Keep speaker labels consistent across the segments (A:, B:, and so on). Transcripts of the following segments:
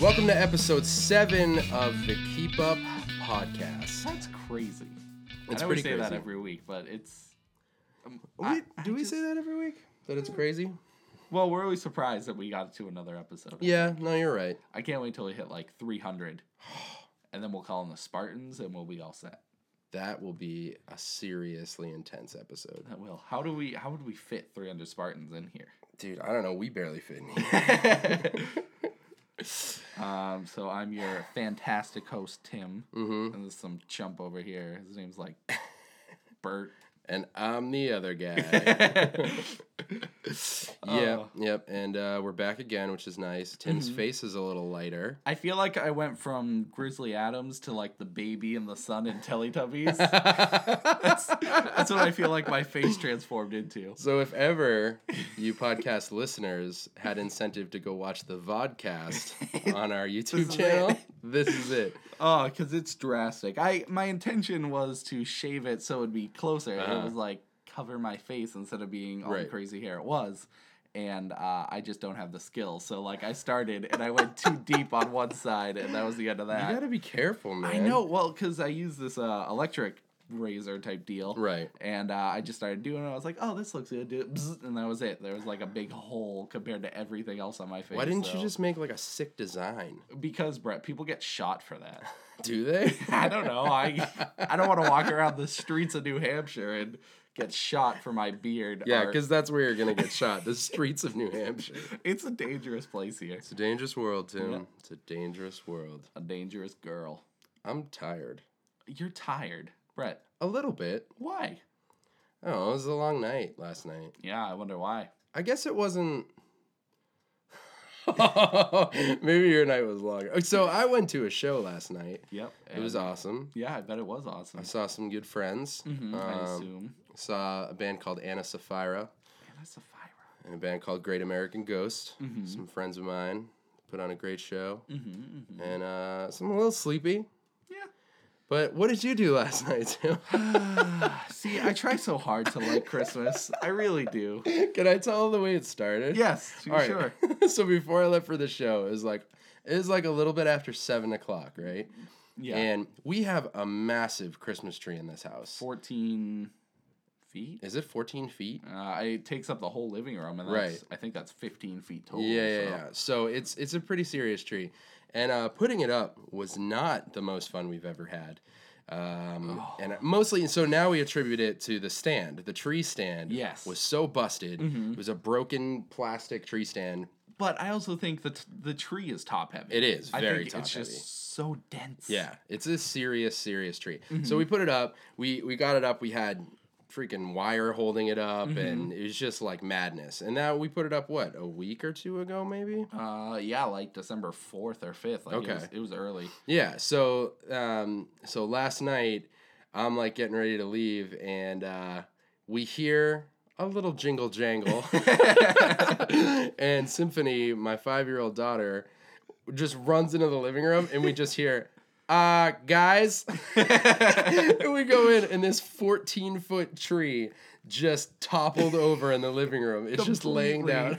A: Welcome to episode seven of the Keep Up podcast.
B: That's crazy.
A: It's
B: I know
A: pretty
B: we say that
A: crazy.
B: every week, but it's. um,
A: We,
B: I-
A: do
B: I
A: we
B: just-
A: say that every week? That it's crazy?
B: Well, we're always surprised that we got to another episode.
A: Yeah, no, you're right.
B: I can't wait till we hit like 300, and then we'll call in the Spartans, and we'll be all set.
A: That will be a seriously intense episode.
B: That will. How do we? How would we fit 300 Spartans in here?
A: Dude, I don't know. We barely fit in here.
B: um. So I'm your fantastic host Tim,
A: Mhm.
B: and there's some chump over here. His name's like Bert.
A: And I'm the other guy. yeah,
B: Oh.
A: yep. And uh, we're back again, which is nice. Tim's face is a little lighter.
B: I feel like I went from Grizzly Adams to like the baby in the sun in Teletubbies. that's, that's what I feel like my face transformed into.
A: So if ever you podcast listeners had incentive to go watch the vodcast on our YouTube
B: is
A: channel,
B: it.
A: this is it.
B: Oh, because it's drastic. I my intention was to shave it so it'd be closer.
A: Uh-huh.
B: It was like cover my face instead of being all the
A: Right.
B: crazy hair it was. And uh, I just don't have the skill. So like I started and I went too deep on one side, and that was the end of
A: You
B: that.
A: gotta be careful, man.
B: I know. Well, because I use this uh, electric razor type deal.
A: Right.
B: And uh, I just started doing it. I was like, "Oh, this looks good." Do it, bzz, and that was it. There was like a big hole compared to everything else on my face.
A: Why didn't you
B: so-
A: just make like a sick design?
B: Because Brett, people get shot for that.
A: Do they?
B: I don't know. I I don't want to walk around the streets of New Hampshire and get shot for my beard.
A: yeah,
B: or-
A: because that's where you're gonna get shot. The streets of New Hampshire.
B: it's a dangerous place here.
A: It's a dangerous world, Tim.
B: Yeah.
A: It's a dangerous world.
B: A dangerous girl.
A: I'm tired.
B: You're tired, Brett.
A: A little bit.
B: Why?
A: Oh, it was a long night last night.
B: Yeah, I wonder why.
A: I guess it wasn't. Maybe your night was longer. So I went to a show last night.
B: Yep.
A: It was
B: and-
A: awesome.
B: Yeah, I bet it was awesome.
A: I saw some good friends.
B: hmm I
A: Um,
B: assume.
A: saw a band called Anna Sapphira
B: Man, that's a fire.
A: and a band called Great American Ghost.
B: Mhm.
A: Some friends of mine put on a great show,
B: Mm-hmm, hmm
A: and uh, so I'm a little sleepy.
B: Yeah.
A: But what did you do last night, Tim?
B: See, I try so hard to like Christmas. I really do.
A: Can I tell the way it started?
B: Yes,
A: All right.
B: sure.
A: so before I left for the show, it was like it was like a little bit after seven o'clock, right?
B: Yeah.
A: And we have a massive Christmas tree in this house.
B: 14 feet?
A: Is it 14 feet?
B: Uh, it takes up the whole living room, and
A: Right.
B: that's, I think that's 15 feet total.
A: yeah, yeah,
B: so-
A: yeah. So it's it's a pretty serious tree, and uh, putting it up was not the most fun we've ever had. Um, And mostly, so now we attribute it to the stand. The tree stand
B: Yes.
A: was so busted. It was a broken plastic tree stand.
B: But I also think that the tree is top heavy.
A: It is
B: I
A: very
B: think
A: top
B: it's
A: heavy.
B: just so dense.
A: Yeah, it's a serious, serious tree. So we put it up. We we got it up. We had freaking wire holding it up, and it was just like madness. And now we put it up what a week or two ago, maybe.
B: Uh, yeah, like December 4th or 5th. Like
A: Okay.
B: It was, it was early.
A: Yeah. So um, so last night I'm like getting ready to leave, and uh, we hear a little jingle jangle, and Symphony, my five year old daughter, just runs into the living room, and we just hear. Uh, guys, and we go in, and this 14 foot tree just toppled over in the living room. It's just laying down.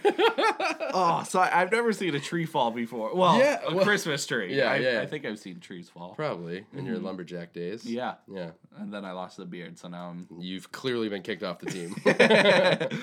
B: oh, so I, I've never seen a tree fall before. Well,
A: Yeah,
B: a
A: well-
B: Christmas tree.
A: Yeah,
B: I,
A: yeah.
B: I think I've seen trees fall.
A: Probably in your lumberjack days.
B: Yeah.
A: Yeah.
B: And then I lost the beard, so now I'm.
A: You've clearly been kicked off the team.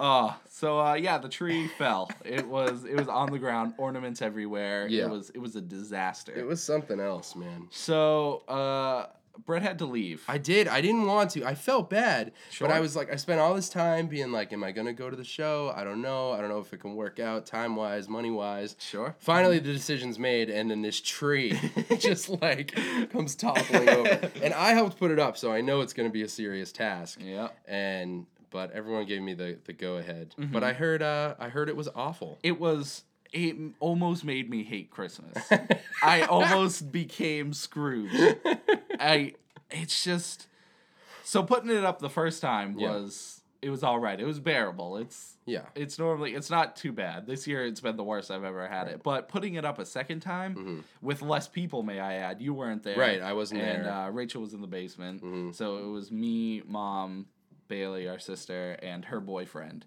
B: Oh, so uh, yeah, the tree fell. It was it was on the ground, ornaments everywhere.
A: Yeah.
B: It was it was a disaster.
A: It was something else, man.
B: So uh, Brett had to leave.
A: I did. I didn't want to. I felt bad,
B: Sure.
A: but I was like, I spent all this time being like, "Am I gonna go to the show? I don't know. I don't know if it can work out, time wise, money wise."
B: sure.
A: Finally, the decision's made, and then this tree just like comes toppling over. And I helped put it up, so I know it's gonna be a serious task.
B: Yeah.
A: And but everyone gave me the the go ahead.
B: Mm-hmm.
A: But I heard uh I heard it was awful.
B: It was. It m- almost made me hate Christmas. I almost became Scrooge. I. It's just. So putting it up the first time
A: Yeah.
B: was. It was all right. It was bearable. It's.
A: Yeah.
B: It's normally it's not too bad. This year it's been the worst I've ever had it. But putting it up a second time with less people, may I add, you weren't there.
A: Mm-hmm. Right, I wasn't
B: and,
A: there.
B: uh, Rachel was in the basement,
A: Mm-hmm.
B: so it was me, mom, Bailey, our sister, and her boyfriend.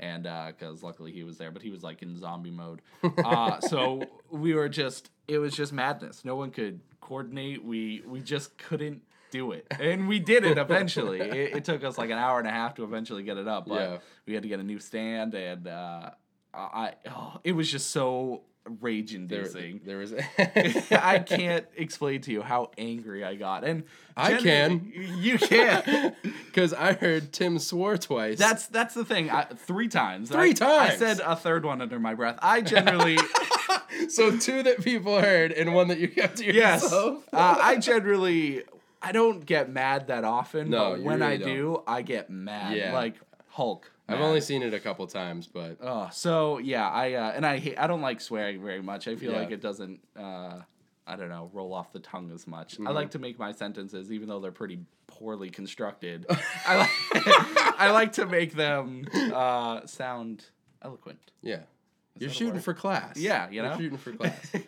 B: and because luckily he was there, but he was like in zombie mode. Uh, so we were just, it was just madness. No one could coordinate. We we just couldn't do it, and we did it eventually. it, it took us like an hour and a half to eventually get it up, but
A: Yeah.
B: we had to get a new stand, and uh, I oh, it was just so rage
A: There,
B: inducing.
A: there was.
B: I can't explain to you how angry I got, and
A: I
B: generally- You can.
A: Because I heard Tim swore twice.
B: That's that's the thing. I, three times.
A: Three
B: I- I
A: times.
B: said a third one under my breath. I generally
A: so two that people heard and one that you kept to
B: yes.
A: yourself.
B: Uh, I generally I don't get mad that often.
A: No,
B: but
A: you
B: when
A: really
B: I do, I get mad.
A: Yeah.
B: Like Hulk.
A: I've
B: mad.
A: only seen it a couple times, but
B: Oh, so yeah, I uh, and I hate, I don't like swearing very much. I feel
A: Yeah.
B: like it doesn't uh, I don't know roll off the tongue as much.
A: Mm-hmm.
B: I like to make my sentences, even though they're pretty poorly constructed. I like I like to make them uh, sound eloquent.
A: yeah. You're
B: that a
A: shooting
B: word?
A: for class.
B: Yeah, you know?
A: You're shooting for class. So,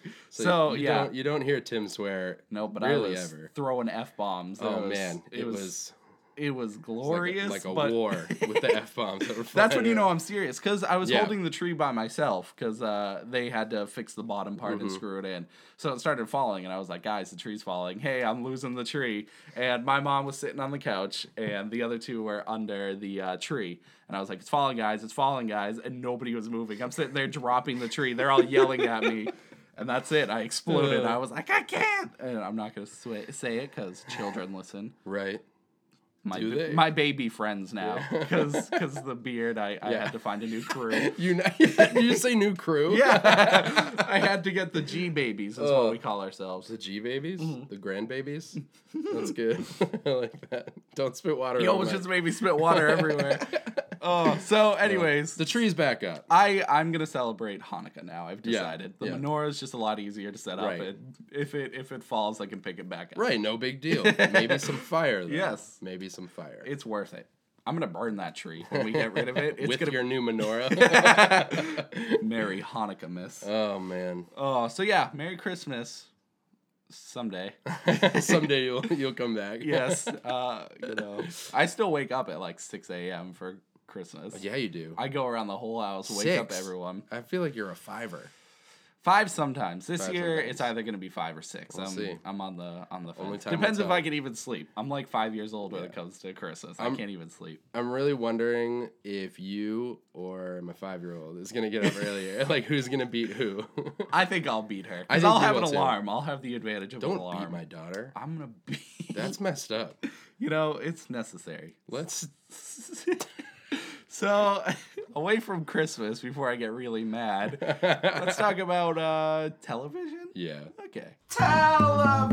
B: So,
A: you
B: yeah.
A: don't, you don't hear Tim swear.
B: No, but
A: Really
B: I was
A: ever.
B: throwing f bombs.
A: Oh man,
B: it, was, it was
A: like a-
B: glorious.
A: like a,
B: but
A: war with the f bombs. that were
B: That's
A: flying
B: when you know
A: around.
B: I'm serious because I was
A: Yeah.
B: holding the tree by myself because uh, they had to fix the bottom part and screw it in. So it started falling, and I was like, guys, the tree's falling. Hey, I'm losing the tree. And my mom was sitting on the couch, and the other two were under the uh, tree. And I was like, it's falling, guys, it's falling, guys. And nobody was moving. I'm sitting there dropping the tree. They're all yelling at me. And that's it. I exploded.
A: Uh.
B: I was like, I can't. And I'm not going to say it because children listen
A: right.
B: my
A: Do
B: ba-
A: they?
B: my baby friends now
A: Yeah.
B: because the beard I, I
A: Yeah.
B: had to find a new crew.
A: You know, did you say new crew?
B: yeah, I had to get the G babies is
A: Oh.
B: what we call ourselves.
A: The G babies,
B: Mm-hmm.
A: the grand babies. That's good. I like that. Don't spit water.
B: You
A: on
B: almost
A: my-
B: just made me spit water everywhere. oh, so anyways,
A: the tree's back up.
B: I I'm gonna celebrate Hanukkah now. I've
A: Yeah,
B: decided the
A: yeah.
B: menorah is just a lot easier to set up.
A: Right.
B: And if it if it falls, I can pick it back up.
A: Right, no big deal. Maybe some fire. Though.
B: Yes.
A: maybe some fire.
B: It's worth it. I'm gonna burn that tree when we get rid of it. It's
A: With
B: gonna
A: your new menorah.
B: marry Hanukkah miss.
A: oh man.
B: oh, so yeah, Merry Christmas. Someday.
A: Someday you'll you'll come back.
B: yes. Uh, you know, I still wake up at like 6 a.m. for Christmas.
A: yeah, you do. I,
B: I go around the whole house, wake up
A: Six?
B: everyone.
A: feel like you're a fiver.
B: Five sometimes. This
A: Five
B: year,
A: sometimes.
B: it's either going to be five or 6 I'm,
A: see.
B: I'm on the on the
A: Only
B: fence.
A: time will
B: Depends if
A: tell.
B: I can even sleep. I'm like five years old when
A: Yeah.
B: it comes to Christmas. I'm, I
A: I'm-
B: can not even sleep.
A: I'm really wondering if you or my five year old is gonna get up earlier. like who's gonna beat who?
B: I think I'll beat her.
A: I
B: Because
A: think
B: I'll
A: you
B: have an
A: will too.
B: alarm. I'll have the advantage of an
A: Don't
B: alarm.
A: beat my daughter.
B: I'm gonna beat.
A: That's messed up.
B: you know, it's necessary.
A: Let's
B: so, away from Christmas, before I get really mad, Let's talk about uh, television.
A: Yeah.
B: Okay.
A: I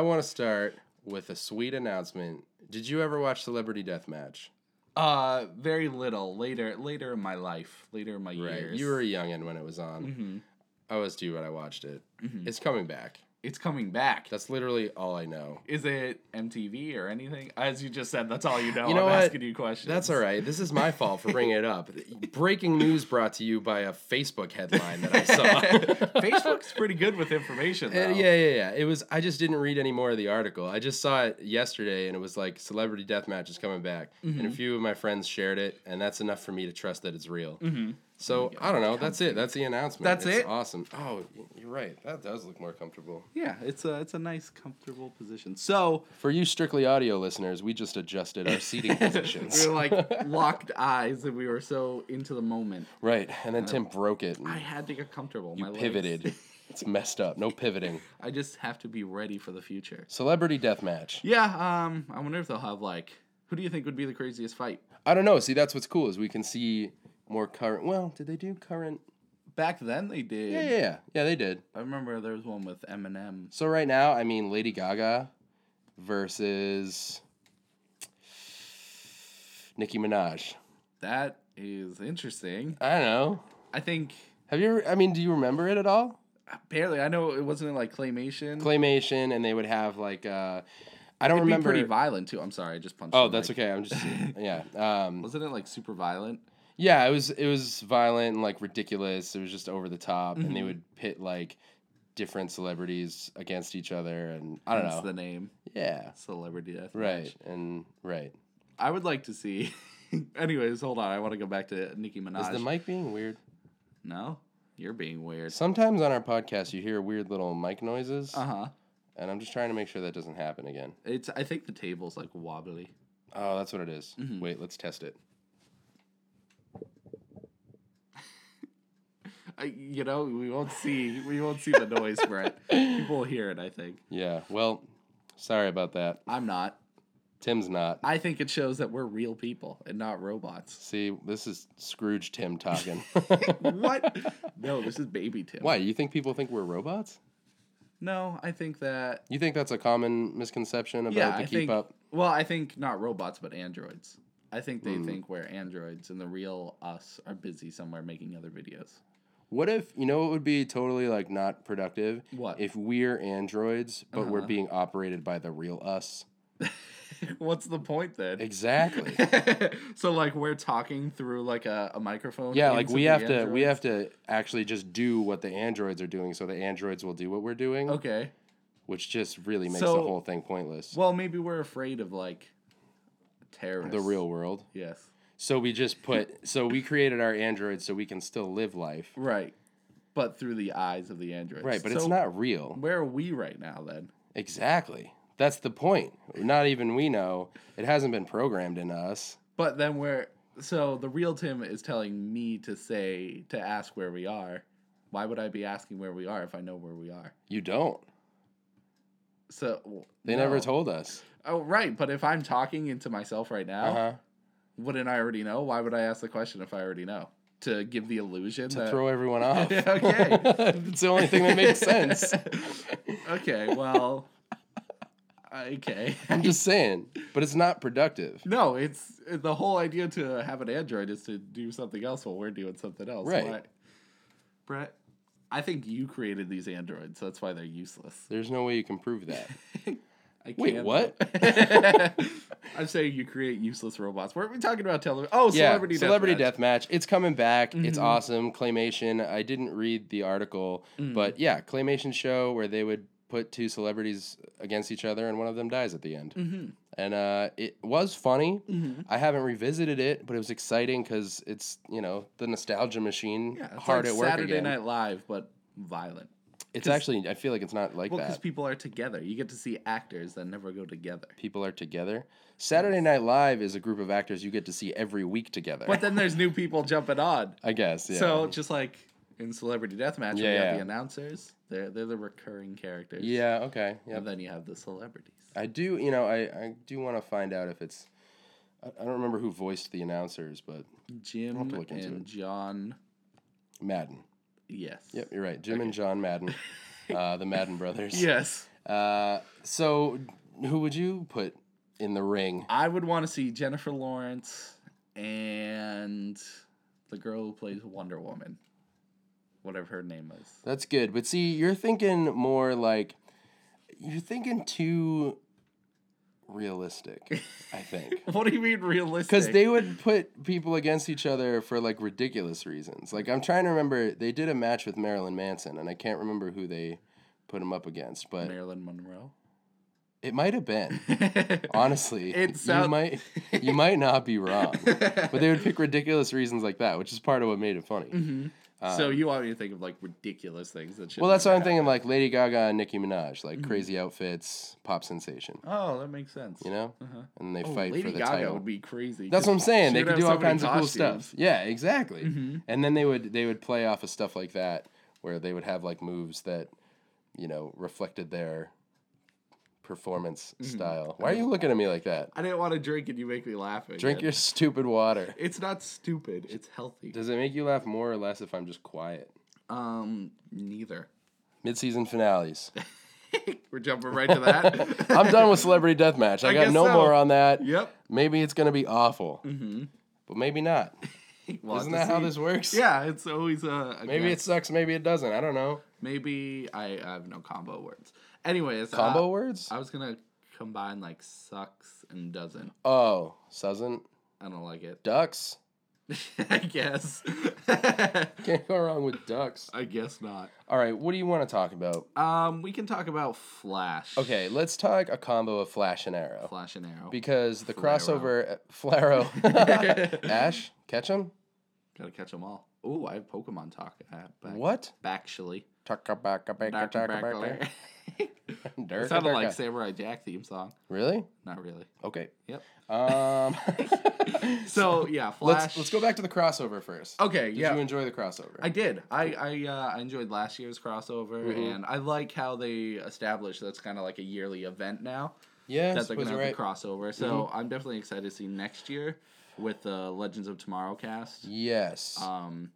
A: wanna start with a sweet announcement. Did you ever watch Celebrity Deathmatch?
B: Uh, very little later. Later in my life. Later in my
A: Right.
B: years.
A: You were Mm-hmm. a youngin' when it was on.
B: Mhm.
A: I was too, but I watched it.
B: Mhm.
A: It's coming back.
B: It's coming back.
A: That's literally all I know.
B: Is it MTV or anything? As you just said, that's all you know.
A: You know
B: I'm
A: what?
B: asking you questions.
A: That's all right. This is my fault for bringing it up. Breaking news brought to you by a Facebook headline that I saw.
B: Facebook's pretty good with information. Though.
A: Uh, yeah, yeah, yeah. It was. I just didn't read any more of the article. I just saw it yesterday, and it was like Celebrity Deathmatch is coming back,
B: Mm-hmm.
A: and a few of my friends shared it, and that's enough for me to trust that it's real.
B: Mm-hmm.
A: So I don't know. That's it. That's the announcement.
B: That's
A: It's
B: it?
A: Awesome. Oh, y- you're right. That does look more comfortable.
B: Yeah, it's a it's a nice comfortable position. So
A: For you strictly audio listeners, we just adjusted our seating
B: we
A: positions.
B: were like locked eyes, and we were so into the moment.
A: Right, and then Tim broke it.
B: I
A: And
B: had to get comfortable. You my legs.
A: pivoted. it's messed up. No pivoting.
B: I just have to be ready for the future.
A: Celebrity deathmatch.
B: Yeah, um, I wonder if they'll have like who do you think would be the craziest fight?
A: I don't know. See, that's what's cool is we can see more current. Well, did they do current?
B: Back then they did.
A: Yeah, yeah, yeah. Yeah, they did.
B: I remember there was one with Eminem.
A: So right now, I mean, Lady Gaga versus Nicki Minaj.
B: That is interesting.
A: I don't know.
B: I think
A: Have you ever? I mean, do you remember it at all?
B: barely. I know it wasn't like claymation.
A: Claymation, and they would have like. Uh, I don't
B: It'd
A: remember.
B: be pretty violent too. I'm sorry, I just punched.
A: oh,
B: the
A: that's
B: mic.
A: okay. I'm just yeah. Um,
B: Wasn't it like super violent?
A: Yeah, it was it was violent and like ridiculous. It was just over the top, and
B: Mm-hmm.
A: they would pit like different celebrities against each other, and I don't
B: Hence
A: know.
B: the name
A: yeah,
B: celebrity death.
A: right and right.
B: I would like to see. Anyways, hold on. I want to go back to Nicki
A: Is
B: Minaj.
A: the mic being weird?
B: no, you're being weird.
A: Sometimes on our podcast, you hear weird little mic noises,
B: Uh huh.
A: and I'm just trying to make sure that doesn't happen again.
B: It's. I think the table's like wobbly.
A: Oh, that's what it is.
B: Mm-hmm.
A: Wait, let's test it.
B: I, you know, we won't see. We won't see the noise, Brett. People will hear it. I think.
A: Yeah, well, sorry about that.
B: I'm not.
A: Tim's not.
B: I think it shows that we're real people and not robots.
A: See, this is Scrooge Tim talking.
B: what? No, this is baby Tim.
A: Why? You think people think we're robots?
B: No, I think that.
A: You think that's a common misconception about
B: Yeah,
A: the
B: I
A: keep
B: think.
A: up?
B: Well, I think not robots, but androids. I think
A: Hmm.
B: they think we're androids, and the real us are busy somewhere making other videos.
A: What if you know it would be totally like not productive?
B: What?
A: if we're androids, but we're
B: Uh-huh.
A: being operated by the real us?
B: What's the point then?
A: Exactly.
B: so like we're talking through like a, a microphone.
A: yeah, like
B: into
A: we
B: the
A: have to we
B: androids?
A: have to actually just do what the androids are doing, so the androids will do what we're doing,
B: Okay.
A: which just really makes the
B: So-
A: whole thing pointless.
B: Well, maybe we're afraid of like terrorists.
A: the real world.
B: Yes.
A: So we just put so we created our androids so we can still live life.
B: Right. But through the eyes of the androids.
A: Right, but it's
B: So
A: not real.
B: Where are we right now then?
A: Exactly. That's the point. Not even we know. It hasn't been programmed in us.
B: But then we're so the real Tim is telling me to say to ask where we are. Why would I be asking where we are if I know where we are?
A: You don't.
B: So w-
A: They never
B: no.
A: told us.
B: Oh right, but if I'm talking into myself right now,
A: Uh-huh.
B: wouldn't I already know? Why would I ask the question if I already know? To give the illusion that
A: Throw everyone off.
B: Okay.
A: it's the only thing that makes sense.
B: okay, well, okay.
A: I'm just saying. But it's not productive.
B: No, it's the whole idea to have an android is to do something else while we're doing something else.
A: Right.
B: Why- Brett, I think you created these androids. That's why they're useless.
A: There's no way you can prove that.
B: I
A: Wait,
B: can't-
A: what?
B: I'm saying you create useless robots. Weren't we talking about television? Oh,
A: yeah,
B: celebrity, death.
A: Celebrity
B: Match. Mm-hmm.
A: Deathmatch. It's coming back. It's awesome. Claymation. I didn't read the article,
B: Mm.
A: but yeah, Claymation show where they would put two celebrities against each other and one of them dies at the end.
B: Mm-hmm.
A: And uh, it was funny. I haven't revisited it, but it was exciting because it's, you know, the nostalgia machine
B: Yeah, it's
A: hard
B: like
A: at work
B: Saturday
A: again.
B: Night Live, but violent.
A: It's actually, I feel like it's not like
B: Well, because
A: that.
B: people are together. You get to see actors that never go together.
A: People are together. Saturday Night Live is a group of actors you get to see every week together.
B: But then there's new people jumping on.
A: I guess, yeah.
B: So just like in Celebrity Deathmatch, we
A: Yeah.
B: have the announcers. They're they're the recurring characters.
A: yeah, okay. Yeah,
B: And then you have the celebrities.
A: I do, you know, I, I do want to find out if it's. I, I don't remember who voiced the announcers, but
B: Jim
A: to look into
B: and John.
A: Madden.
B: Yes.
A: Yep, you're right. Jim and John Madden, uh, the Madden brothers.
B: Yes.
A: Uh, so, who would you put in the ring?
B: I would want to see Jennifer Lawrence and the girl who plays Wonder Woman. Whatever her name is.
A: That's good, but see, you're thinking more like you're thinking too realistic. I think.
B: What do you mean realistic?
A: Because they would put people against each other for like ridiculous reasons. Like I'm trying to remember, they did a match with Marilyn Manson, and I can't remember who they put him up against, but
B: Marilyn Monroe.
A: it might have been. Honestly,
B: It
A: you
B: sound-
A: might you might not be wrong, but they would pick ridiculous reasons like that, which is part of what made it funny.
B: Mm-hmm. so you want me to think of like ridiculous things that should
A: Uh, Well, that's what I'm thinking, like Lady Gaga and Nicki Minaj, like
B: Mm-hmm.
A: crazy outfits, pop sensation,
B: Oh, that makes sense.
A: you know, and they
B: Oh,
A: fight
B: Lady
A: for the
B: Gaga
A: title.
B: would be crazy.
A: That's what I'm saying.
B: She
A: They
B: would
A: could do
B: have so
A: all
B: many
A: kinds
B: costumes.
A: of cool stuff. Yeah, exactly.
B: Mm-hmm.
A: And then they would they would play off of stuff like that, where they would have like moves that, you know, reflected their performance
B: Mm-hmm.
A: style. Why are you looking at me like that?
B: I didn't want to drink, and you make me laugh. Again.
A: Drink your stupid water.
B: It's not stupid. It's healthy.
A: Does it make you laugh more or less if I'm just quiet?
B: Um, neither.
A: Mid-season finales.
B: We're jumping right to that.
A: I'm done with Celebrity Deathmatch. I,
B: I
A: got
B: guess
A: no
B: so.
A: more on that.
B: yep.
A: Maybe it's gonna be awful, but maybe not.
B: Mm-hmm. We'll have
A: Isn't
B: to
A: that how
B: see.
A: this works?
B: Yeah, it's always a. a
A: Maybe it
B: guess.
A: sucks. Maybe it doesn't. I don't know.
B: maybe I, I have no combo words. Anyways, uh,
A: Combo words.
B: I was gonna combine like sucks and doesn't.
A: oh, doesn't
B: I don't like it.
A: ducks.
B: I guess.
A: Can't go wrong with ducks.
B: I guess not.
A: All right, what do you want to talk about?
B: Um, we can talk about Flash.
A: Okay, let's talk a combo of Flash and Arrow
B: Flash and Arrow.
A: because the
B: Flaro.
A: crossover Flaro Ash Ketchum.
B: Gotta catch them all. Ooh, I have Pokemon talk. Uh, back,
A: What?
B: Actually.
A: Tuckabacabaka, tuckabacka.
B: It
A: Durka,
B: sounded like
A: durka.
B: Samurai Jack theme song.
A: Really?
B: Not really.
A: Okay.
B: Yep.
A: Um,
B: So yeah, Flash.
A: let's let's go back to the crossover first.
B: Okay.
A: Did
B: yeah.
A: you enjoy the crossover?
B: I did. I I, uh, I enjoyed last year's crossover,
A: Mhm.
B: and I like how they established that's kind of like a yearly event now
A: yeah, I
B: that they're
A: suppose
B: gonna
A: you're right.
B: have
A: Mm-hmm.
B: the crossover. So I'm definitely excited to see next year with the Legends of Tomorrow cast,
A: yes,
B: um,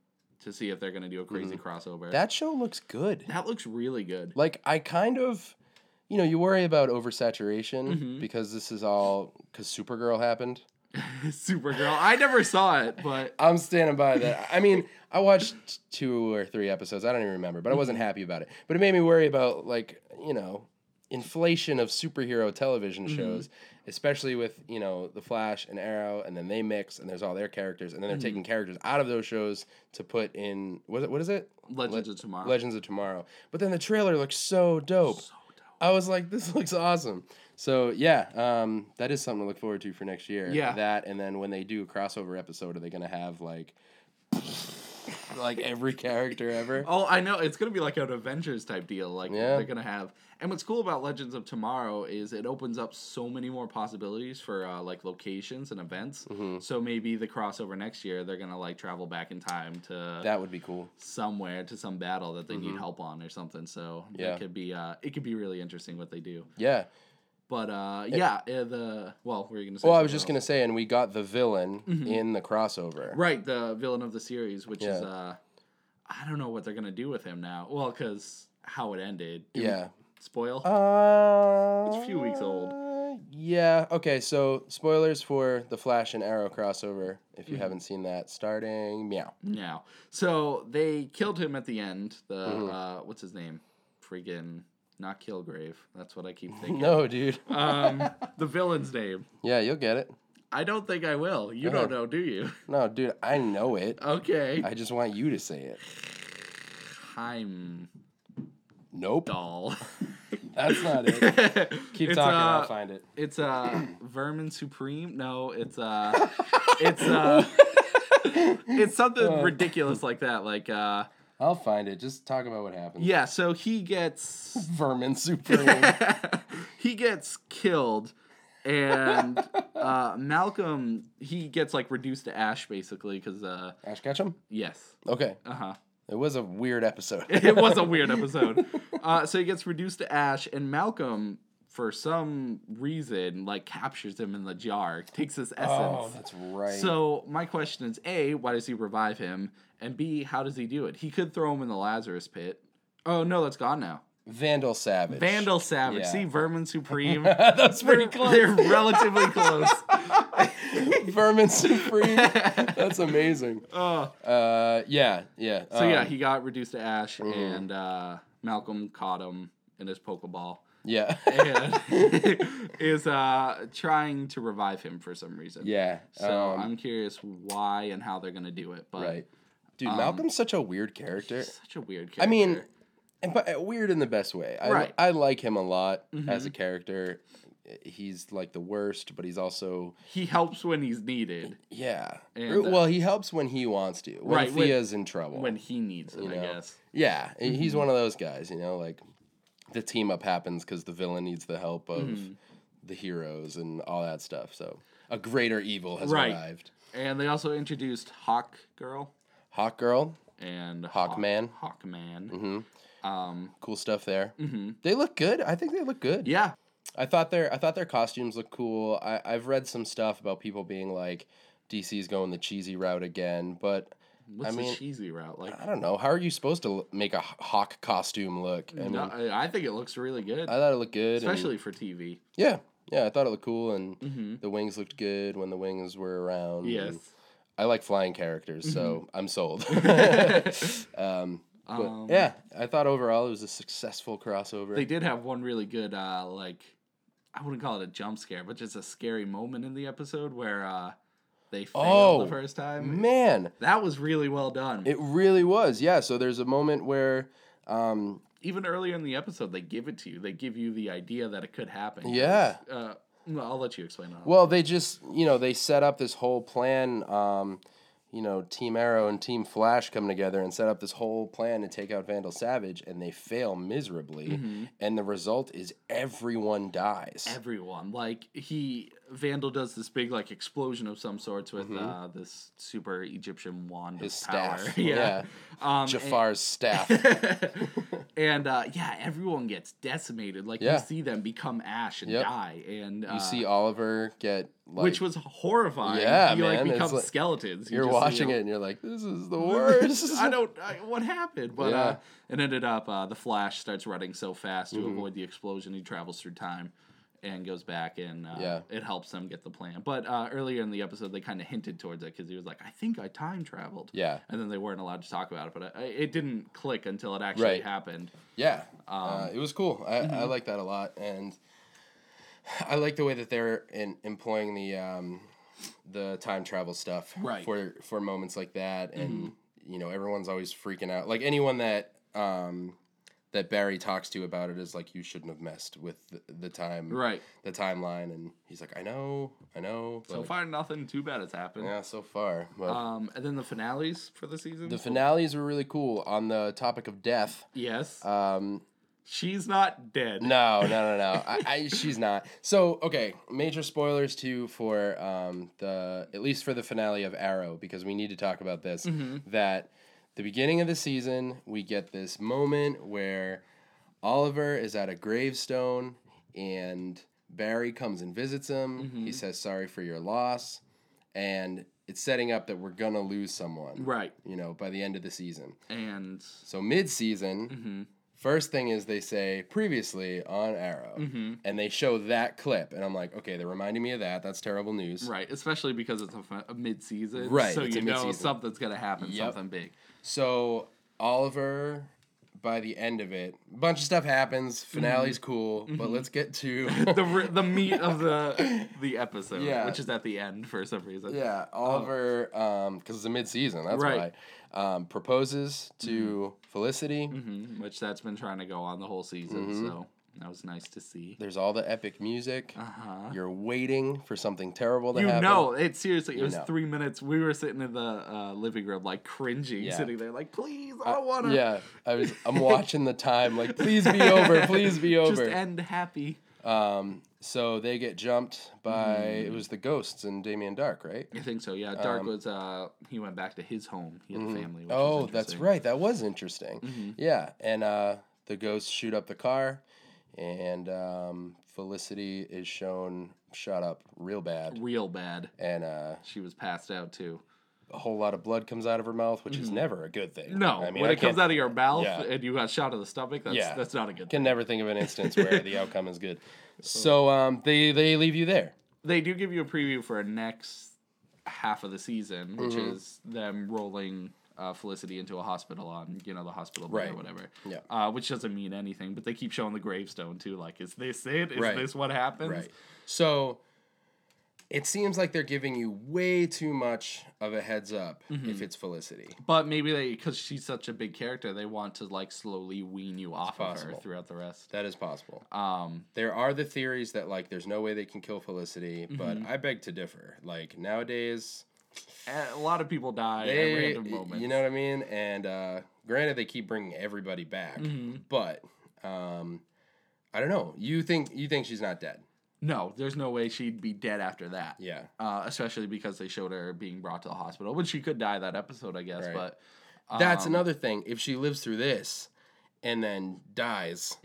B: to see if they're gonna do a crazy crossover.
A: Mm-hmm. that show looks good.
B: that looks really good.
A: Like I kind of, you know, you worry about oversaturation
B: Mhm.
A: because this is all because Supergirl happened.
B: Supergirl. I never saw it, but
A: I'm standing by that. I mean, I watched two or three episodes. I don't even remember, but I wasn't happy about it. But it made me worry about like you know inflation of superhero television shows, especially with you know the Flash and Arrow, and then they mix, and there's all their characters, and then they're taking characters out of those shows to put in what what is it
B: Legends of Tomorrow.
A: Legends of Tomorrow. But then the trailer looks so dope.
B: So dope.
A: I was like, this looks awesome. So yeah, um, that is something to look forward to for next year.
B: Yeah.
A: that and then when they do a crossover episode, are they gonna have like, like every character ever?
B: Oh, I know. It's gonna be like an Avengers type deal. Like
A: Yeah.
B: they're gonna have. And what's cool about Legends of Tomorrow is it opens up so many more possibilities for uh, like locations and events.
A: Mm-hmm.
B: So maybe the crossover next year, they're gonna like travel back in time to
A: That would be cool.
B: somewhere to some battle that they need help on or something. So
A: Yeah.
B: that could be. Uh, it could be really interesting what they do.
A: Yeah.
B: But uh, yeah, uh, the well, were you gonna say?
A: Well, I was just
B: something
A: gonna say, and we got the villain in the crossover.
B: else? Mm-hmm. Right, the villain of the series, which is
A: Yeah.
B: uh, I don't know what they're gonna do with him now. Well, because how it ended. Do we
A: Yeah.
B: Spoil.
A: Uh,
B: It's a few weeks old.
A: Yeah. Okay. So spoilers for the Flash and Arrow crossover. If
B: Mm-hmm.
A: you haven't seen that, starting meow.
B: No. So they killed him at the end. The
A: Mm-hmm.
B: uh, what's his name? Freaking not Kilgrave. That's what I keep thinking.
A: No, dude.
B: um, the villain's name.
A: Yeah, you'll get it.
B: I don't think I will. You
A: Uh-huh.
B: don't know, do you?
A: No, dude, I know it.
B: Okay.
A: I just want you to say it.
B: Heimdall.
A: Nope. That's not it. Keep
B: It's,
A: talking,
B: uh,
A: I'll find it.
B: It's uh Vermin Supreme. No, it's uh it's uh it's something ridiculous like that. Like uh
A: I'll find it. Just talk about what happened.
B: yeah, so he gets
A: Vermin Supreme.
B: he gets killed and uh, malcolm he gets like reduced to ash basically because uh,
A: Ash Ketchum?
B: yes
A: Okay.
B: uh-huh
A: It was a weird episode.
B: it was a weird episode uh, so he gets reduced to ash and malcolm for some reason like captures him in the jar takes his
A: Oh,
B: essence
A: that's right.
B: so my question is a why does he revive him and b how does he do it he could throw him in the lazarus pit oh no that's gone now
A: Vandal Savage.
B: vandal savage
A: Yeah.
B: see vermin supreme
A: that's pretty
B: They're-
A: close.
B: They're relatively close.
A: Vermin Supreme. That's amazing.
B: Uh,
A: Uh, yeah, yeah. um,
B: so yeah,
A: mm-hmm.
B: he got reduced to ash, and uh, Malcolm caught him in his pokeball
A: yeah,
B: and is uh, trying to revive him for some reason.
A: yeah.
B: So
A: um,
B: I'm curious why and how they're gonna do it, but
A: right, dude.
B: um,
A: Malcolm's such a weird character.
B: such a weird character.
A: I mean, and but uh, weird in the best way. I,
B: Right. Mm-hmm.
A: I like him a lot as a character. He's like the worst, but he's also
B: he helps when he's needed,
A: yeah.
B: And, uh,
A: well, he helps when he wants to. When
B: Right, when-
A: Thea's in trouble.
B: when Mm-hmm. he needs it.
A: know.
B: I guess.
A: yeah, he- he's one of those guys. You know, like the team up happens because the villain needs the help of
B: Mm-hmm.
A: the heroes and all that stuff. So a greater evil has
B: Right.
A: arrived.
B: And they also introduced Hawk Girl
A: Hawk Girl,
B: and
A: Hawkman. Mm-hmm.
B: Hawk, Hawkman. Um,
A: cool stuff there.
B: Mm-hmm.
A: They look good. I think they look good.
B: yeah,
A: I thought their I thought their costumes looked cool. I, I've read some stuff about people being like, DC's going the cheesy route again, but
B: What's
A: mean-
B: the cheesy route? Like,
A: I don't know. How are you supposed to l- make a h- hawk costume look? I mean,
B: no, I, I think it looks really good,
A: I thought it looked good. and-
B: especially for TV.
A: yeah, yeah. I thought it looked cool, and
B: Mm-hmm.
A: the wings looked good when the wings were around.
B: Yes. Mm-hmm.
A: and I like flying characters, so I'm sold. um, but
B: Um,
A: yeah, I thought overall it was a successful crossover.
B: They did have one really good, uh, like, I wouldn't call it a jump scare, but just a scary moment in the episode where uh, they failed
A: Oh,
B: the first time.
A: Man,
B: That was really well done.
A: it really was. Yeah. So there's a moment where, um,
B: Even earlier in the episode, they give it to you. They give you the idea that it could happen.
A: Yeah.
B: Uh, well, I'll let you explain that.
A: well, they just, you know, they set up this whole plan. Um, you know, Team Arrow and Team Flash come together and set up this whole plan to take out Vandal Savage, and they fail miserably.
B: Mm-hmm.
A: And the result is everyone dies.
B: everyone. Like he Vandal does this big like explosion of some sorts with uh, this super Egyptian wand
A: Mm-hmm. His
B: of power.
A: staff.
B: yeah. Um,
A: Jafar's staff.
B: and uh, yeah, everyone gets decimated. Like
A: Yeah.
B: you see them become ash and
A: Yep.
B: die, and uh,
A: You see Oliver get like
B: which was horrifying.
A: Yeah,
B: he
A: man,
B: like
A: it's
B: becomes
A: like-
B: skeletons. You
A: you're
B: just see
A: watching
B: him-
A: it and you're like, this is the worst.
B: I don't. I, what happened? But uh, it ended up uh, the Flash starts running so fast to
A: Mm-hmm.
B: avoid the explosion. He travels through time and goes back, and uh,
A: Yeah.
B: it helps them get the plan. But uh, earlier in the episode, they kind of hinted towards it because he was like, "I think I time traveled."
A: Yeah.
B: And then they weren't allowed to talk about it, but I, it didn't click until it actually
A: Right.
B: happened.
A: Yeah, uh,
B: Um,
A: it was cool. I,
B: mm-hmm.
A: I like that a lot, and I like the way that they're in, employing the um, the time travel stuff
B: Right. Mm-hmm.
A: for for moments like that. And you know, everyone's always freaking out. Like anyone that um, that Barry talks to about it is like, you shouldn't have messed with the, the time,
B: Right.
A: the timeline. And he's like, I know, I know.
B: So
A: but-
B: far, nothing too bad has happened.
A: yeah, so far. But
B: Um, and then the finales for the season.
A: the finales were really cool on the topic of death.
B: yes,
A: Um,
B: she's not dead.
A: No, no, no, no. I, I, she's not. So, okay, major spoilers too for um, the at least for the finale of Arrow because we need to talk about this. That the beginning of the season, we get this moment where Oliver is at a gravestone and Barry comes and visits him. He says sorry for your loss, and it's setting up that we're gonna lose someone.
B: Right.
A: You know, by the end of the season.
B: And
A: So mid season,
B: Mm-hmm.
A: first thing is they say previously on Arrow,
B: Mm-hmm.
A: and they show that clip, and I'm like, okay, they're reminding me of that. That's terrible news.
B: Right, especially because it's a, fi- a mid-season,
A: Right,
B: So
A: it's
B: you
A: a
B: know
A: mid-season.
B: something's gonna happen,
A: Yep.
B: something big.
A: So Oliver, by the end of it, bunch of stuff happens.
B: Mm-hmm.
A: Finale's cool, but let's get to
B: The re- the meat of the the episode,
A: Yeah.
B: which is at the end for some reason.
A: yeah Oliver, because it's a mid season. That's
B: Right. Mm-hmm.
A: why um, proposes to Felicity.
B: Mhm, Which that's been trying to go on the whole season,
A: Mm-hmm.
B: so that was nice to see.
A: There's all the epic music.
B: Uh huh.
A: You're waiting for something terrible to
B: You
A: happen.
B: know, it seriously. It was
A: know.
B: three minutes. We were sitting in the uh, living room, like cringing,
A: Yeah. Uh,
B: sitting there, like, please, I don't wanna.
A: Yeah, I was. I'm watching the time. Like, please be over. Please be over.
B: Just end happy.
A: Um, so they get jumped by it was the ghosts and Damien Dark, right?
B: I think so. Yeah, Dark was. Uh, he went back to his home. He had a family. Which was
A: Um, Oh, that's
B: interesting. Mm-hmm.
A: right. That was interesting. Yeah, and uh, the ghosts shoot up the car, and um, Felicity is shown shot up real bad,
B: Real bad.
A: and uh,
B: She was passed out too.
A: a whole lot of blood comes out of her mouth, which is never a good thing.
B: Mm-hmm. No,
A: I mean,
B: when
A: I
B: it comes
A: can't-
B: out of your mouth
A: Yeah.
B: and you got shot in the stomach, that's
A: Yeah.
B: that's not a good thing.
A: can never think of an instance where the outcome is good. So um, they they leave you there.
B: They do give you a preview for next half of the season, which is them rolling uh, Felicity into a hospital on you know the hospital bed
A: Right.
B: or whatever.
A: Yeah.
B: Uh, which doesn't mean anything, but they keep showing the gravestone too. Like, is this it? Is
A: Right.
B: this what happens?
A: Right. So it seems like they're giving you way too much of a heads up
B: Mm-hmm.
A: if it's Felicity.
B: But maybe they, because she's such a big character, they want to like slowly wean you off of her
A: possible.
B: throughout the rest.
A: That is possible.
B: Um,
A: There are the theories that like there's no way they can kill Felicity, but
B: Mm-hmm.
A: I beg to differ. Like nowadays,
B: a lot of people die at
A: they,
B: random moments.
A: you know what I mean. And uh, granted, they keep bringing everybody back,
B: Mm-hmm.
A: but um, I don't know. You think you think she's not dead?
B: no, there's no way she'd be dead after that.
A: Yeah.
B: uh, especially because they showed her being brought to the hospital, which she could die that episode, I guess.
A: Right.
B: But
A: That's
B: Um,
A: another thing. If she lives through this and then dies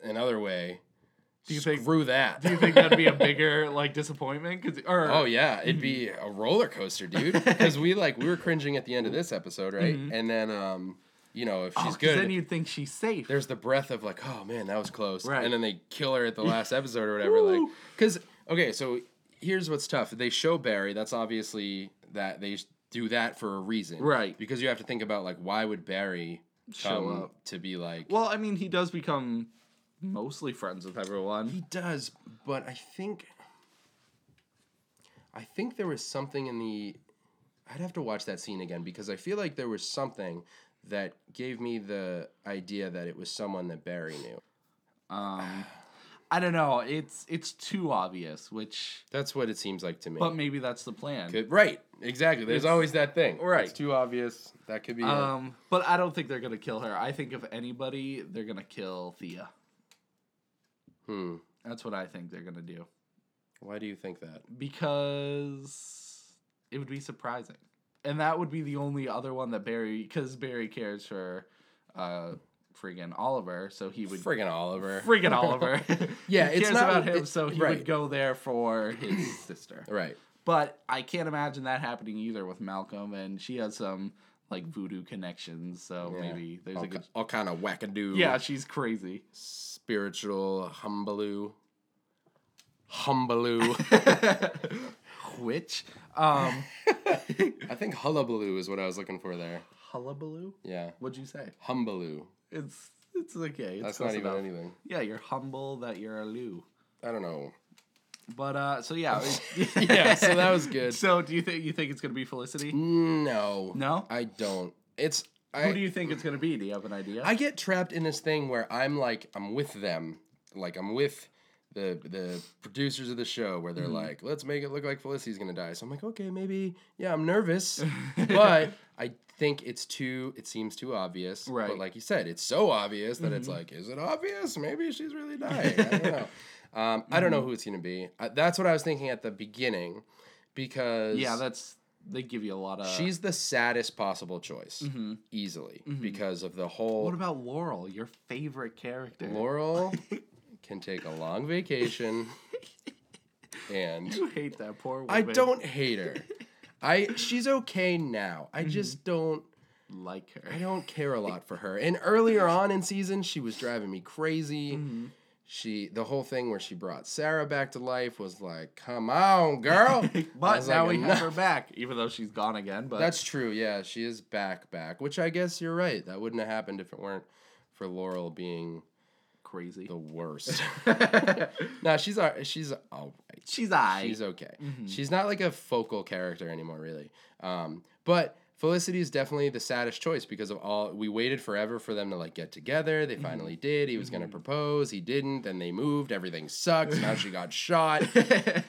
A: another way,
B: Do you
A: screw
B: think-
A: that.
B: Mm-hmm. do you think that'd be a bigger like disappointment? Cause or
A: Oh yeah, it'd be a roller coaster, dude. Because we like we were cringing at the end of this episode, right? And then, um, you know, if
B: Mm-hmm. Oh,
A: she's
B: 'cause
A: good,
B: then you'd think she's safe.
A: there's the breath of like, oh man, that was close.
B: Right.
A: And then they kill her at the last episode or whatever. like,
B: Woo.
A: because okay, so here's what's tough. They show Barry. That's obviously that they s- do that for a reason,
B: Right.
A: Because you have to think about like why would Barry
B: Show
A: come
B: up.
A: to be like.
B: Well, I mean, he does become mostly friends with everyone.
A: He does, but I think I think there was something in the. I'd have to watch that scene again because I feel like there was something that gave me the idea that it was someone that Barry knew.
B: Um, I don't know. It's it's too obvious, which
A: That's what it seems like to me.
B: but maybe that's the plan.
A: Could- right, exactly. There's
B: It's-
A: always that thing.
B: right.
A: It's too obvious. That could be. it.
B: Um, but I don't think they're gonna kill her. I think if anybody, they're gonna kill Thea.
A: hmm.
B: That's what I think they're gonna do
A: Why do you think that?
B: because it would be surprising, and that would be the only other one that Barry, because Barry cares for, uh, friggin' Oliver, so he would
A: Friggin' Oliver.
B: friggin' Oliver.
A: Yeah,
B: he
A: it's
B: cares
A: not-
B: about him,
A: it-
B: so he
A: right.
B: would go there for his sister.
A: right.
B: But I can't imagine that happening either with Malcolm, and she has some like voodoo connections, so
A: Yeah.
B: maybe there's
A: All,
B: a good.
A: ki- all kind of wackadoo.
B: Yeah, she's crazy.
A: Spiritual humbaloo. Humbaloo.
B: Which, um,
A: I think hullabaloo is what I was looking for there.
B: hullabaloo?
A: Yeah.
B: What'd you say?
A: Humbaloo.
B: It's it's okay. It's
A: That's
B: close
A: not even
B: enough.
A: anything.
B: Yeah, you're humble that you're a loo.
A: I don't know.
B: But uh, so yeah, it-
A: Yeah, so that was good.
B: So do you think you think it's gonna be Felicity?
A: No.
B: No.
A: I don't. It's
B: Who
A: I
B: do you think it's gonna be? Do you have an idea?
A: I get trapped in this thing where I'm like I'm with them. Like I'm with the the producers of the show where
B: Mm-hmm.
A: they're like, let's make it look like Felicity's gonna die. So I'm like, okay, maybe yeah, I'm nervous. but I think it's too it seems too obvious.
B: Right. Mm-hmm.
A: But like you said, it's so obvious that it's like, is it obvious? Maybe she's really dying. I don't know. Um, I don't
B: Mm-hmm.
A: know who it's gonna be. I, that's what I was thinking at the beginning, because
B: yeah, uh, that's they give you a lot of.
A: she's the saddest possible choice, easily, because of the whole.
B: Mm-hmm. What about Laurel, your favorite character?
A: Laurel can take a long vacation, and
B: You hate that poor woman.
A: I don't hate her. I she's okay now.
B: Mm-hmm.
A: I just don't.
B: like her.
A: I don't care a lot for her. And earlier on in season, she was driving me crazy.
B: Mm-hmm.
A: She the whole thing where she brought Sarah back to life was like, come on, girl. I
B: But
A: was
B: now
A: like,
B: we have
A: "Enough."
B: her back, even though she's gone again. But
A: That's true. Yeah, she is back, back. Which I guess you're right. That wouldn't have happened if it weren't for Laurel being
B: crazy.
A: the worst. nah, she's all, she's all right.
B: she's I. Mm-hmm.
A: She's okay. She's not like a focal character anymore, really. Um, but Felicity is definitely the saddest choice because of all we waited forever for them to like get together.
B: Mm-hmm.
A: They finally did. He was gonna propose. He didn't. Then they moved. Everything sucks. Now she got shot.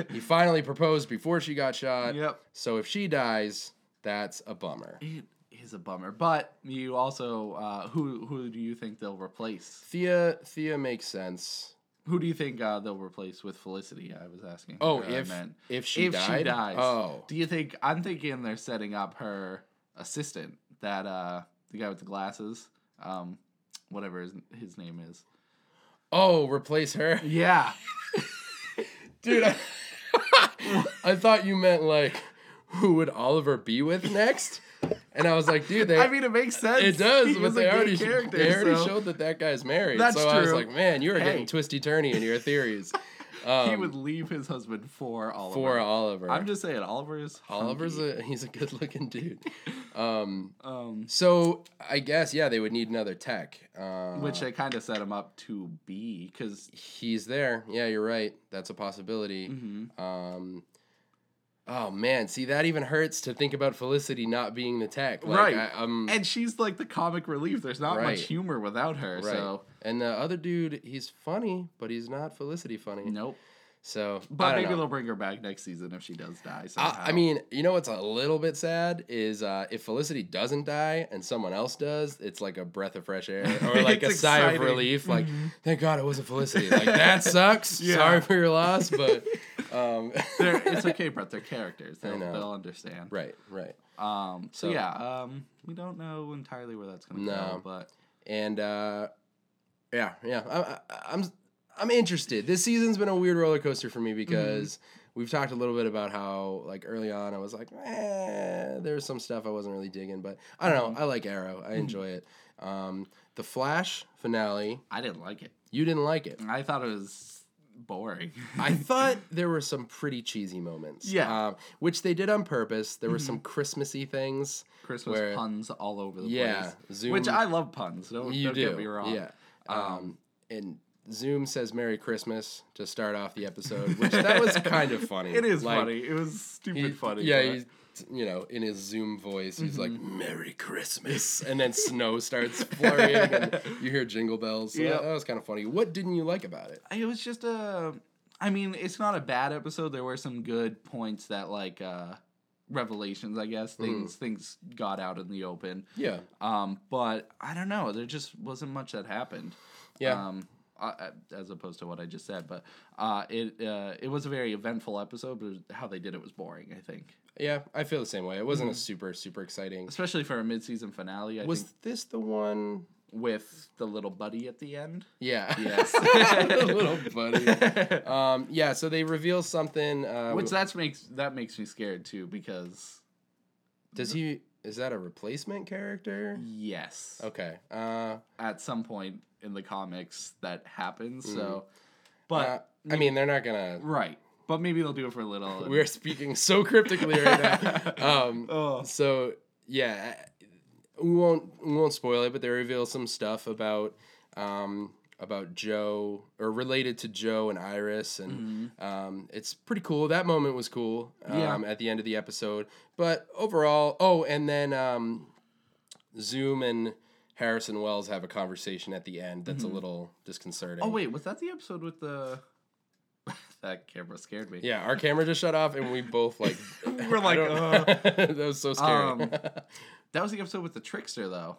A: he finally proposed before she got shot.
B: Yep.
A: So if she dies, that's a bummer.
B: it is a bummer. But you also, uh, who who do you think they'll replace?
A: Thea Thea makes sense.
B: Who do you think uh, they'll replace with Felicity? I was asking.
A: Oh,
B: Or I
A: if
B: meant-
A: if she
B: if
A: died.
B: she dies,
A: Oh.
B: do you think? I'm thinking they're setting up her assistant, that uh, the guy with the glasses, um, whatever his, his name is.
A: Oh, replace her.
B: Yeah,
A: Dude, I, I thought you meant like who would Oliver be with next? And I was like, dude, they
B: I mean it makes sense.
A: it does,
B: He
A: but
B: was a
A: they
B: good
A: already
B: character,
A: they already
B: so
A: showed that that guy's married.
B: That's
A: so I was
B: true.
A: like, man, you are
B: Hey.
A: getting twisty turny in your theories. Um,
B: he would leave his husband for Oliver.
A: for Oliver.
B: I'm just saying, Oliver's
A: Oliver's
B: hunky.
A: a he's a good looking dude. Um,
B: um,
A: so I guess yeah, they would need another tech. Uh,
B: which they kind of set him up to be because
A: he's there. Yeah, you're right. That's a
B: Mm-hmm.
A: possibility. Um, oh man, see that even hurts to think about Felicity not being the tech. Like,
B: Right.
A: I, um,
B: and she's like the comic relief. There's not
A: Right.
B: much humor without her.
A: right.
B: So
A: And the other dude, he's funny, but he's not Felicity funny.
B: nope.
A: So, I
B: But
A: don't
B: maybe
A: know.
B: they'll bring her back next season if she does die.
A: I,
B: somehow.
A: I mean, you know what's a little bit sad is uh, if Felicity doesn't die and someone else does, it's like a breath of fresh air or like a
B: It's
A: sigh of
B: exciting. Mm-hmm.
A: relief. Like, thank God it wasn't Felicity. Like that sucks.
B: Yeah.
A: Sorry for your loss, but um,
B: They're, it's okay, but they're characters. They'll,
A: know.
B: they'll understand.
A: right, right.
B: Um. So,
A: So-
B: yeah. Um. We don't know entirely where that's gonna go,
A: No.
B: but
A: and uh, yeah, yeah, I, I, I'm I'm interested. This season's been a weird roller coaster for me because we've talked a little bit about how like early on I was like, eh, there's some stuff I wasn't really digging, but I don't know. I like Arrow. I enjoy it. Um, the Flash finale,
B: I didn't like it.
A: you didn't like it.
B: I thought it was boring.
A: I thought there were some pretty cheesy moments.
B: Mm-hmm. Yeah.
A: um, which they did on purpose. There were some Christmassy things.
B: Christmas
A: Where-
B: puns all over the
A: Yeah,
B: place.
A: Zoom.
B: Which I love puns. Oh, Don't,
A: you
B: don't
A: do.
B: get me wrong.
A: Yeah. Um, and Zoom says Merry Christmas to start off the episode, which that was kind of funny.
B: It is
A: Like,
B: funny. It was stupid
A: he-
B: funny.
A: Yeah,
B: but- Mm-hmm.
A: he's, you know, in his Zoom voice, he's like Merry Christmas, and then snow starts flurrying, and you hear jingle bells. So that-
B: Yep.
A: that, was kind of funny. What didn't you like about it?
B: it was just a i mean it's not a bad episode there were some good points that like uh revelations i guess
A: Mm-hmm.
B: things things got out in the open
A: Yeah,
B: um but i don't know there just wasn't much that happened
A: yeah,
B: um I, I- as opposed to what i just said but uh it uh it was a very eventful episode but how they did it was boring i think
A: yeah. I feel the same way. It wasn't a super super exciting.
B: especially for a mid-season finale mm-hmm. i
A: Was
B: think
A: this the one?
B: with the little buddy at the end
A: Yeah.
B: Yes.
A: little buddy. Um, yeah. So they reveal something. Uh,
B: which that's makes that makes me scared too because
A: does he? Is that a replacement character?
B: yes
A: Okay. Uh,
B: at some point in the comics that happens. So, but
A: uh, I mean, they're not gonna.
B: right, but maybe they'll do it for a little. and-
A: We're speaking so cryptically right now. Um,
B: oh,
A: so yeah, we won't we won't spoil it, but they reveal some stuff about um, about Joe or related to Joe and Iris, and um, it's pretty cool. That moment was cool um,
B: Mm-hmm. Yeah.
A: at the end of the episode, but overall, oh, and then um, Zoom and Harrison Wells have a conversation at the end that's a little disconcerting.
B: Mm-hmm. oh wait, was that the episode with the? that camera scared me.
A: Yeah, our camera just shut off, and we both like
B: We're
A: I
B: like, uh,
A: don't- that was so scary.
B: Um, That was the episode with the trickster, though.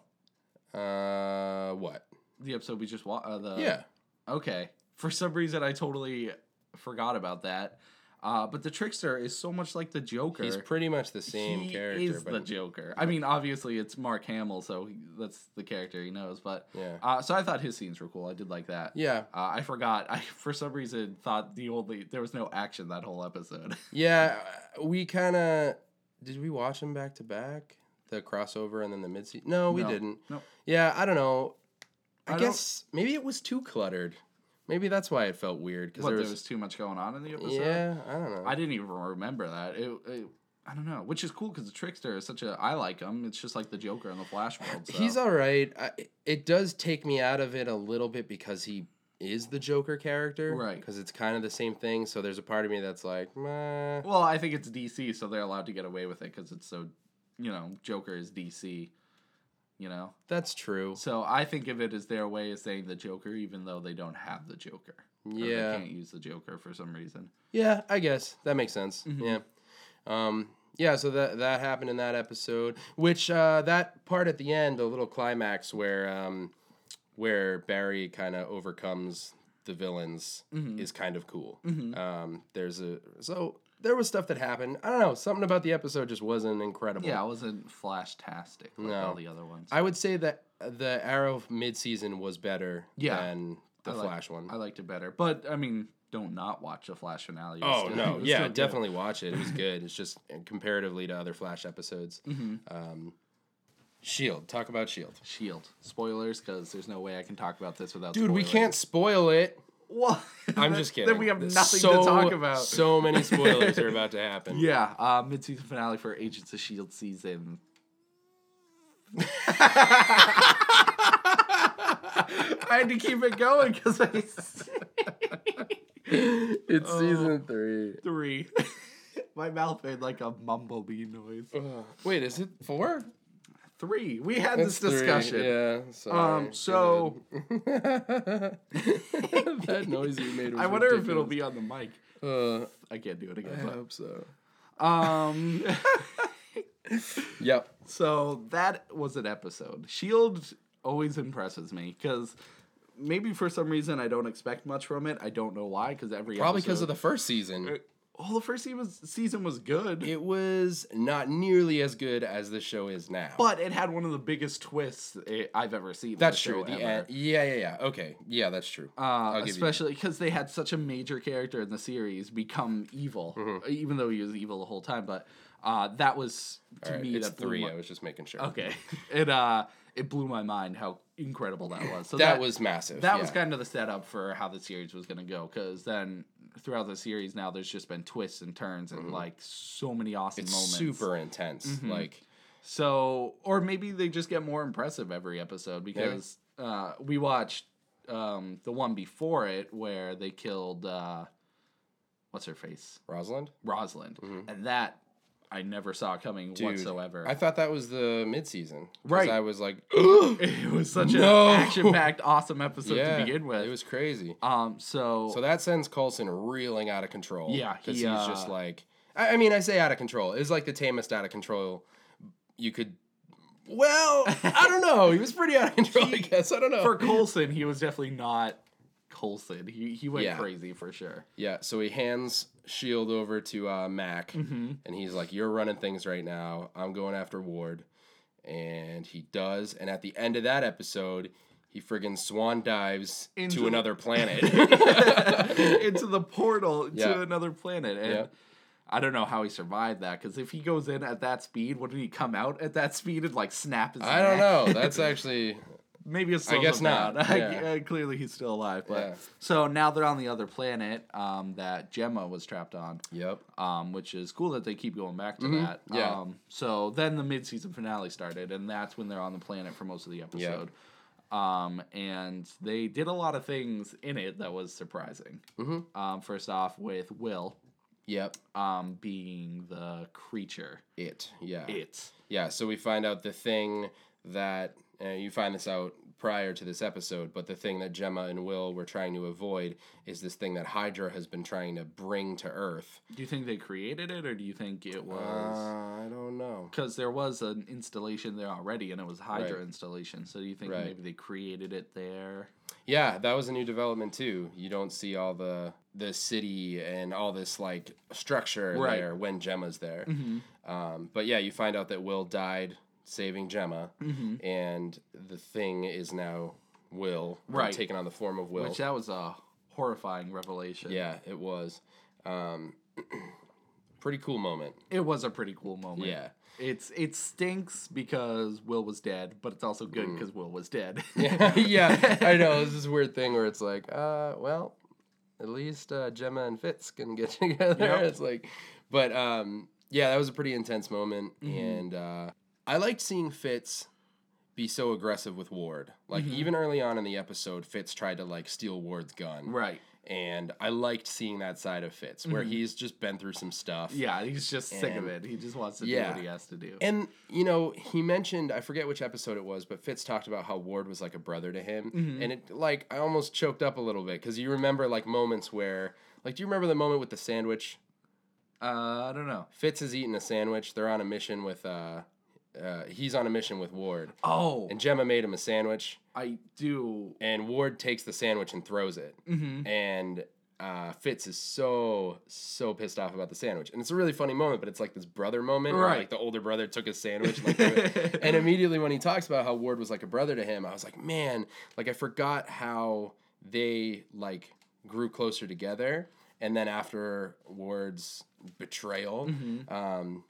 A: uh, what?
B: The episode we just watched. Uh, the
A: yeah.
B: Okay. For some reason, I totally forgot about that. Uh, but the trickster is so much like the Joker.
A: He's pretty much the same
B: he
A: character,
B: is the
A: but
B: Joker. I mean, obviously it's Mark Hamill, so he, that's the character he knows. But
A: Yeah.
B: uh, so I thought his scenes were cool. I did like that.
A: yeah,
B: Uh, I forgot. I for some reason thought the only there was no action that whole episode.
A: yeah. uh, We kind of did we watch them back to back, the crossover and then the mid season. No, we
B: No.
A: didn't.
B: Nope.
A: Yeah, I don't know.
B: I
A: I,
B: don't-
A: guess maybe it was too cluttered. Maybe that's why it felt weird because
B: What
A: there
B: there
A: was.
B: was too much going on in the episode.
A: Yeah, I don't know.
B: I didn't even remember that. It, it I don't know, which is cool because the trickster is such a I like him. It's just like the Joker in the Flash world. So.
A: He's all right. I, it does take me out of it a little bit because he is the Joker character,
B: Right.
A: Because it's kind of the same thing. So there's a part of me that's like, meh.
B: well, I think it's DC, so they're allowed to get away with it because it's so, you know, Joker is DC. You know,
A: that's true.
B: So I think of it as their way of saying the Joker, even though they don't have the Joker. Or They
A: Yeah,
B: can't use the Joker for some reason.
A: yeah. I guess that makes sense.
B: Mhm.
A: Yeah. Um. Yeah. So that that happened in that episode, which uh, that part at the end, the little climax where um, where Barry kind of overcomes the villains
B: Mhm.
A: is kind of cool.
B: Mhm.
A: Um, there's a so there was stuff that happened. I don't know. Something about the episode just wasn't incredible.
B: Yeah, it wasn't flash tastic like
A: No.
B: all the other ones. I,
A: I would say that uh, the Arrow mid season was better
B: Yeah.
A: than the
B: I like-
A: Flash one.
B: liked it better. But I mean, don't not watch a flash finale. It was
A: oh
B: still- it
A: no,
B: was
A: yeah,
B: still good.
A: definitely watch it. It was good. It's just uh, comparatively to other Flash episodes.
B: Mhm.
A: Um, Shield, E talk about Shield,
B: Shield. Spoilers, because there's no way I can talk about this without
A: dude. We can't spoil it.
B: What?
A: I'm just kidding.
B: Then we have
A: There's
B: nothing
A: so-
B: to talk about.
A: So many spoilers are about to happen.
B: yeah, uh, mid-season finale for Agents of Shield E season. I had to keep it going because I
A: it's
B: Oh.
A: season three.
B: three. My mouth made like a mumblebee noise.
A: Ugh. Wait, is it four?
B: Three. We had
A: It's
B: this
A: three,
B: discussion.
A: Yeah. Sorry.
B: Um, so-
A: that noise you made. Was
B: I wonder if it'll
A: ridiculous.
B: be on the mic.
A: Uh,
B: I can't do it
A: I
B: again.
A: hope so.
B: But, um.
A: Yep.
B: So that was an episode. Shield E always impresses me because maybe for some reason I don't expect much from it. I don't know why because every
A: Probably because of the first season.
B: well, the first season was, season was good,
A: It was not nearly as good as the show is now.
B: but it had one of the biggest twists i- I've ever seen. in
A: that's
B: a
A: true.
B: show
A: The
B: ever.
A: end. Yeah, yeah, yeah. Okay. Yeah, that's true.
B: Uh,
A: I'll give you that.
B: especially because they had such a major character in the series become evil,
A: Mm-hmm.
B: even though he was evil the whole time. But uh, that was to
A: All right,
B: me
A: it's
B: that blew
A: three.
B: my-
A: I was just making sure.
B: okay, it uh, it blew my mind how incredible that was. So
A: That,
B: that
A: was massive.
B: That
A: yeah.
B: was kind of the setup for how the series was going to go because then throughout the series now there's just been twists and turns and like so many awesome
A: Mm-hmm. It's
B: moments. Mm-hmm.
A: super intense. Like,
B: So or maybe they just get more impressive every episode because uh, we watched um, the one before it where they killed uh, what's her face
A: Rosalind?
B: Rosalind, and that I never saw coming whatsoever.
A: Mm-hmm. I thought that was the midseason. 'cause
B: Right.
A: I was like,
B: it was such
A: No.
B: an action-packed, awesome episode
A: yeah.
B: to begin with.
A: It was crazy.
B: um, so,
A: So that sends Coulson reeling out of control.
B: Yeah,
A: Because
B: he,
A: he's
B: uh,
A: just like, I, I mean, I say out of control. It was like the tamest out of control you could. Well, I don't know. He was pretty out of control, I guess. I don't know.
B: for Colson, he was definitely not Colson. He he went
A: Yeah.
B: crazy for sure.
A: Yeah, so he hands Shield E over to uh, Mac,
B: Mm-hmm.
A: and he's like, "You're running things right now. I'm going after Ward," and he does. And at the end of that episode, he friggin' swan dives
B: Into
A: to
B: the-
A: another planet.
B: into the portal
A: Yeah.
B: to another planet, and
A: Yeah.
B: I don't know how he survived that. Because if he goes in at that speed, wouldn't he come out at that speed and like snap his?
A: I don't know.
B: neck?
A: That's actually
B: Maybe it's. slows
A: guess
B: him down.
A: not,
B: I-
A: yeah.
B: uh, clearly, he's still alive. But
A: Yeah.
B: so now they're on the other planet um, that Gemma was trapped on.
A: yep.
B: um, which is cool that they keep going back to that.
A: Mm-hmm. yeah.
B: Um, so then the mid-season finale started, and that's when they're on the planet for most of the episode. Um, and they did a lot of things in it that was surprising. Mm-hmm. Um, first off, with Will
A: Yep.
B: um, being the creature,
A: It. Yeah.
B: it.
A: Yeah. So we find out the thing that uh, you find this out prior to this episode, but the thing that Gemma and Will were trying to avoid is this thing that Hydra has been trying to bring to Earth.
B: Do you think they created it, or do you think it
A: Uh,
B: was?
A: I don't know.
B: Because there was an installation there already, and it was Hydra
A: Right.
B: installation. So do you think
A: Right.
B: maybe they created it there?
A: Yeah, that was a new development too. You don't see all the the city and all this like structure
B: Right.
A: there when Gemma's there. Um, but yeah, you find out that Will died saving Gemma, and the thing is now Will, or
B: Right.
A: Taken on the form of Will.
B: Which that was a horrifying revelation.
A: yeah, it was. Um, pretty cool moment.
B: It was a pretty cool moment.
A: Yeah.
B: It's it stinks because Will was dead, but it's also good because Will was dead.
A: Mm. yeah, I know. It's this weird thing where it's like, uh, well, at least uh, Gemma and Fitz can get together.
B: Yep.
A: It's like, but um, yeah, that was a pretty intense moment,
B: Mm-hmm.
A: and uh, I liked seeing Fitz be so aggressive with Ward. Like
B: Mm-hmm.
A: even early on in the episode, Fitz tried to like steal Ward's gun,
B: right. Mm-hmm.
A: and I liked seeing that side of Fitz where he's just been through some stuff.
B: Yeah, he's just sick of it. He just wants to do
A: Yeah.
B: what he has to do.
A: And you know, he mentioned I forget which episode it was, but Fitz talked about how Ward was like a brother to him, and it like I almost choked up a little bit because you remember like moments where like do you remember the moment with the sandwich?
B: uh, I don't know.
A: Fitz is eating a sandwich. They're on a mission with uh, uh he's on a mission with Ward,
B: Oh,
A: and Gemma made him a sandwich,
B: I do.
A: and Ward takes the sandwich and throws it,
B: hmm
A: and. Uh, Fitz is so so pissed off about the sandwich, and it's a really funny moment, but it's like this brother moment, where,
B: Right.
A: like the older brother took his sandwich, and, like, threw it. and immediately when he talks about how Ward was like a brother to him, I was like, man, like I forgot how they like grew closer together. And then after Ward's betrayal,
B: Mm-hmm.
A: um,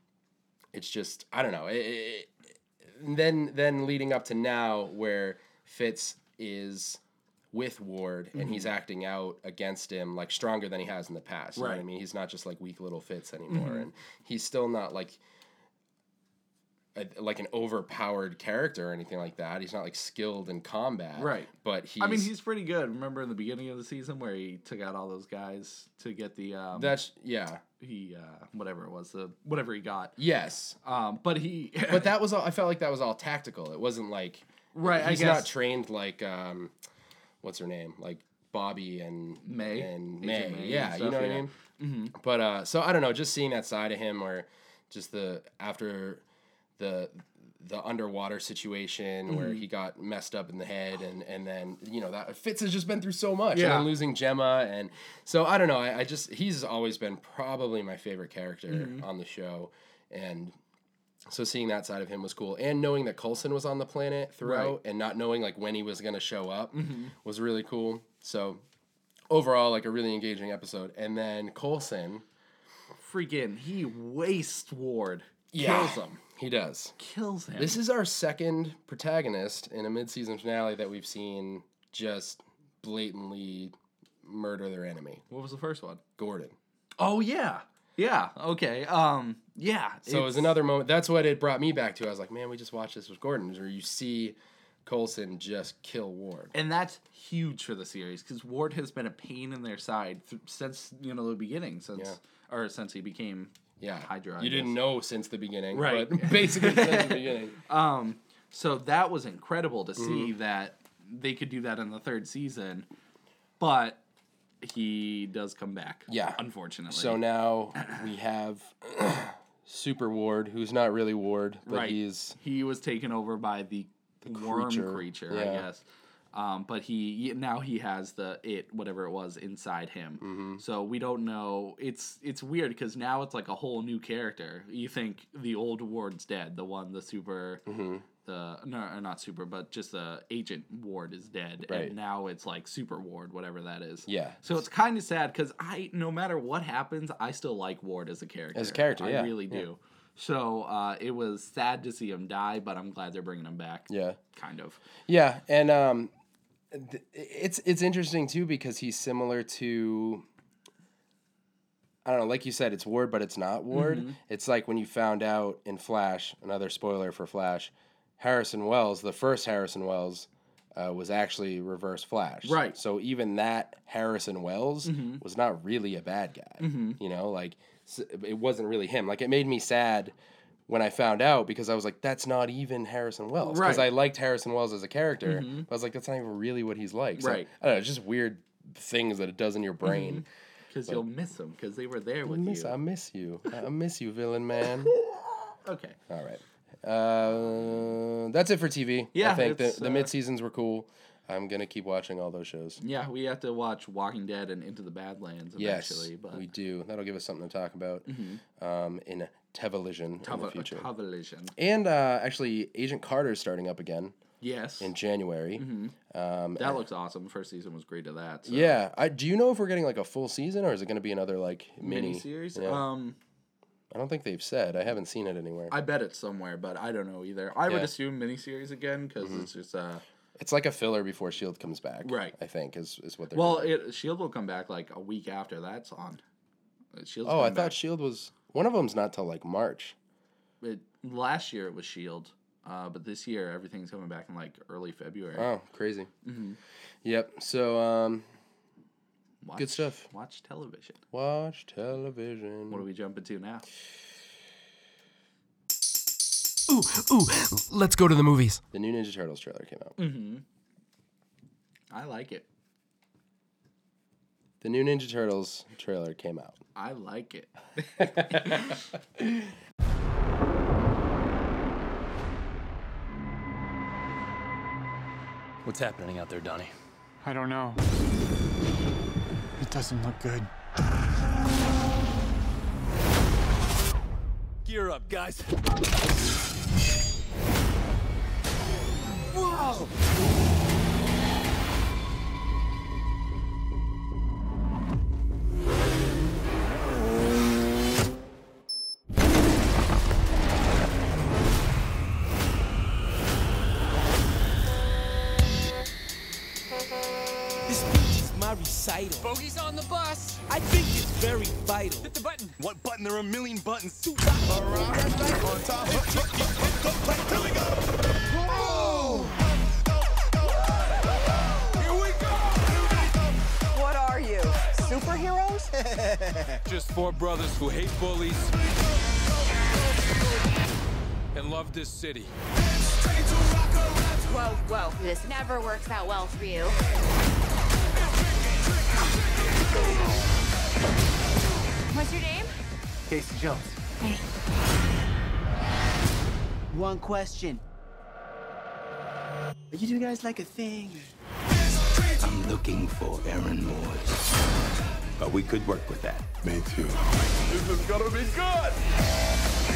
A: it's just I don't know. It, it, it- then then leading up to now where Fitz is with Ward and he's
B: Mm-hmm.
A: acting out against him like stronger than he has in the past. You know what I
B: Right. Mm-hmm.
A: mean? He's not just like weak little Fitz anymore, and he's still not like a, like an overpowered character or anything like that. He's not like skilled in combat,
B: Right.
A: But he's,
B: I mean, he's pretty good. Remember in the beginning of the season where he took out all those guys to get the um,
A: that's yeah,
B: he uh, whatever it was the whatever he got.
A: yes.
B: Um, but he
A: But that was all. I felt like that was all tactical. It wasn't like
B: right. I
A: he's
B: guess
A: not trained like um, what's her name like Bobby and
B: May?
A: and
B: Agent
A: May.
B: May and
A: yeah, you
B: stuff,
A: know what I
B: yeah. Mm-hmm.
A: mean. But uh, so I don't know. Just seeing that side of him, or just the after the the underwater situation where
B: Mm-hmm.
A: he got messed up in the head, and and then you know that Fitz has just been through so much, and
B: Yeah.
A: then losing Gemma, and so I don't know. I, I just he's always been probably my favorite character
B: Mm-hmm.
A: on the show, and. So seeing that side of him was cool, and knowing that Coulson was on the planet throughout, and not knowing like when he was gonna show up, was really cool. So overall, like a really engaging episode. And then Coulson,
B: freaking he wastes Ward.
A: Yeah.
B: Kills him.
A: he does.
B: Kills him.
A: This is our second protagonist in a mid-season finale that we've seen just blatantly murder their enemy,
B: what was the first one?
A: Gordon.
B: Oh yeah. Yeah. Okay. Um yeah.
A: So it was another moment. That's what it brought me back to. I was like, man, we just watched this with Gordon, where you see Colson just kill Ward.
B: And that's huge for the series because Ward has been a pain in their side th- since you know the beginning, since or since he became
A: Yeah,
B: Hydra, I
A: You didn't
B: guess.
A: know since the beginning,
B: Right.
A: But basically since the beginning.
B: Um, so that was incredible to see that they could do that in the third season, but he does come back.
A: Yeah.
B: unfortunately.
A: So now we have Super Ward, who's not really Ward, but
B: Right.
A: he's
B: he was taken over by the, worm
A: creature.
B: creature, I
A: Yeah.
B: guess. Um, but he now he has the it whatever it was inside him. So we don't know. It's it's weird because now it's like a whole new character. You think the old Ward's dead, the one the super, the no uh, not super, but just the agent Ward is dead,
A: Right.
B: and now it's like Super Ward, whatever that is.
A: yeah.
B: So it's kind of sad because I, no matter what happens, I still like Ward as a character.
A: As a character,
B: I
A: yeah,
B: really do. So uh, it was sad to see him die, but I'm glad they're bringing him back.
A: Yeah.
B: Kind of.
A: Yeah, and um, th- it's it's interesting too because he's similar to. I don't know, like you said, it's Ward, but it's not Ward.
B: Mm-hmm.
A: It's like when you found out in Flash, another spoiler for Flash, Harrison Wells, the first Harrison Wells, uh, was actually Reverse Flash.
B: Right. Mm-hmm.
A: So even that Harrison Wells was not really a bad guy. You know, like s- it wasn't really him. Like it made me sad when I found out because I was like, that's not even Harrison Wells. Because
B: Right.
A: I liked Harrison Wells as a character, but I was like, that's not even really what he's like. So,
B: Mm-hmm. Right.
A: I don't know, it's just weird things that it does in your brain.
B: Because you'll miss him because they were there with
A: I miss,
B: you.
A: I miss you. I miss you, villain man.
B: Okay.
A: All right. Uh, that's it for TV. I
B: Yeah,
A: think the,
B: it's,
A: the
B: uh,
A: mid seasons were cool. I'm gonna keep watching all those shows.
B: Yeah, we have to watch Walking Dead and Into the Badlands
A: Yes,
B: eventually. but Mm-hmm.
A: we do. That'll give us something to talk about um, in television in the
B: Tava-
A: future.
B: Tavalision.
A: and uh, actually, Agent Carter's starting up again
B: Yes.
A: in January.
B: Mm-hmm.
A: Um,
B: that looks awesome. First season was great to that. So.
A: Yeah. I, do you know if we're getting like a full season or is it going to be another like mini?
B: Mini series.
A: Yeah.
B: Um,
A: I don't think they've said. I haven't seen it anywhere.
B: I bet it's somewhere, but I don't know either. I
A: Yeah. Mm-hmm.
B: would assume miniseries again because it's just uh,
A: it's like a filler before Shield E comes back.
B: Right.
A: I think is is what they're.
B: Well,
A: doing.
B: it Shield E will come back like a week after that's on. Uh, Shield's
A: oh, I
B: coming
A: thought Shield was one of them's not till like March.
B: back. It, last year it was Shield, uh, but this year everything's coming back in like early February. Mm-hmm.
A: Oh, crazy. Yep. So um,
B: watch,
A: good stuff.
B: Watch television.
A: watch television.
B: What are we jumping to now?
A: Ooh, ooh, let's go to the movies. The new Ninja Turtles trailer came
B: Mm.
A: out.
B: I like it.
A: The new Ninja Turtles trailer came out.
B: I like it.
C: What's happening out there, Donnie?
D: I don't know. It doesn't look good.
C: Gear up, guys.
E: This speech is my recital.
F: Bogey's on the bus.
E: I think it's very vital.
F: Hit the button.
G: What button? There are a million buttons.
H: What are you? Superheroes?
I: Just four brothers who hate bullies and love this city.
J: Whoa, whoa, this never works out well for you. What's your name?
E: Casey Jones.
J: Hey.
E: One question. Are you two guys like a thing?
K: I'm looking for Aaron Moores. But we could work with that. Me too.
G: This is gonna be good.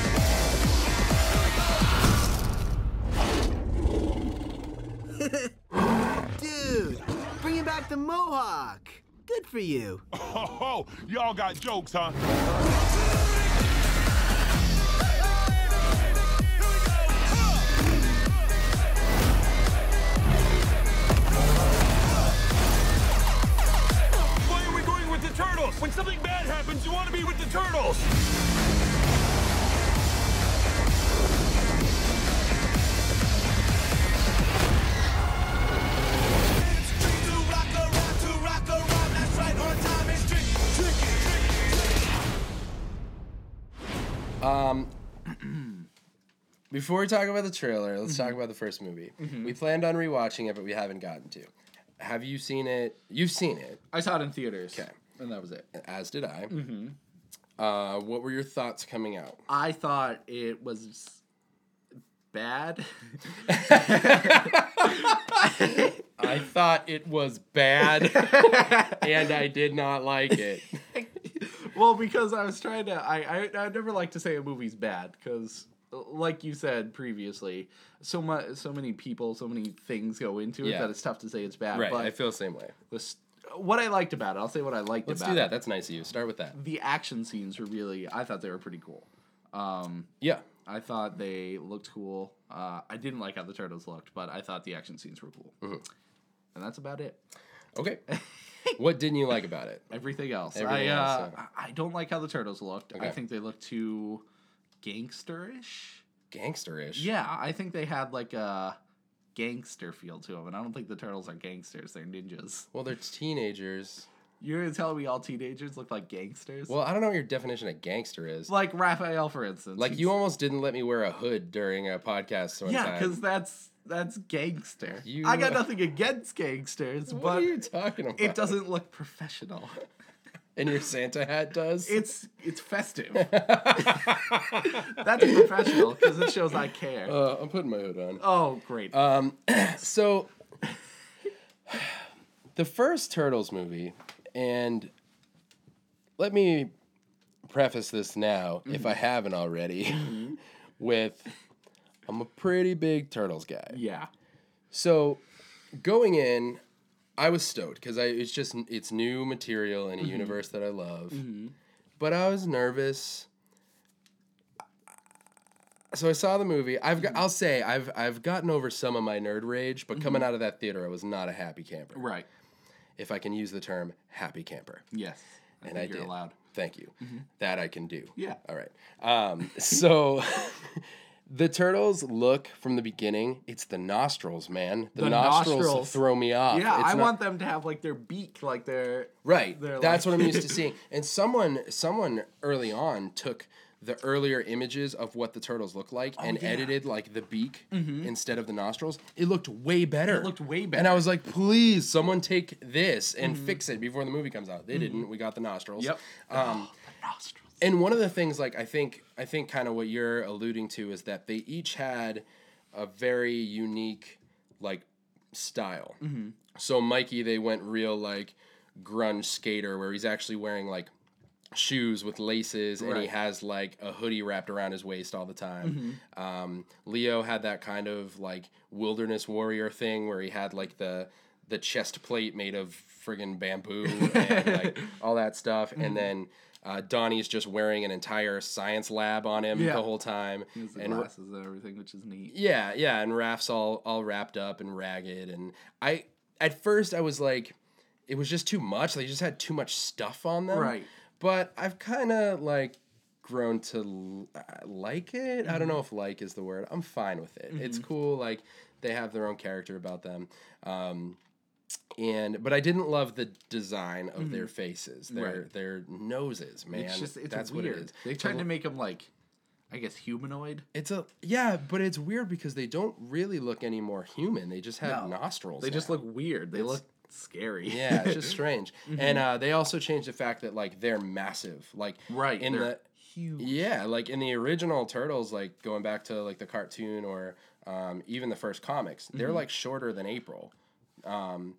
E: Dude, bringing back the mohawk. Good for you.
G: Oh, y'all got jokes, huh?
I: Why are we going with the turtles? When something bad happens, you want to be with the turtles.
A: Before we talk about the trailer, let's talk about the first movie. We planned on rewatching it, but we haven't gotten to. Have you seen it? You've seen it,
B: I saw it in theaters.
A: Okay.
B: And that was it.
A: as did I. Uh, what were your thoughts coming out?
B: I thought it was bad.
A: I thought it was bad, and I did not like it.
B: well, because I was trying to, I, I I never like to say a movie's bad because, like you said previously, so much, so many people, so many things go into it
A: Yeah.
B: that it's tough to say it's bad.
A: Right,
B: but
A: I feel the same way.
B: the s- what I liked about it, I'll say what I liked
A: Let's
B: about
A: do that.
B: it.
A: That's nice of you. Start with that.
B: The action scenes were really, I thought they were pretty cool. Um,
A: Yeah.
B: I thought they looked cool. Uh, I didn't like how the turtles looked, but I thought the action scenes were cool.
A: Mm-hmm.
B: And that's about it.
A: Okay. what didn't you like about it?
B: Everything else,
A: Everything
B: I uh,
A: else, yeah.
B: I- I don't like how the turtles looked. I
A: Okay.
B: think they look too gangsterish.
A: Gangsterish.
B: Yeah, I think they had like a gangster feel to them, and I don't think the turtles are gangsters; they're ninjas.
A: Well, they're teenagers.
B: You're gonna tell me all teenagers look like gangsters?
A: Well, I don't know what your definition of gangster is.
B: like Raphael, for instance.
A: Like
B: he's-
A: you almost didn't let me wear a hood during a podcast one
B: Yeah,
A: time.
B: because that's that's gangster.
A: You-
B: I got nothing against gangsters,
A: what
B: but
A: are you talking about?
B: it doesn't look professional.
A: And your Santa hat does.
B: It's it's festive. that's professional because it shows I care.
A: Uh, I'm putting my hood on.
B: Oh, great.
A: So, the first Turtles movie, and let me preface this now, if I haven't already, with I'm a pretty big Turtles guy.
B: yeah.
A: So, going in, I was stoked because I it's just it's new material in a universe that I love, but I was nervous. So I saw the movie. I've got, I'll say I've I've gotten over some of my nerd rage, but coming out of that theater, I was not a happy camper,
B: Right.
A: if I can use the term happy camper.
B: Yes. I
A: And I
B: think
A: did.
B: you're allowed. Mm-hmm.
A: Thank you. That I can do.
B: Yeah.
A: All right. Um, so the turtles look from the beginning. It's the nostrils, man. The,
B: The
A: nostrils,
B: nostrils.
A: throw me off.
B: Yeah,
A: It's
B: I
A: not-
B: want them to have like their beak, like their
A: Right.
B: They're
A: That's
B: like-
A: what I'm used to seeing. And someone, someone early on took the earlier images of what the turtles look like
B: Oh,
A: and edited like the beak instead of the nostrils. It looked way better. It
B: Mm-hmm. looked way
A: And I
B: better. Mm-hmm.
A: was like, please, someone take this and fix it before the movie comes out. They didn't. We got the nostrils.
B: Yep.
A: Um,
B: nostrils.
A: and one of the things like i think i think kind of what you're alluding to is that they each had a very unique like style
B: Mm-hmm.
A: so mikey they went real like grunge skater where he's actually wearing like shoes with laces and he
B: Right.
A: has like a hoodie wrapped around his waist all the time
B: Mm-hmm.
A: um, leo had that kind of like wilderness warrior thing where he had like the the chest plate made of friggin' bamboo and like all that stuff
B: Mm-hmm.
A: and then uh, donnie's just wearing an entire science lab on him
B: Yeah.
A: the whole time
B: The
A: and
B: glasses and everything, which is neat.
A: yeah, yeah, and Raph's all all wrapped up and ragged, and I at first I was like, it was just too much. They just had too much stuff on them,
B: Right.
A: But I've kind of like grown to l- uh, like it.
B: Mm-hmm.
A: I don't know if like is the word. I'm fine with it. It's cool. Like they have their own character about them. Um, and but I didn't love the design of their faces, their
B: Mm-hmm. Right.
A: their noses, man.
B: It's just it's
A: That's
B: weird.
A: what it is.
B: They tried to make them like, I guess humanoid.
A: It's a yeah, but it's weird because they don't really look any more human. They just have
B: No.
A: nostrils.
B: They just
A: now.
B: look weird. They look scary.
A: yeah, it's just strange.
B: Mm-hmm.
A: And uh, they also changed the fact that like they're massive. Like
B: right.
A: in
B: they're
A: the
B: huge.
A: yeah, like in the original turtles, like going back to like the cartoon or um, even the first comics,
B: Mm-hmm.
A: they're like shorter than April. Um,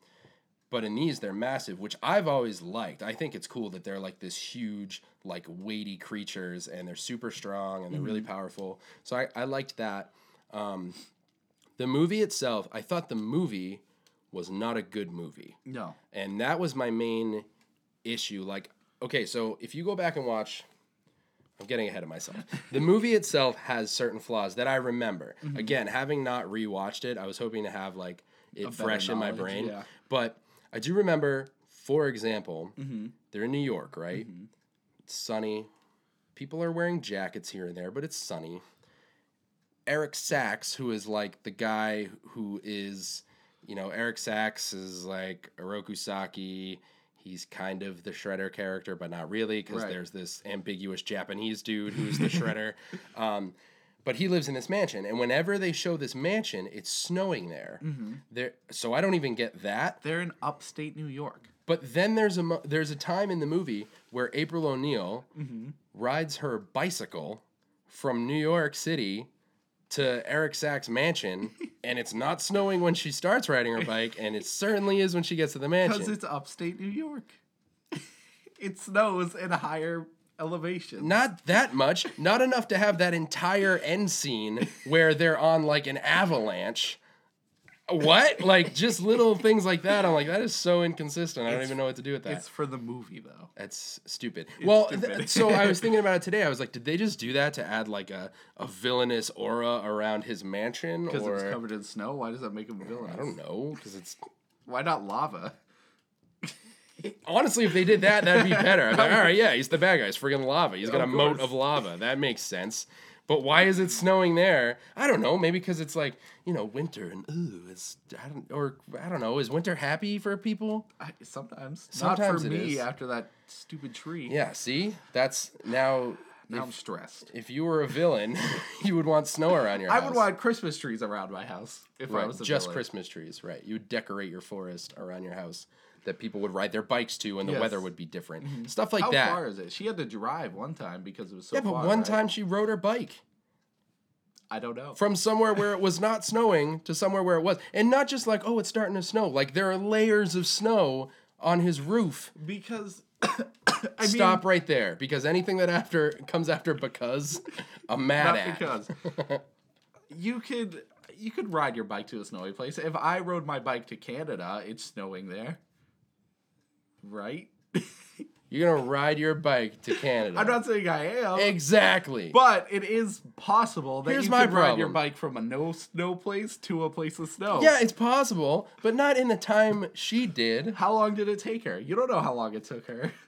A: but in these, they're massive, which I've always liked. I think it's cool that they're like this huge, like weighty creatures, and they're super strong and they're really
B: Mm-hmm.
A: powerful. So I, I liked that. Um, the movie itself, I thought the movie was not a good movie
B: No.
A: and that was my main issue like okay so if you go back and watch i'm getting ahead of myself the movie itself has certain flaws that i remember
B: Mm-hmm.
A: again having not rewatched it i was hoping to have like it
B: better
A: fresh in my
B: knowledge,
A: brain
B: yeah.
A: but i do remember for example
B: Mm-hmm.
A: they're in new york right it's sunny people are wearing jackets here and there but it's sunny Eric Sachs, who is like the guy who is, you know, Eric Sachs is like Oroku Saki. he's kind of the Shredder character, but not really, because
B: Right.
A: there's this ambiguous Japanese dude who's the Shredder. Um, but he lives in this mansion, and whenever they show this mansion, it's snowing there. There, so I don't even get that.
B: They're in upstate New York.
A: But then there's a mo- there's a time in the movie where April O'Neil
B: Mm-hmm.
A: rides her bicycle from New York City to Eric Sachs' mansion, and it's not snowing when she starts riding her bike, and it certainly is when she gets to the
B: Because
A: mansion.
B: it's upstate New York. it snows at a higher elevation.
A: Not that much, not enough to have that entire end scene where they're on like an avalanche. What? Like just little things like that. I'm like, that is so inconsistent. I don't even know what to do with that.
B: It's for the movie though.
A: That's stupid. well, th-
B: stupid.
A: so I was thinking about it today. I was like, did they just do that to add like a, a villainous aura around his mansion?
B: Because it
A: Or
B: was covered in snow. Why does that make him a villain?
A: I don't know. Because it's
B: Why not lava?
A: honestly, if they did that, that'd be better. I'd be like, all right, yeah, he's the bad guy. He's friggin' lava. He's got
B: Of
A: a moat
B: course.
A: of lava. That makes sense. But why is it snowing there? I don't know. Maybe because it's like you know winter and ooh, it's I don't or I don't know. Is winter happy for people?
B: I, sometimes, not
A: Sometimes
B: for
A: it
B: me.
A: is.
B: After that stupid tree.
A: Yeah. See, that's now.
B: Now I'm stressed.
A: If you were a villain, you would want snow around your
B: I
A: house.
B: would want Christmas trees around my house if I
A: Right,
B: was a
A: just
B: villain.
A: Christmas trees, right? You would decorate your forest around your house that people would ride their bikes to, and the
B: Yes. Mm-hmm.
A: weather would be different. Stuff like
B: How
A: that.
B: far is it? She had to drive one time because it was so
A: yeah, but
B: far,
A: one
B: right?
A: time she rode her bike
B: I don't know.
A: from somewhere where it was not snowing to somewhere where it was, and not just like, oh, it's starting to snow. Like there are layers of snow on his roof.
B: because I
A: Stop right there, because anything that after comes after because, I'm mad
B: Not
A: at.
B: because you could you could ride your bike to a snowy place. If I rode my bike to Canada, it's snowing there, right?
A: You're gonna ride your bike to Canada.
B: I'm not saying I am,
A: exactly.
B: but it is possible that
A: Here's
B: you
A: my
B: could ride your
A: problem.
B: bike from a no snow place to a place with snow.
A: yeah, it's possible, but not in the time she did.
B: How long did it take her? You don't know how long it took her.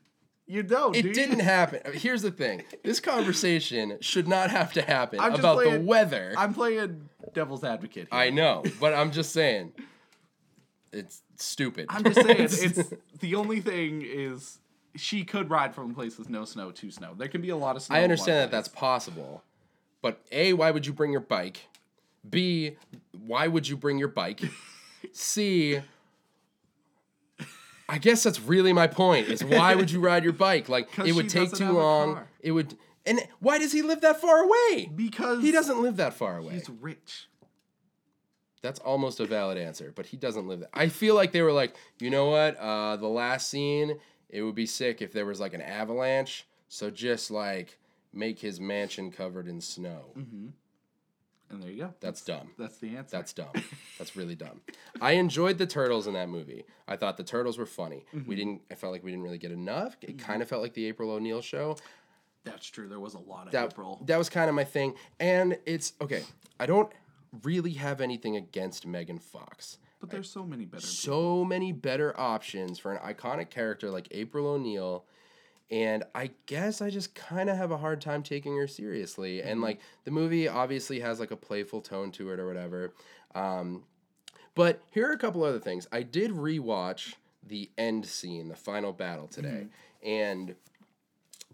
B: You don't. do
A: It
B: you?
A: didn't happen. Here's the thing: this conversation should not have to happen
B: I'm just
A: about the
B: playing-
A: weather. i
B: I'm playing devil's advocate. Here.
A: know, but I'm just saying, it's stupid.
B: I'm just saying, it's the only thing is she could ride from a place with no snow to snow. There can be a lot of snow.
A: I
B: in one
A: understand that
B: place.
A: that's possible, but a, why would you bring your bike? B, why would you bring your bike? C, I guess that's really my point. Is why would you ride your bike? Like
B: 'Cause
A: it would
B: she
A: take
B: doesn't
A: too
B: have a
A: long.
B: car.
A: It would, and why does he live that far away?
B: because
A: He doesn't live that far away.
B: He's rich.
A: That's almost a valid answer, but he doesn't live that. I feel like they were like, you know what? Uh, the last scene, it would be sick if there was like an avalanche. So just like make his mansion covered in snow.
B: And there you go.
A: That's dumb.
B: That's the answer.
A: That's dumb. That's really dumb. I enjoyed the turtles in that movie. I thought the turtles were funny. We didn't. I felt like we didn't really get enough. It kind of felt like the April O'Neil show.
B: that's true. There was a lot of
A: that,
B: April.
A: That was kind of my thing. And it's okay. I don't really have anything against Megan Fox.
B: but there's so many better.
A: so many better options for an iconic character like April O'Neil. And I guess I just kind of have a hard time taking her seriously. And like the movie obviously has like a playful tone to it or whatever. Um, but here are a couple other things. I did rewatch the end scene, the final battle today. And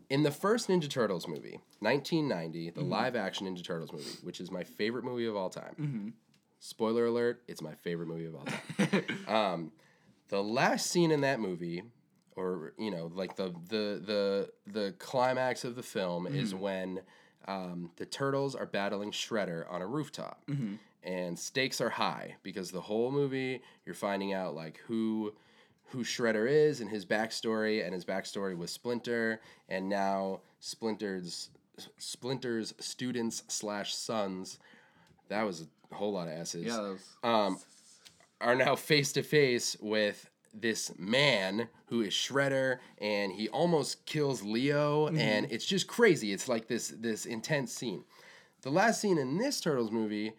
A: in the first Ninja Turtles movie, 1990, the live action Ninja Turtles movie, which is my favorite movie of all time. Spoiler alert, it's my favorite movie of all time the last scene in that movie or you know like the the the the climax of the film is when um, the turtles are battling shredder on a rooftop and stakes are high because the whole movie you're finding out like who who shredder is and his backstory and his backstory with splinter and now splinter's splinter's students slash sons that was a whole lot of s's
B: Yeah, that was,
A: um, are now face to face with this man who is Shredder, and he almost kills Leo, and it's just crazy. It's like this this intense scene. The last scene in this Turtles movie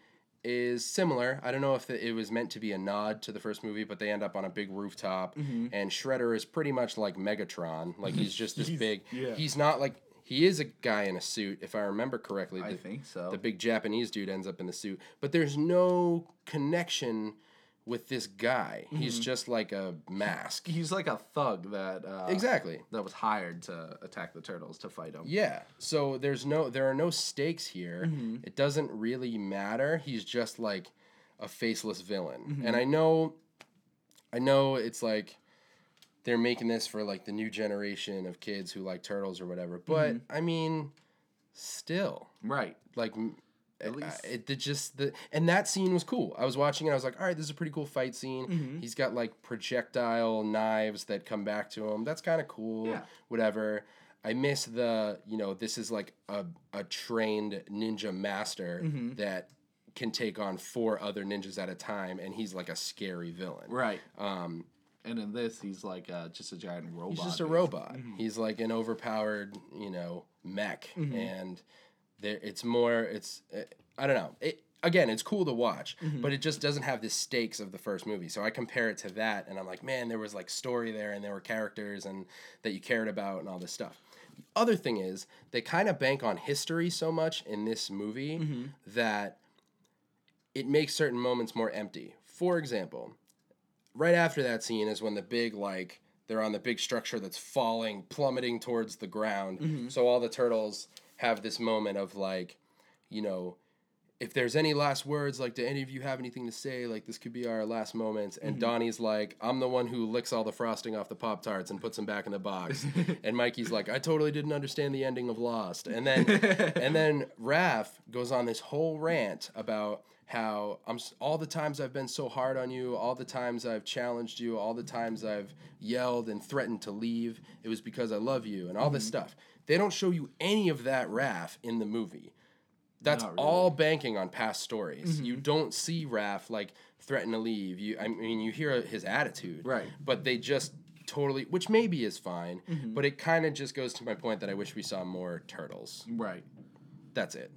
A: is similar. I don't know if the, it was meant to be a nod to the first movie, but they end up on a big rooftop, and Shredder is pretty much like Megatron. Like he's just this big. He's not like he is a guy in a suit, if I remember correctly.
B: I
A: The-
B: think so.
A: the big Japanese dude ends up in the suit, but there's no connection with this guy. He's just like a mask.
B: He's like a thug that uh,
A: Exactly.
B: that was hired to attack the turtles to fight them.
A: Yeah. So there's no there are no stakes here. It doesn't really matter. He's just like a faceless villain. And I know I know it's like they're making this for like the new generation of kids who like turtles or whatever. But I mean still
B: Right.
A: like m- I- I-
B: least-
A: it, did just the and that scene was cool. I was watching it. I was like, all right, this is a pretty cool fight scene.
B: Mm-hmm.
A: He's got like projectile knives that come back to him. That's kind of cool.
B: Yeah.
A: Whatever. I miss the you know this is like a a trained ninja master
B: Mm-hmm.
A: that can take on four other ninjas at a time, and he's like a scary villain.
B: Right. Um, and in this, he's like uh, just a giant robot.
A: He's just a robot. He's like an overpowered, you know, mech, and there it's more. It's uh, I don't know. It again, it's cool to watch, but it just doesn't have the stakes of the first movie. So I compare it to that, and I'm like, man, there was like story there, and there were characters, and that you cared about, and all this stuff. The other thing is they kind of bank on history so much in this movie that it makes certain moments more empty. For example, right after that scene is when the big like they're on the big structure that's falling plummeting towards the ground so all the turtles have this moment of like you know if there's any last words like do any of you have anything to say like this could be our last moments and donnie's like i'm the one who licks all the frosting off the pop tarts and puts them back in the box and mikey's like i totally didn't understand the ending of lost and then and then raf goes on this whole rant about how I'm s- all the times I've been so hard on you, all the times I've challenged you, all the times I've yelled and threatened to leave, it was because I love you and all this stuff. They don't show you any of that Raph in the movie. That's all banking on past stories. You don't see Raph like threaten to leave. You I mean you hear his attitude.
B: Right.
A: But they just totally which maybe is fine, but it kind of just goes to my point that I wish we saw more turtles.
B: Right.
A: That's it.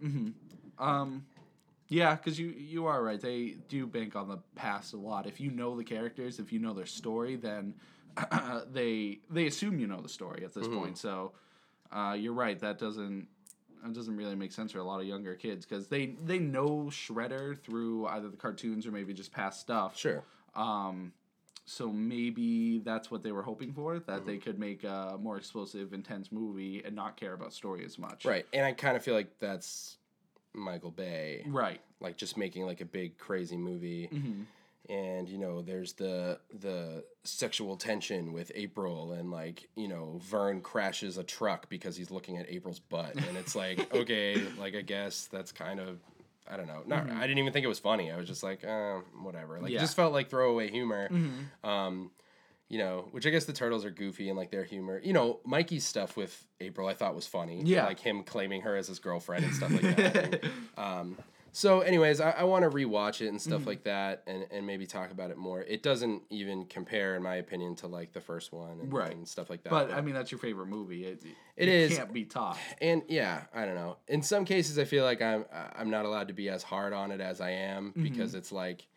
B: Yeah, because you you are right. They do bank on the past a lot. If you know the characters, if you know their story, then they they assume you know the story at this
A: Mm-hmm.
B: point. So uh, you're right. That doesn't that doesn't really make sense for a lot of younger kids because they they know Shredder through either the cartoons or maybe just past stuff.
A: Sure.
B: Um, so maybe that's what they were hoping for that
A: Mm-hmm.
B: they could make a more explosive, intense movie and not care about story as much.
A: Right. And I kind of feel like that's Michael Bay.
B: Right.
A: Like just making like a big crazy movie.
B: Mm-hmm.
A: And you know, there's the the sexual tension with April, and like you know, Vern crashes a truck because he's looking at April's butt, and it's like, okay, like I guess that's kind of, I don't know. Not, I didn't even think it was funny. I was just like, uh, whatever. Like, it
B: Mm-hmm. Yeah. Mm-hmm.
A: just felt like throwaway humor. Um, you know, which I guess the turtles are goofy and like their humor. You know, Mikey's stuff with April I thought was funny.
B: Yeah.
A: Like him claiming her as his girlfriend and stuff like that. um, so, anyways, I, I want to rewatch it and
B: Mm-hmm.
A: stuff like that and, and maybe talk about it more. It doesn't even compare, in my opinion, to like the first one and,
B: Right.
A: and stuff like that.
B: But I mean, that's your favorite movie. It
A: It is.
B: can't be topped.
A: and yeah, I don't know. In some cases, I feel like I'm I'm not allowed to be as hard on it as I am
B: Mm-hmm.
A: because it's like,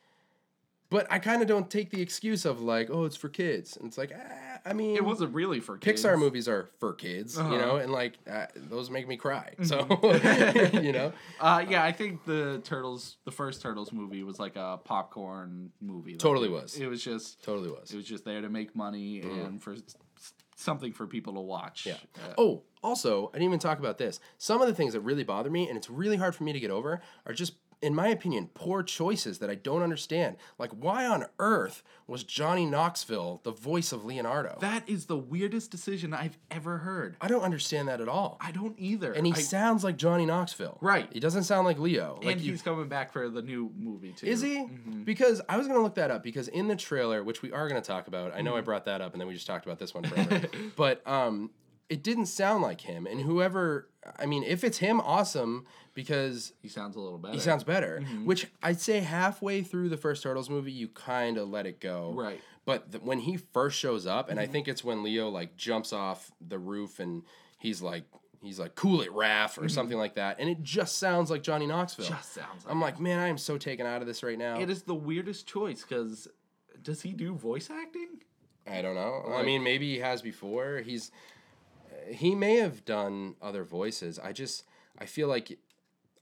A: but I kind of don't take the excuse of like, oh, it's for kids, and it's like, ah, I mean,
B: It wasn't really for kids. Uh-huh.
A: Pixar movies are for kids, you know, and like uh, those make me cry. So, you know,
B: Uh, yeah, I think the Turtles, the first Turtles movie, was like a popcorn movie. Like,
A: Totally
B: it-
A: was. Mm-hmm.
B: It was just
A: totally was.
B: It was just there to make money and for s- s- something for people to watch. Yeah.
A: Oh, also, I didn't even talk about this. Some of the things that really bother me, and it's really hard for me to get over, are just, in my opinion, poor choices that I don't understand. Like, why on earth was Johnny Knoxville the voice of Leonardo?
B: that is the weirdest decision I've ever heard.
A: I don't understand that at all.
B: I don't either.
A: and he
B: I,
A: sounds like Johnny Knoxville.
B: Right.
A: He doesn't sound like Leo.
B: and
A: like you-
B: he's coming back for the new movie too.
A: Is he?
B: Mm-hmm.
A: Because I was gonna look that up because in the trailer, which we are gonna talk about, I know
B: Mm-hmm.
A: I brought that up and then we just talked about this one forever. but um it didn't sound like him. And whoever I mean, if it's him, awesome, because
B: He sounds a little better.
A: he sounds better.
B: Mm-hmm.
A: Which I'd say halfway through the first Turtles movie, you kind of let it go.
B: Right. Mm-hmm.
A: But th- when he first shows up, and I think it's when Leo like jumps off the roof and he's like he's like cool it Raph or something like that, and it just sounds like Johnny Knoxville.
B: Mm-hmm. Just sounds like
A: I'm like man, I am so taken out of this right now.
B: It is the weirdest choice because does he do voice acting?
A: I don't know. I mean, maybe he has before. He's uh, he may have done other voices. I just I feel like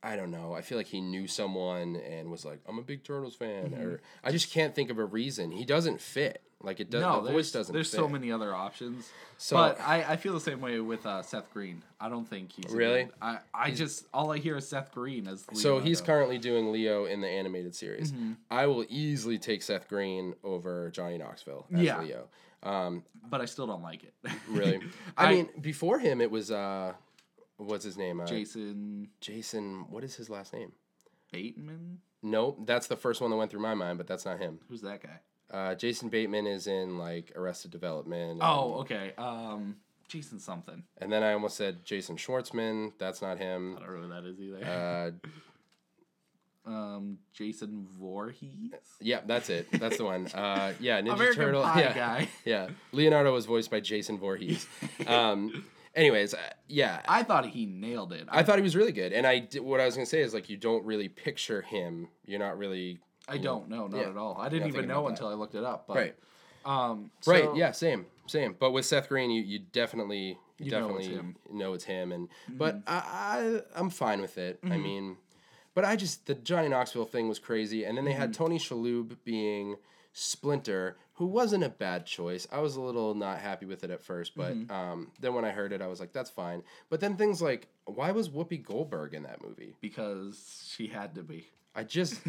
A: I don't know. I feel like he knew someone and was like, "I'm a big Turtles fan,"
B: Mm-hmm.
A: or I just can't think of a reason. He doesn't fit. Like it does.
B: no,
A: the
B: there's,
A: voice doesn't.
B: There's
A: fit.
B: so many other options.
A: So-
B: but I, I feel the same way with uh, Seth Green. I don't think he's a
A: Really?
B: good- I I just all I hear is Seth Green as. Leo Mm-hmm.
A: So he's
B: Lando.
A: currently doing Leo in the animated series. I will easily take Seth Green over Johnny Knoxville as
B: Yeah.
A: Leo.
B: but I still don't like it.
A: Really, I,
B: I-
A: mean, before him it was uh, what's his name? Uh,
B: Jason
A: Jason. What is his last name?
B: Bateman,
A: Nope, that's the first one that went through my mind, but that's not him.
B: who's that guy?
A: Uh, Jason Bateman is in like Arrested Development. and-
B: Oh, okay. Um, Jason something.
A: and then I almost said Jason Schwartzman. That's not him.
B: I don't know who that is either.
A: Uh,
B: um, Jason Voorhees.
A: yeah, that's it. That's the one. Uh, yeah, Ninja
B: American
A: Turtle.
B: Pie
A: yeah,
B: guy.
A: yeah. Leonardo was voiced by Jason Voorhees. Um, anyways, uh, yeah,
B: I thought he nailed it.
A: I thought he was really good. And I did, what I was gonna say is like you don't really picture him. You're not really
B: I don't know, not
A: Yeah.
B: at all. I didn't
A: Nothing
B: even
A: about
B: know
A: that.
B: until I looked it up. But
A: right.
B: um,
A: Right.
B: so-
A: Yeah. Same. Same. But with Seth Green, you, you definitely you,
B: You know
A: definitely
B: it's him. Mm-hmm.
A: know it's him. And but I, I I'm fine with it. I mean, but I just the Johnny Knoxville thing was crazy. And then they had
B: Mm-hmm.
A: Tony Shalhoub being Splinter, who wasn't a bad choice. I was a little not happy with it at first, but
B: Mm-hmm.
A: um, then when I heard it, I was like, that's fine. But then things like why was Whoopi Goldberg in that movie?
B: because she had to be.
A: I just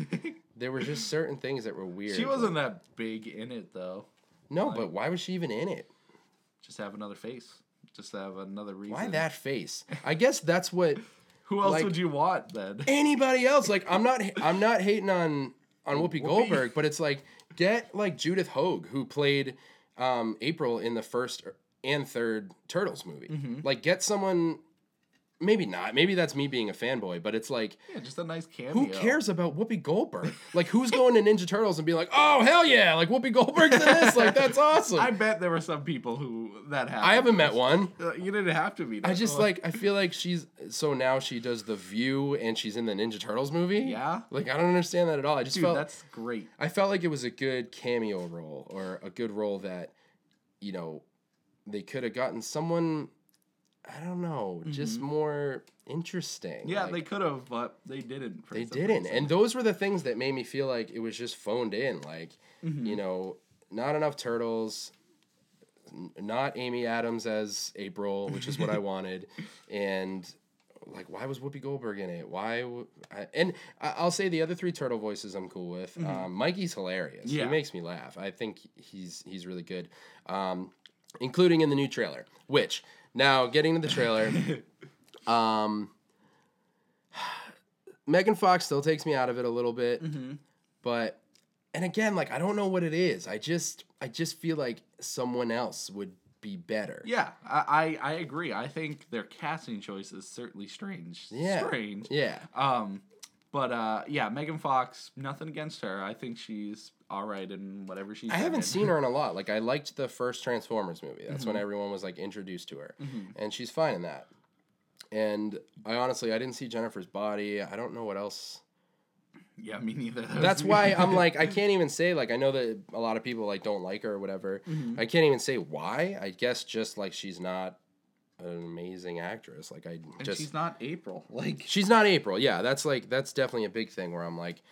A: there were just certain things that were weird.
B: She wasn't that big in it though.
A: no, but why was she even in it?
B: Just have another face. Just have another reason.
A: Why that face? I guess that's what
B: Who else
A: like-
B: would you want then?
A: anybody else. Like I'm not I'm not hating on on Whoopi, Goldberg, but it's like get like Judith Hogue who played um, April in the first and third Turtles movie.
B: Mm-hmm.
A: Like get someone. Maybe not. Maybe that's me being a fanboy, but it's like
B: Yeah, just a nice cameo.
A: who cares about Whoopi Goldberg? Like who's going to Ninja Turtles and be like, oh hell yeah, like Whoopi Goldberg's in this, like that's awesome.
B: I
A: I,
B: bet there were some people who that happened.
A: haven't
B: to.
A: met one.
B: Uh, You didn't have to be. Oh,
A: I
B: that
A: just
B: one.
A: like I feel like she's so now she does the View and she's in the Ninja Turtles movie.
B: Yeah.
A: like I don't understand that at all. I just
B: dude.
A: felt
B: that's great.
A: I felt like it was a good cameo role or a good role that, you know, they could have gotten someone, I don't know, just more interesting.
B: Mm-hmm. Yeah,
A: Like,
B: they could have, but they didn't. For
A: they
B: some
A: didn't.
B: reason.
A: And those were the things that made me feel like it was just phoned in. Like,
B: Mm-hmm.
A: you know, not enough turtles, n- not Amy Adams as April, which is what I wanted, and like why was Whoopi Goldberg in it? Why? W- I, and I, I'll say the other three turtle voices I'm cool with. Um, Mikey's hilarious.
B: Mm-hmm. Yeah.
A: He makes me laugh. I think he's he's really good, um, including in the new trailer. Which now getting to the trailer. Um, Megan Fox still takes me out of it a little bit, but and again, like I don't know what it is. I just I just feel like someone else would be better.
B: Yeah, I, I I agree. I think their casting choice is certainly strange.
A: Yeah.
B: Strange.
A: Yeah.
B: Um, but uh, yeah, Megan Fox. Nothing against her. I think she's all right in whatever she's.
A: I haven't
B: in.
A: seen her in a lot. Like I liked the first Transformers movie. That's when everyone was like introduced to her, and she's fine in that. And I honestly, I didn't see Jennifer's body. I don't know what else.
B: Yeah, me neither. That
A: That's
B: was-
A: why I'm like, I can't even say like I know that a lot of people like don't like her or whatever.
B: Mm-hmm.
A: I can't even say why. I guess just like she's not an amazing actress. Like I
B: And
A: just
B: she's not April. Like
A: She's not April. Yeah, that's like that's definitely a big thing where I'm like,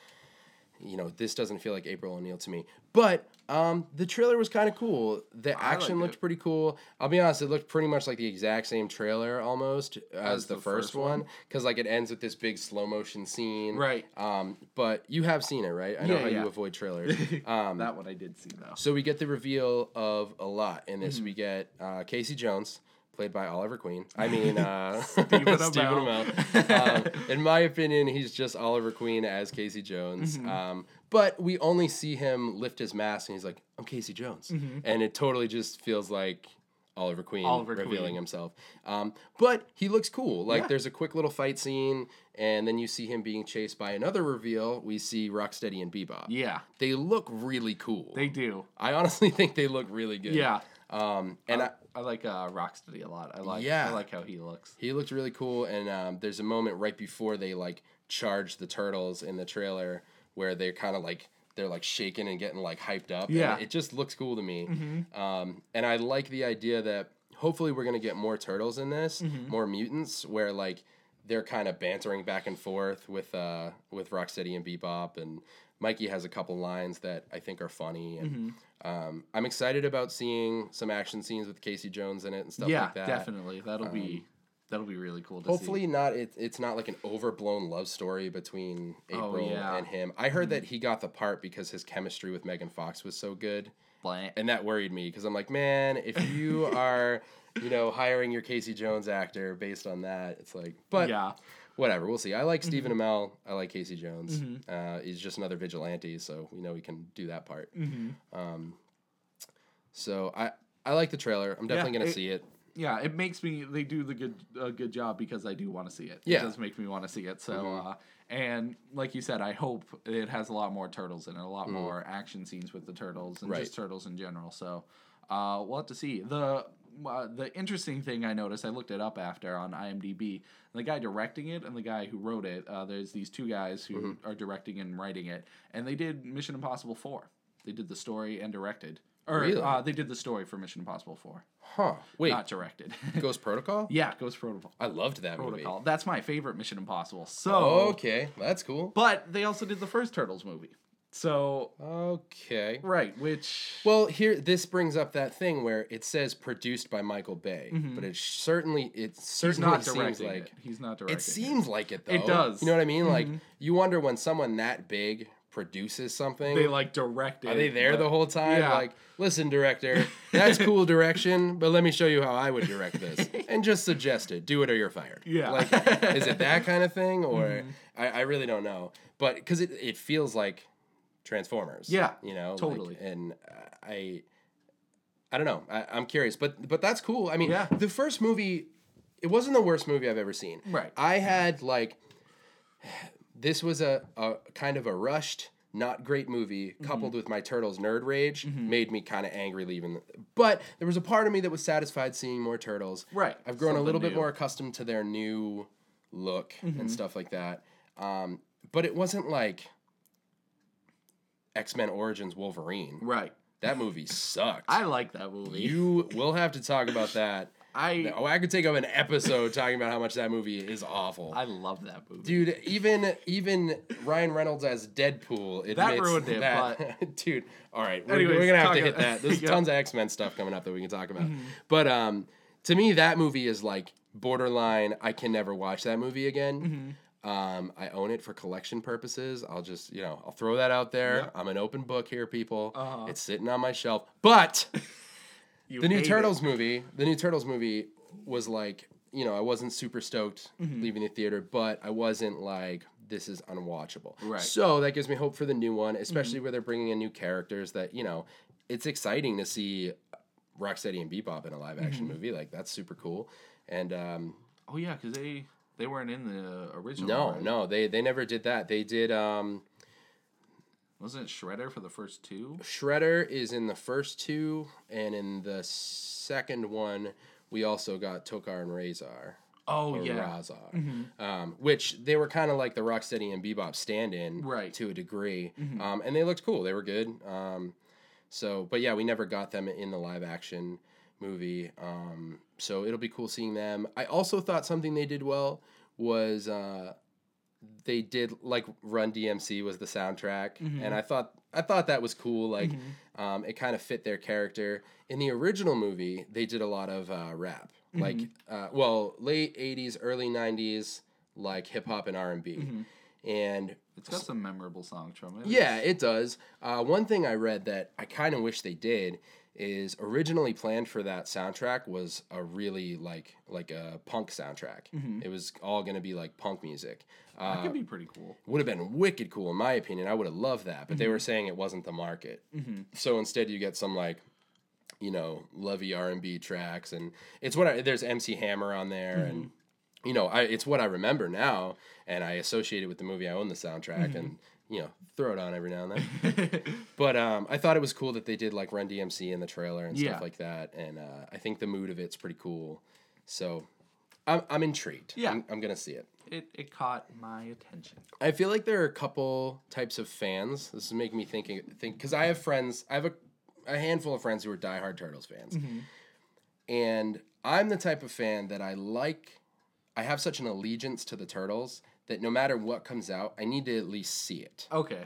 A: you know, this doesn't feel like April O'Neil to me. But um, the trailer was kind of cool. The
B: I
A: action
B: liked
A: looked
B: it.
A: pretty cool. I'll be honest, it looked pretty much like the exact same trailer almost as, the, first, one because like it ends with this big slow motion scene.
B: Right.
A: Um, but you have seen it, right? I know
B: Yeah,
A: how
B: yeah.
A: you avoid trailers.
B: that one I did see though.
A: so we get the reveal of a lot in this.
B: Mm-hmm.
A: We get uh, Casey Jones. Played by Oliver Queen. I mean, uh, Stephen
B: Amell.
A: Amell. Um, in my opinion, he's just Oliver Queen as Casey Jones.
B: Mm-hmm.
A: Um, but we only see him lift his mask and he's like, I'm Casey Jones. And it totally just feels like Oliver Queen
B: Mm-hmm. Oliver
A: revealing
B: Queen.
A: himself. Um, but he looks cool. Like there's a quick little fight scene, and then you see him being chased by another reveal. We see Rocksteady and Bebop.
B: Yeah,
A: They look really cool.
B: they do.
A: I honestly think they look really good.
B: Yeah.
A: Um, and I,
B: I like uh, Rocksteady a lot. I like.
A: Yeah.
B: I like how he looks.
A: he looked really cool. And um, there's a moment right before they like charge the turtles in the trailer where they're kind of like they're like shaking and getting like hyped up. and
B: Yeah. Mm-hmm.
A: it just looks cool to me. Um, and I
B: Mm-hmm.
A: like the idea that hopefully we're gonna get more turtles in this, more mutants, where like. they're kind of bantering back and forth with uh with Rocksteady and Bebop and Mikey has a couple lines that I think are funny and
B: Mm-hmm.
A: um, I'm excited about seeing some action scenes with Casey Jones in it and stuff
B: yeah,
A: like that.
B: definitely. That'll be that'll be really cool. to see.
A: Hopefully not. It, it's not like an overblown love story between
B: Oh,
A: April
B: yeah. Mm-hmm.
A: and him. I heard that he got the part because his chemistry with Megan Fox was so good,
B: Blank.
A: and that worried me because I'm like, man, if you are, you know, hiring your Casey Jones actor based on that, it's like, but
B: yeah, Mm-hmm.
A: whatever. We'll see. I like Stephen Amell. I like Casey Jones. Uh, he's just another vigilante, so we know he can do that part.
B: Mm-hmm.
A: Um, so I I like the trailer. I'm definitely gonna
B: it-
A: see it.
B: yeah. It makes me they do the good a good job because I do want to see it.
A: Yeah. Mm-hmm.
B: it does make me want to see it. So uh, and like you said, I hope it has a lot more turtles in it, a lot more action scenes with the turtles and
A: Mm. Right.
B: just turtles in general. So uh, we'll have to see the. Uh, the interesting thing I noticed, I looked it up after on IMDb. The guy directing it and the guy who wrote it, uh, there's these two guys who
A: Mm-hmm.
B: are directing and writing it, and they did Mission Impossible Four. They did the story and directed, or
A: Really?
B: uh, they did the story for Mission Impossible Four,
A: Huh? Wait,
B: not directed.
A: Ghost Protocol?
B: yeah, Ghost Protocol.
A: I loved that
B: Protocol.
A: movie.
B: That's my favorite Mission Impossible. So,
A: Oh, Okay, that's cool.
B: Oh. but they also did the first Turtles movie. So
A: Okay.
B: right, which
A: Well, here this brings up that thing where it says produced by Michael Bay, but it certainly it
B: Mm-hmm. he's
A: certainly
B: not
A: seems
B: directing
A: like
B: it. He's not directing.
A: it seems like it though.
B: It does. Mm-hmm.
A: You know what I mean? Like you wonder when someone that big produces something.
B: They like directed.
A: are they there
B: but-
A: the whole time?
B: Yeah.
A: Like, listen, director, that's cool direction, but let me show you how I would direct this, and just suggest it. Do it or you're fired.
B: Yeah. Mm-hmm.
A: Like, is it that kind of thing, or I, I really don't know. But because it, it feels like Transformers.
B: Yeah,
A: You know. like,
B: totally.
A: and I, I don't know. I, I'm curious, but but that's cool. I mean,
B: Yeah.
A: the first movie, it wasn't the worst movie I've ever seen.
B: Right.
A: I had like this was a, a kind of a rushed not great movie
B: Mm-hmm.
A: coupled with my turtles nerd rage made me kind of angry leaving the- but there was a part of me that was satisfied seeing more turtles
B: Right,
A: i've grown a
B: something
A: little bit
B: new.
A: more accustomed to their new look
B: Mm-hmm.
A: and stuff like that um, but it wasn't like x-men origins wolverine
B: Right.
A: that movie sucked
B: I like that movie.
A: you will have to talk about that
B: I
A: oh i could take up an episode talking about how much that movie is awful
B: I love that movie.
A: Dude, even even Ryan Reynolds as Deadpool admits
B: That ruined it,
A: that. Dude, all right, we're,
B: Anyways,
A: we're gonna have
B: talk
A: to hit
B: about-
A: that. There's
B: Yeah. Mm-hmm.
A: tons of X Men stuff coming up that we can talk about. But um, to me, that movie is like borderline. I can never watch that movie again.
B: Mm-hmm.
A: Um, I own it for collection purposes. I'll just you know I'll throw that out there. I'm an open book here, people.
B: Uh-huh.
A: It's sitting on my shelf, but the new
B: hate it.
A: Turtles movie, the new Turtles movie was like, you know, I wasn't super stoked
B: Mm-hmm.
A: leaving the theater, but I wasn't like this is unwatchable.
B: Right. Mm-hmm.
A: So that gives me hope for the new one, especially where they're bringing in new characters that, you know, it's exciting to see Rocksteady and Bebop in a live action
B: Mm-hmm.
A: movie. Like that's super cool. And um
B: Oh yeah, because they they weren't in the original.
A: no,
B: right?
A: no, they they never did that. They did um
B: Wasn't it Shredder for the first two?
A: Shredder is in the first two and in the second one we also got Tokar and Razor.
B: Oh
A: or
B: yeah, Mm-hmm.
A: Razar, um, which they were kind of like the Rocksteady and Bebop stand-in,
B: Right. Mm-hmm.
A: to a degree, um, and they looked cool. They were good. Um, so, but yeah, we never got them in the live action movie. Um, so it'll be cool seeing them. I also thought something they did well was uh, they did like Run DMC was the soundtrack, and I thought I thought that was cool. Like, um, it kind of fit their character. In the original movie, they did a lot of uh, rap, like uh, well, late '80s, early '90s, like hip hop and R and B, and
B: it's got some memorable songs from it.
A: yeah, it does. Uh, one thing I read that I kind of wish they did is originally planned for that soundtrack was a really like like a punk soundtrack. It was all gonna be like punk music. Uh,
B: that could be pretty cool.
A: would have been wicked cool in my opinion. I would have loved that, but they
B: Mm-hmm.
A: were saying it wasn't the market. So instead, you get some like, you know, lovey R and B tracks, and it's what I, there's MC Hammer on there, and
B: Mm-hmm.
A: you know, I it's what I remember now, and I associate it with the movie. I own the soundtrack, and
B: Mm-hmm.
A: you know, throw it on every now and then. but um, I thought it was cool that they did like Run DMC in the trailer and
B: Yeah.
A: stuff like that, and uh, I think the mood of it's pretty cool. So. I'm, I'm intrigued.
B: Yeah.
A: I'm, I'm gonna see it.
B: It it caught my attention.
A: I feel like there are a couple types of fans. This is making me thinking think because I have friends. I have a, a handful of friends who are diehard Turtles fans, and I'm the type of fan that I like. I have such an allegiance to the turtles that no matter what comes out, I need to at least see it.
B: Okay.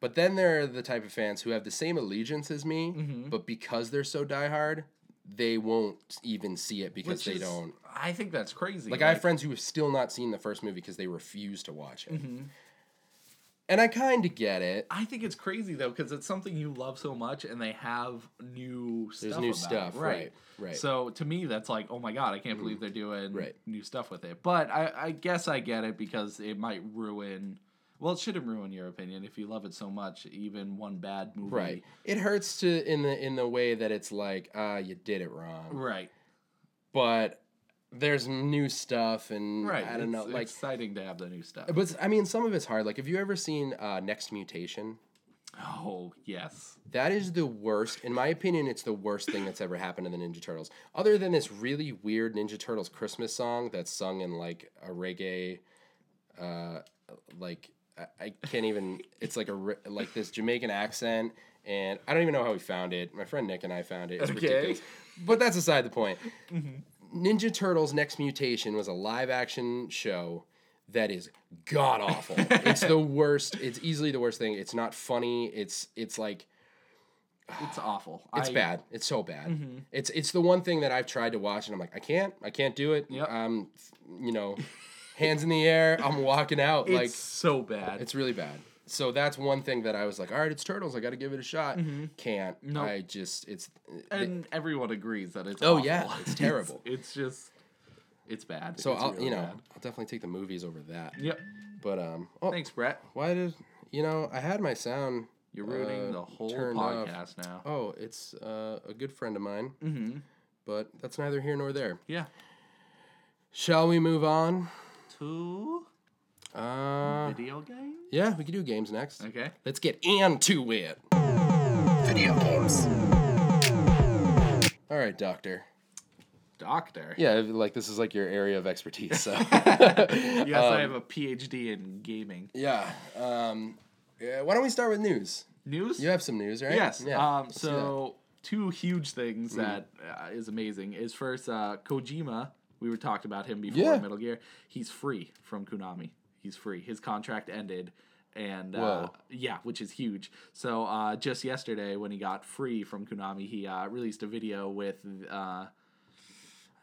A: But then there are the type of fans who have the same allegiance as me, but because they're so diehard, they won't even see it because they
B: is-
A: don't.
B: I think that's crazy.
A: Like, I have friends who have still not seen the first movie because they refuse to watch it. And I kind of get it.
B: Mm-hmm. I think it's crazy though because it's something you love so much, and they have new stuff.
A: new
B: about it,
A: stuff, right, right. Mm-hmm.
B: So to me, that's like, oh my god, I can't believe they're doing
A: Right.
B: new stuff with it. But I, I guess I get it because it might ruin. Well, it shouldn't ruin your opinion if you love it so much. Even one bad movie,
A: Right. It hurts to in the in the way that it's like, ah, you did it wrong.
B: Right,
A: But there's new stuff and
B: right.
A: I don't know,
B: It's
A: like
B: exciting to have the new stuff.
A: but I mean some of it's hard. Like have you ever seen uh, Next Mutation?
B: oh yes,
A: That is the worst. In my opinion, it's the worst thing that's ever happened to the Ninja Turtles. Other than this really weird Ninja Turtles Christmas song that's sung in like a reggae, uh, like I, I can't even. It's like a re- like this Jamaican accent, and I don't even know how we found it. My friend Nick and I found it. It's
B: Okay.
A: ridiculous. But that's aside the point. Ninja Turtles Next Mutation was a live action show that is god awful. it's the worst. It's easily the worst thing. It's not funny. It's it's like
B: it's awful.
A: it's
B: I- Mm-hmm.
A: bad. It's so bad. It's it's the one thing that I've tried to watch and I'm like, I can't. I can't do it.
B: Yep.
A: I'm, you know, hands in the air. I'm walking out.
B: It's
A: like
B: so bad.
A: it's really bad. So that's one thing that I was like, all right, it's turtles. I got to give it a shot. Can't.
B: Mm-hmm. Nope.
A: I just it's.
B: and everyone agrees that it's.
A: Oh,
B: awful.
A: yeah, it's terrible.
B: it's, just, it's bad.
A: so
B: It's
A: I'll
B: really
A: you know
B: bad. Mm-hmm.
A: I'll definitely take the movies over that.
B: Yep.
A: But um. Oh,
B: Thanks, Brett.
A: Why did you know? I had my sound.
B: You're ruining
A: uh,
B: the whole
A: turned off.
B: podcast now.
A: Oh, it's uh, a good friend of mine. Mm-hmm. But that's neither here nor there.
B: Yeah.
A: Shall we move on?
B: Two
A: Uh,
B: video games.
A: yeah, we can do games next.
B: Okay.
A: Let's get into it. Video games. All right, doctor.
B: Doctor.
A: Yeah, like this is like your area of expertise. So
B: Yes, I have a PhD in gaming.
A: yeah. Um, yeah, why don't we start with news?
B: News?
A: You have some news, right?
B: Yes.
A: Yeah.
B: um,
A: let's do that.
B: so two huge things
A: Mm-hmm.
B: that uh, is amazing is first uh, Kojima. We were talked about him before
A: Yeah.
B: in Metal Gear. He's free from Konami. He's free. His contract ended. And uh,
A: Whoa.
B: yeah, which is huge. So uh, just yesterday, when he got free from Konami, he uh, released a video with uh,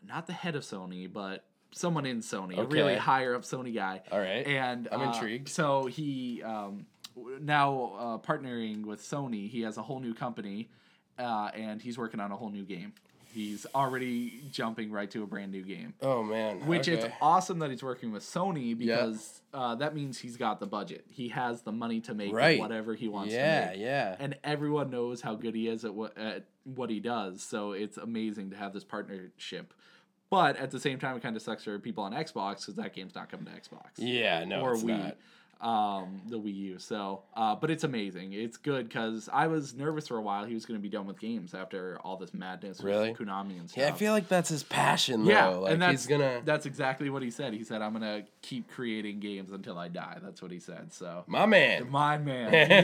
B: not the head of Sony, but someone in Sony, a really
A: Okay.
B: higher up Sony guy.
A: All right.
B: And
A: I'm
B: uh,
A: intrigued.
B: So he um, w- now uh, partnering with Sony, he has a whole new company, uh, and he's working on a whole new game. He's already jumping right to a brand new game,
A: Oh man.
B: which it's
A: okay.
B: awesome that he's working with Sony because uh, that means he's got the budget. He has the money to make
A: Right.
B: whatever he wants. to
A: Yeah,
B: make
A: yeah.
B: and everyone knows how good he is at what at what he does. So it's amazing to have this partnership. But at the same time, it kind of sucks for people on Xbox because that game's not coming to Xbox.
A: yeah, no,
B: or
A: it's
B: Wii,
A: not.
B: um, the Wii U. So, uh, but it's amazing. It's good because I was nervous for a while. He was going to be done with games after all this madness
A: Really?
B: with Konami and stuff.
A: Yeah, I feel like that's his passion
B: Yeah,
A: though. Like
B: and that's
A: he's gonna
B: that's exactly what he said. He said, "I'm gonna keep creating games until I die." That's what he said. So
A: My man.
B: my man.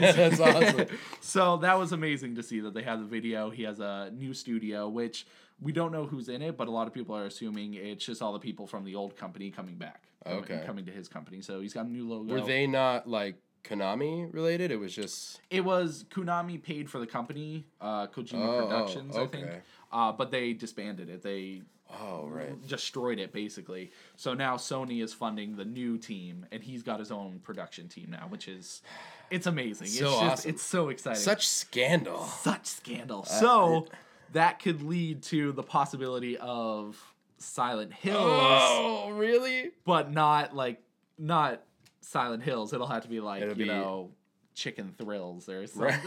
A: That's awesome.
B: so that was amazing to see that they have the video. He has a new studio, which we don't know who's in it, but a lot of people are assuming it's just all the people from the old company coming back. coming-
A: Okay.
B: Coming to his company. So he's got a new logo.
A: Were they not like Konami related? It was just
B: It was Konami paid for the company, uh, Kojima
A: Oh,
B: Productions, I think.
A: okay.
B: Uh, but they disbanded it. They
A: oh right.
B: Mm. destroyed it basically. So now Sony is funding the new team, and he's got his own production team now, which is it's amazing.
A: So
B: it's just
A: awesome.
B: it's so exciting.
A: Such Uh, scandal.
B: such scandal. so that could lead to the possibility of Silent Hills,
A: Oh really?
B: but not like not Silent Hills. It'll have to be like
A: It'll
B: you
A: be-
B: know Chicken Thrills or something,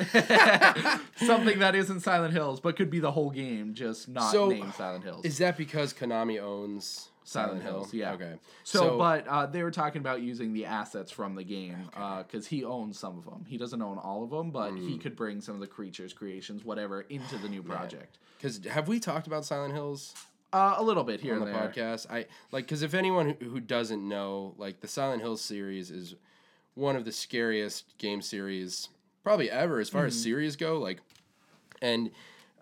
B: something that isn't Silent Hills, but could be the whole game, just not
A: So,
B: named Silent Hills.
A: Is that because Konami owns
B: Silent Hills, yeah.
A: Okay.
B: So, but uh, they were talking about using the assets from the game because he owns some of them. He doesn't own all of them, but
A: Hmm.
B: he could bring some of the creatures, creations, whatever, into the new project.
A: because have we talked about Silent Hills
B: Uh, a little bit here
A: on the
B: and there.
A: podcast? I like because if anyone who, who doesn't know, like the Silent Hills series is one of the
B: Mm-hmm.
A: scariest game series probably ever as far as series go. Like, and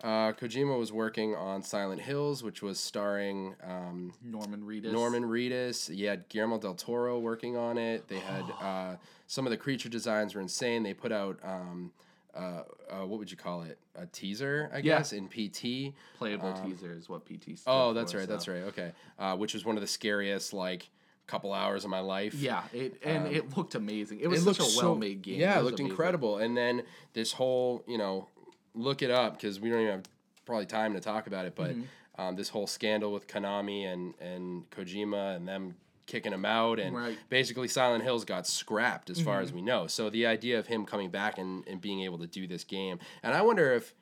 A: Uh, Kojima was working on Silent Hills, which was starring um,
B: Norman Reedus.
A: Norman Reedus. You had Guillermo del Toro working on it. They had uh, some of the creature designs were insane. They put out um, uh, uh, what would you call it? A teaser, I
B: Yeah.
A: guess, in PT.
B: Playable teaser is what PT stood
A: um, Oh, that's
B: for,
A: right.
B: so-
A: That's right. Okay, uh, which was one of the scariest like couple hours of my life.
B: Yeah, it and it looked amazing. Um, It was
A: It
B: such
A: looked
B: a
A: so-
B: well-made game.
A: Yeah, it
B: was
A: looked
B: amazing.
A: incredible. And then this whole, you know, look it up because we don't even have probably time to talk about it. But
B: Mm-hmm.
A: um, this whole scandal with Konami and and Kojima and them kicking him out and
B: Right. Mm-hmm.
A: basically Silent Hills got scrapped as far as we know. So the idea of him coming back and, and being able to do this game, and I wonder if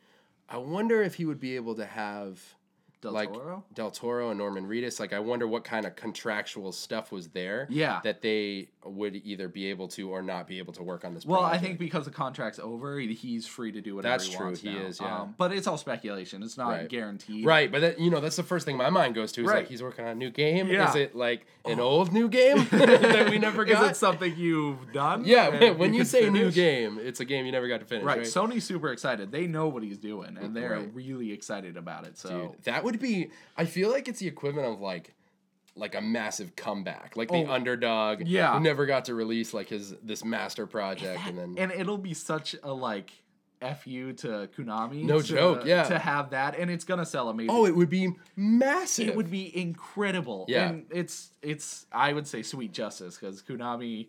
A: I wonder if he would be able to have
B: Del
A: like
B: Toro?
A: Del Toro and Norman Reedus. Like, I wonder what kind of contractual stuff was there.
B: Yeah.
A: That they would either be able to or not be able to work on this.
B: Well, I
A: project.
B: think because the contract's over, he- he's free to do whatever
A: That's
B: he
A: true,
B: wants
A: he
B: now. Um,
A: is, yeah.
B: but it's all speculation. It's not
A: Right.
B: guaranteed.
A: Right, but that, you know that's the first thing my mind goes to. Is
B: Right.
A: like he's working on a new game.
B: Yeah.
A: Is it like an old new game that we never
B: Is
A: got?
B: it something you've done?
A: yeah,
B: and
A: when you
B: can
A: say new
B: finish?
A: game, it's a game you never got to finish.
B: Right,
A: Right.
B: Sony's super excited. They know what he's doing, and they're
A: Right.
B: really excited about it. So
A: Dude, that would be. I feel like it's the equivalent of like. Like a massive comeback, like the
B: Oh,
A: underdog,
B: yeah.
A: who never got to release like his this master project, and then
B: and it'll be such a like f you to Konami.
A: No
B: to-
A: joke, yeah.
B: to have that, and it's gonna sell amazing.
A: Oh, it would be massive.
B: it would be incredible.
A: Yeah.
B: And it's it's I would say sweet justice because Konami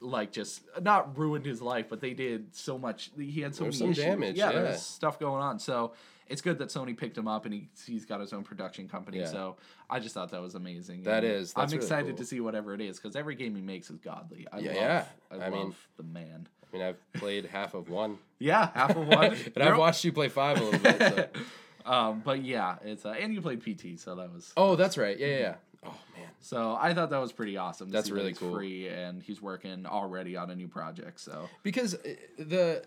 B: like just not ruined his life, but they did so much. He had so
A: There was
B: many
A: some
B: issues.
A: damage,
B: Yeah,
A: yeah.
B: there's stuff going on. So it's good that Sony picked him up and he, he's got his own production company.
A: Yeah.
B: So I just thought that was amazing.
A: That
B: That
A: is,
B: is.
A: that's
B: I'm
A: really
B: excited
A: cool.
B: to see whatever it is because every game he makes is godly. I
A: Yeah,
B: love,
A: yeah.
B: I,
A: I
B: love
A: mean-
B: the man.
A: I mean, I've played half of one,
B: Yeah, half of one.
A: and
B: They're-
A: I've watched you play five a little bit. So.
B: um, but yeah, it's uh, and you played PT, so that was
A: Oh, that's right. Yeah, yeah. yeah. Oh man,
B: So I thought that was pretty awesome. to
A: That's
B: see that
A: really
B: he's
A: cool.
B: Free and he's working already on a new project. So
A: because uh, the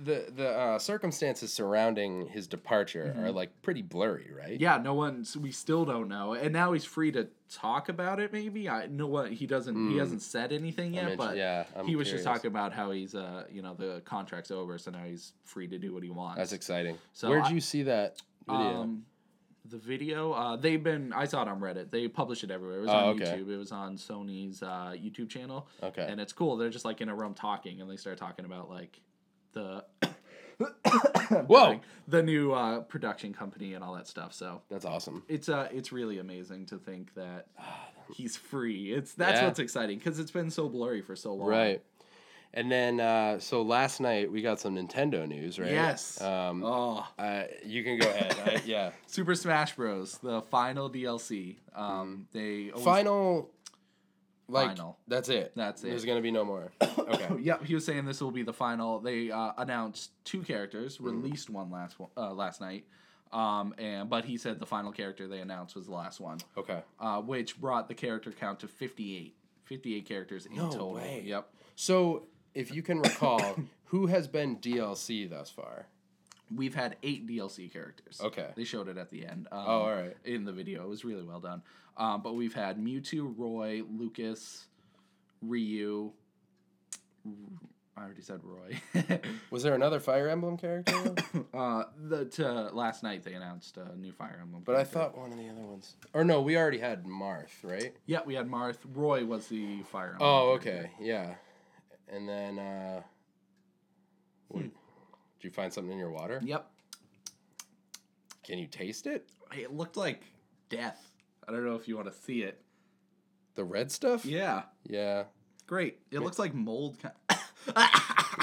A: the the uh, circumstances surrounding his departure are like pretty blurry, right?
B: Mm-hmm. yeah, no one's. We still don't know, and now he's free to talk about it. Maybe I know what he doesn't. He hasn't said anything yet,
A: int-
B: but
A: Hmm. yeah, I'm
B: he was
A: curious.
B: just talking about how he's uh you know the contract's over, so now he's free to do what he wants.
A: that's exciting.
B: So
A: Where'd
B: I-
A: you see that video?
B: Um, the video uh, they've been i saw it on reddit they publish it everywhere it was
A: Oh,
B: on
A: okay.
B: youtube it was on sony's uh, youtube channel
A: Okay.
B: and it's cool they're just like in a room talking and they start talking about like the
A: Whoa,
B: the new uh, production company and all that stuff. So
A: that's awesome.
B: it's uh, it's really amazing to think that he's free. It's that's
A: Ah, Yeah.
B: what's exciting because it's been so blurry for so long.
A: Right. And then, uh, so last night we got some Nintendo news, right?
B: Yes.
A: Um,
B: Oh,
A: uh, you can go ahead. I, yeah.
B: Super Smash Bros. The final DLC. Um, they always-
A: Final. Like
B: Final.
A: that's it.
B: That's it.
A: There's gonna be no more. Okay.
B: Yep, he was saying this will be the final. They uh, announced two characters,
A: Mm-hmm.
B: released one last one, uh, last night, um, and but he said the final character they announced was the last one.
A: Okay.
B: uh, which brought the character count to 58. 58 characters in
A: No
B: total.
A: way.
B: Yep.
A: So, if you can recall, who has been DLC thus far?
B: We've had eight DLC characters.
A: Okay.
B: They showed it at the end. Um,
A: Oh, all right.
B: In the video. It was really well done. Um, but we've had Mewtwo, Roy, Lucas, Ryu. I already said Roy.
A: Was there another Fire Emblem character?
B: uh, the, to, last night they announced a new Fire Emblem.
A: but I
B: character.
A: thought one of the other ones. Or no, we already had Marth, right?
B: Yeah, we had Marth. Roy was the Fire Emblem.
A: Oh,
B: character.
A: okay, yeah. And then, uh, what, did you find something in your water?
B: Yep.
A: Can you taste it?
B: It looked like death. I don't know if you want to see it.
A: The red stuff?
B: Yeah.
A: Yeah.
B: Great. It looks like mold. Kind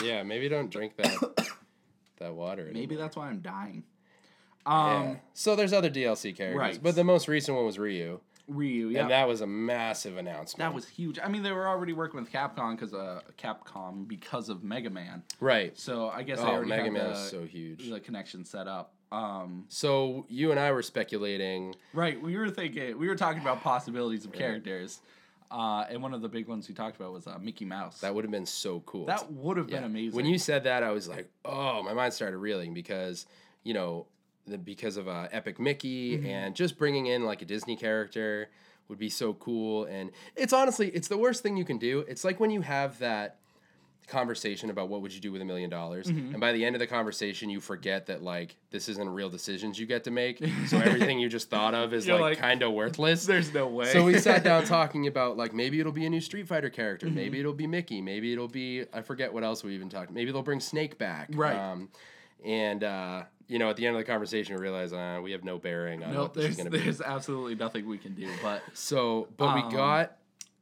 A: Yeah, Maybe don't drink that that water. anymore.
B: Maybe that's why I'm dying.
A: Yeah.
B: Um,
A: so there's other DLC characters,
B: right.
A: but the most recent one was Ryu,
B: Ryu. Yeah,
A: and
B: that,
A: that was a massive announcement.
B: was huge. I mean, they were already working with Capcom because uh, Capcom because of Mega Man.
A: right.
B: So I guess I
A: Oh,
B: already
A: Mega
B: had
A: Man
B: the,
A: is so huge.
B: the connection set up. Um,
A: So you and I were speculating.
B: right. We were thinking. We were talking about possibilities of characters, uh, and one of the big ones we talked about was uh, Mickey Mouse.
A: That would have been so cool.
B: that would have
A: Yeah.
B: been amazing.
A: When you said that, I was like, oh, my mind started reeling because you know, the, because of uh, Epic Mickey
B: Mm-hmm.
A: and just bringing in like a Disney character would be so cool. And it's honestly, it's the worst thing you can do. It's like when you have that conversation about what would you do with a million dollars
B: Mm-hmm.
A: and by the end of the conversation you forget that like this isn't real decisions you get to make so everything you just thought of is
B: You're
A: like,
B: like,
A: kind of worthless
B: There's no way.
A: so we sat down talking about like maybe it'll be a new Street Fighter character,
B: Mm-hmm.
A: maybe it'll be Mickey, maybe it'll be I forget what else we even talked. Maybe they'll bring Snake back,
B: Right.
A: Um, and uh, you know, at the end of the conversation, we realize uh, we have no bearing on
B: nope,
A: what this
B: there's,
A: is going to be.
B: there's absolutely nothing we can do. But
A: So, but
B: Um,
A: we got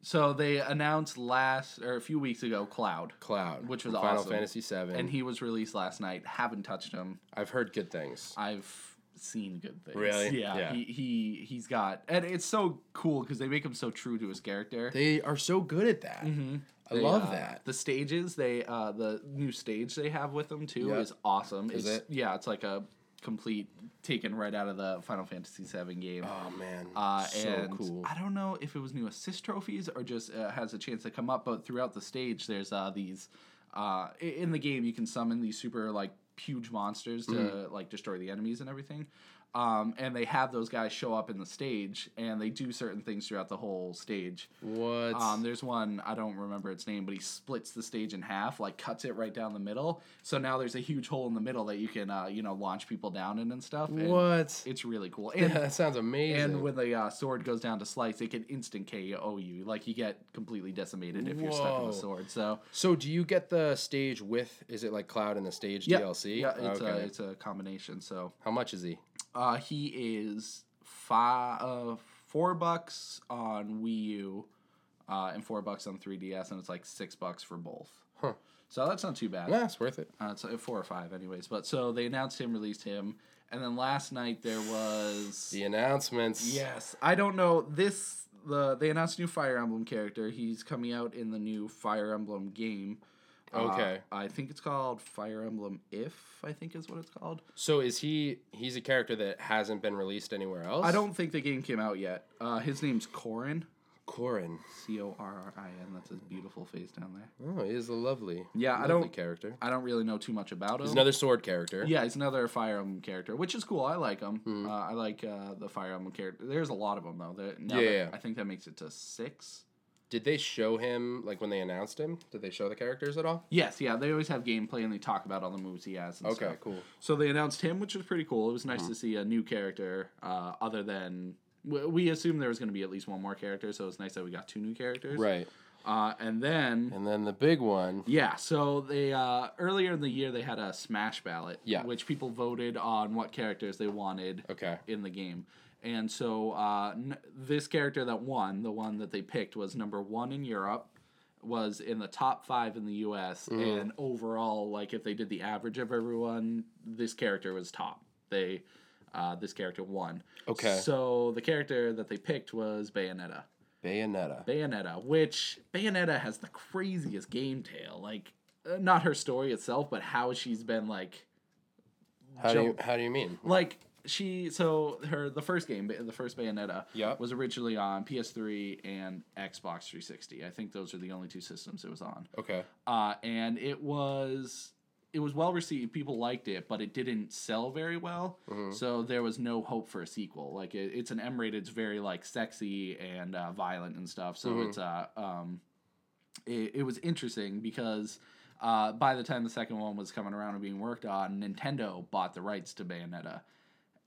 B: so they announced last or a few weeks ago, Cloud,
A: Cloud,
B: which was
A: from Final
B: awesome.
A: Fantasy Seven,
B: and he was released last night. Haven't touched him.
A: I've heard good things.
B: I've seen good things.
A: Really?
B: Yeah.
A: Yeah.
B: He he he's got, and it's so cool because they make him so true to his character.
A: They are so good at that. I
B: They,
A: love
B: uh,
A: that.
B: The stages they uh the new stage they have with them too
A: Yep.
B: is awesome.
A: Is
B: it's,
A: it?
B: Yeah, it's like a complete taken right out of the Final Fantasy VII game.
A: Oh man,
B: Uh,
A: so
B: and
A: cool.
B: I don't know if it was new assist trophies or just uh, has a chance to come up, but throughout the stage, there's uh, these. Uh, i- in the game, you can summon these super like huge monsters to
A: Mm-hmm.
B: like destroy the enemies and everything. Um, and they have those guys show up in the stage, and they do certain things throughout the whole stage.
A: What?
B: Um, there's one I don't remember its name, but he splits the stage in half, like cuts it right down the middle. So now there's a huge hole in the middle that you can, uh, you know, launch people down in and stuff. and
A: what?
B: It's really cool.
A: Yeah,
B: And
A: that sounds amazing.
B: and when the uh, sword goes down to slice, it can instant KO you. Like you get completely decimated if you're stuck on
A: Whoa.
B: the sword. So
A: so, do you get the stage with? Is it like Cloud in the stage
B: yeah,
A: DLC?
B: yeah, it's a it's a combination. So
A: How much is he?
B: uh, he is five uh, four bucks on Wii U, uh, and four bucks on 3DS, and it's like six bucks for both. Huh. So that's not too bad.
A: Yeah, it's worth it.
B: Uh, it's uh, four or five, anyways. But so they announced him, released him, and then last night there was
A: The announcements.
B: Yes, I don't know this. The they announced a new Fire Emblem character. He's coming out in the new Fire Emblem game. Uh,
A: Okay.
B: I think it's called Fire Emblem If. I think is what it's called.
A: So is he? He's a character that hasn't been released anywhere else.
B: I don't think the game came out yet. Uh, his name's Corin.
A: Corin.
B: C O R R I N. That's his beautiful face down there.
A: Oh, he is a lovely.
B: Yeah, I
A: lovely
B: don't-
A: character.
B: I don't really know too much about him.
A: He's another sword character.
B: Yeah, he's another Fire Emblem character, which is cool. I like him.
A: Hmm.
B: Uh, I like uh, the Fire Emblem character. There's a lot of them though. There- now
A: Yeah,
B: that-
A: yeah.
B: I think that makes it to six.
A: Did they show him like when they announced him? Did they show the characters at all?
B: Yes, yeah, they always have gameplay and they talk about all the moves he has. And
A: Okay,
B: stuff.
A: cool. Hmm.
B: So they announced him, which was pretty cool. It was nice to see a new character, uh, other than we, we assumed there was going to be at least one more character, so it's nice that we got two new characters.
A: Right.
B: Uh, and then
A: And then the big one.
B: yeah, so they uh, earlier in the year they had a smash ballot,
A: Yeah.
B: which people voted on what characters they wanted
A: Okay.
B: in the game. And so uh, n- this character that won, the one that they picked, was number one in Europe, was in the top five in the U.S.
A: Mm-hmm.
B: And overall, like if they did the average of everyone, this character was top. They uh, this character won.
A: Okay.
B: So the character that they picked was Bayonetta.
A: Bayonetta.
B: Bayonetta, which Bayonetta has the craziest game tale. Like, uh, not her story itself, but how she's been like,
A: how do you
B: jump.
A: how do you mean?
B: like she. So her the first game, the first Bayonetta,
A: Yeah.
B: was originally on PS3 and Xbox 360. I think those are the only two systems it was on.
A: Okay.
B: Uh, and it was it was well received. People liked it, but it didn't sell very well. So there was no hope for a sequel. Like it, it's an M rated. It's very like sexy and uh, violent and stuff. So it's uh um, it, it was interesting because. Uh, by the time the second one was coming around and being worked on, Nintendo bought the rights to Bayonetta,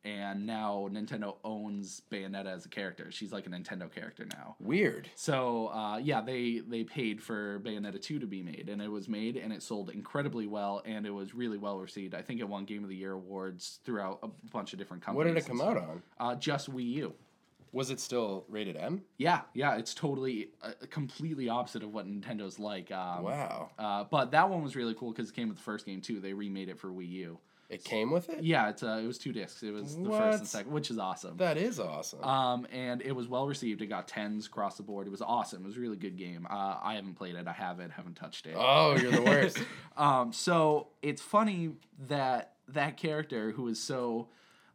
B: and now Nintendo owns Bayonetta as a character. She's like a Nintendo character now.
A: Weird.
B: So uh, yeah, they they paid for Bayonetta two to be made, and it was made, and it sold incredibly well, and it was really well received. I think it won Game of the Year awards throughout a bunch of different
A: What
B: companies.
A: did it come
B: and
A: out
B: stuff.
A: on?
B: Uh, just Wii U.
A: Was it still rated M?
B: Yeah, yeah, it's totally uh, completely opposite of what Nintendo's like. Um,
A: Wow.
B: Uh, but that one was really cool because it came with the first game too. They remade it for Wii U.
A: It came with it.
B: Yeah, it's uh, it was two discs. It was the first
A: What?
B: and second, which is awesome.
A: That is awesome.
B: Um, and it was well received. It got tens across the board. It was awesome. It was a really good game. Uh, I haven't played it. I have it. Haven't touched it.
A: oh, you're the worst.
B: Um, so it's funny that that character who is so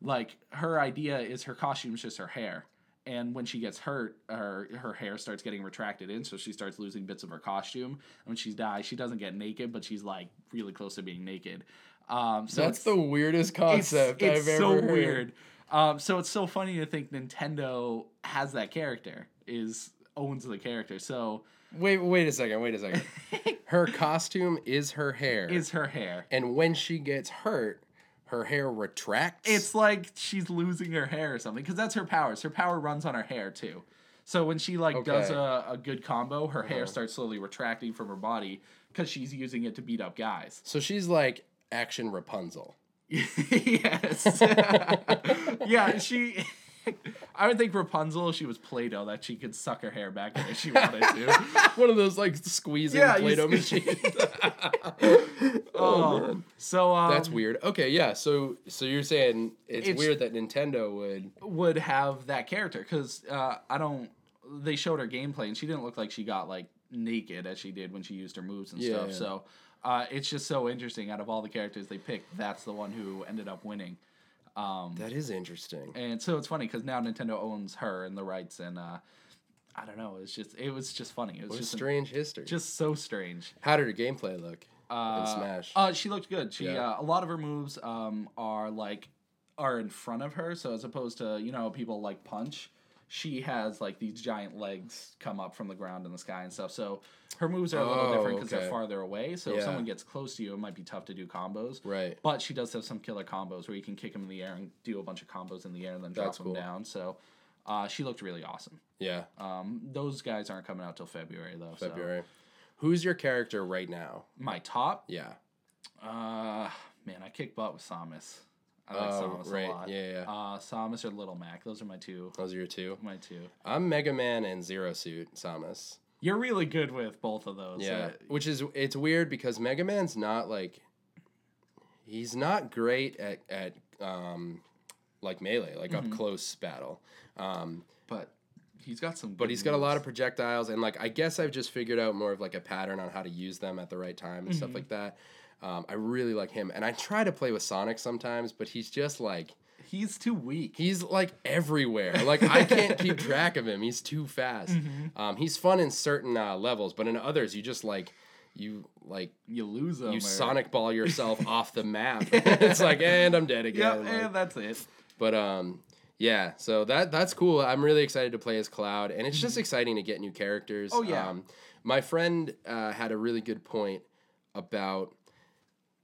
B: like her idea is her costume's just her hair. And when she gets hurt, her her hair starts getting retracted in, so she starts losing bits of her costume. And when she dies, she doesn't get naked, but she's like really close to being naked. Um, so
A: That's the
B: it's-
A: weirdest concept
B: it's,
A: I've
B: it's
A: ever
B: so
A: heard.
B: weird. Um, so it's so funny to think Nintendo has that character. Is owns the character. So
A: Wait, wait a second. Wait a second. her costume is her hair.
B: is her hair.
A: and when she gets hurt, her hair retracts.
B: It's like she's losing her hair or something because that's her powers. Her power runs on her hair too. So when she like does
A: Okay. Uh-huh.
B: a, a good combo, her hair starts slowly retracting from her body because she's using it to beat up guys.
A: so she's like action Rapunzel.
B: yes. yeah, she. I would think Rapunzel, if she was Play-Doh, that she could suck her hair back in if she wanted to.
A: One of those like squeezing
B: Yeah, you
A: Play-Doh
B: squeeze-
A: machines.
B: oh, so um,
A: That's weird. Okay, yeah. So so you're saying it's,
B: It's-
A: weird that Nintendo would Oh,
B: would have that character because uh, I don't. They showed her gameplay and she didn't look like she got like naked as she did when she used her moves and stuff.
A: Yeah.
B: So uh, it's just so interesting. Out of all the characters they picked, that's the one who ended up winning.
A: That is interesting.
B: And so it's funny because now Nintendo owns her and the rights and uh, I don't know. It's just it was just funny. It was
A: What a
B: just an-
A: strange history.
B: just so strange.
A: How did her gameplay look in Smash?
B: Uh, she looked good. She
A: Yeah.
B: uh, a lot of her moves um are like are in front of her, so as opposed to you know people like punch, she has like these giant legs come up from the ground in the sky and stuff. So her moves are a little
A: Oh,
B: different because
A: okay.
B: they're farther away. So if
A: Yeah.
B: someone gets close to you, it might be tough to do combos.
A: Right.
B: But she does have some killer combos where you can kick them in the air and do a bunch of combos in the air and then drop
A: That's
B: them
A: cool.
B: down. So. Uh, she looked really awesome.
A: yeah,
B: Um, those guys aren't coming out till February though. so-
A: February. Who's your character right now?
B: My top
A: Yeah.
B: Uh, man, I kick butt with Samus. I like
A: Oh,
B: Samus
A: right.
B: a lot.
A: Yeah, yeah.
B: Uh, Samus or Little Mac. Those are my two.
A: Those are your two.
B: My two.
A: I'm Mega Man and Zero Suit Samus.
B: You're really good with both of those.
A: Yeah,
B: Uh,
A: which is it's weird because Mega Man's not like he's not great at at um like melee, like up close battle. Um,
B: but he's got some.
A: but he's got a lot of projectiles, and like I guess I've just figured out more of like a pattern on how to use them at the right time and stuff like that. Um, I really like him, and I try to play with Sonic sometimes, but he's just like
B: He's too weak.
A: he's like everywhere. Like I can't keep track of him. He's too fast.
B: Mm-hmm.
A: Um, he's fun in certain uh, levels, but in others you just like you like
B: you lose him.
A: you
B: or-
A: sonic ball yourself off the map. it's like, and I'm dead
B: Yep,
A: again. like-
B: and that's it.
A: but um, yeah. So that that's cool. I'm really excited to play as Cloud, and it's just exciting to get new characters.
B: Mm-hmm. Oh, yeah.
A: Um, my friend uh, had a really good point about.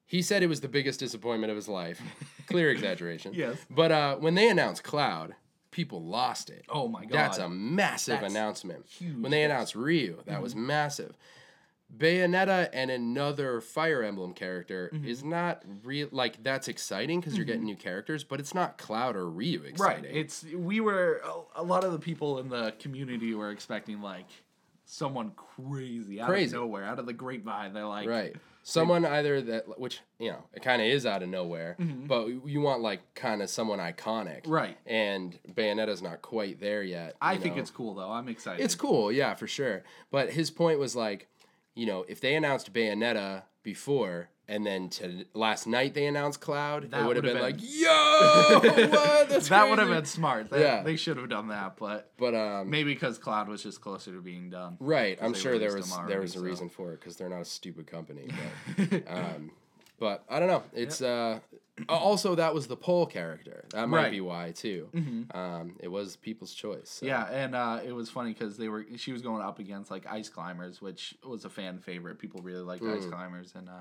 A: He said it was the biggest disappointment of his life. Clear exaggeration.
B: Yes.
A: But uh, when they announced Cloud, people lost it.
B: Oh my god.
A: That's a massive
B: That's
A: announcement.
B: huge Mm-hmm.
A: When they announced Ryu, that was massive. Bayonetta and another Fire Emblem character
B: Mm-hmm.
A: is not real. Like that's exciting because you're getting new characters, but it's not Cloud or Ryu
B: right.
A: exciting.
B: It's we were a, a lot of the people in the community were expecting like someone crazy out
A: Crazy.
B: of nowhere, out of the grapevine. They're like,
A: right. Someone either that, which you know, it kind of is out of nowhere, but you want like kind of someone iconic,
B: Mm-hmm. Right.
A: And Bayonetta's not quite there yet.
B: I
A: you
B: think
A: know.
B: it's cool though. I'm excited.
A: It's cool, yeah, for sure. But his point was like, you know, if they announced Bayonetta before and then to last night they announced Cloud,
B: That
A: it would have been,
B: would've
A: like,
B: been-
A: yo, what? That's
B: that would have
A: crazy."
B: been smart. That,
A: Yeah.
B: They should have done that, but
A: But um,
B: maybe because Cloud was just closer to being done.
A: right, I'm
B: they
A: sure there
B: released
A: was
B: them
A: there
B: already,
A: was a
B: so.
A: reason for it because they're not a stupid company. But, um, but I don't know. It's uh, also that was the poll character. That might
B: Right. Mm-hmm.
A: be why too. Um, it was people's choice. so-
B: Yeah, and uh, it was funny because they were she was going up against like Ice Climbers, which was a fan favorite. People really liked Ice
A: Mm.
B: Climbers, and uh,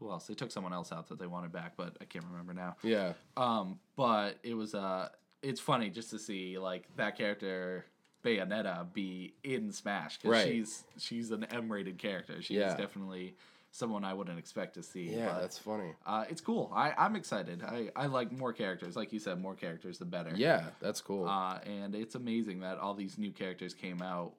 B: who else? They took someone else out that they wanted back, but I can't remember now.
A: Yeah.
B: Um, but it was uh, it's funny just to see like that character Bayonetta be in Smash because
A: Right.
B: she's she's an M-rated character. She's
A: Yeah.
B: definitely someone I wouldn't expect to see.
A: Yeah,
B: but-
A: that's funny.
B: Uh, it's cool. I, I'm excited. I, I like more characters. Like you said, more characters, the better.
A: Yeah, that's cool.
B: Uh, and it's amazing that all these new characters came out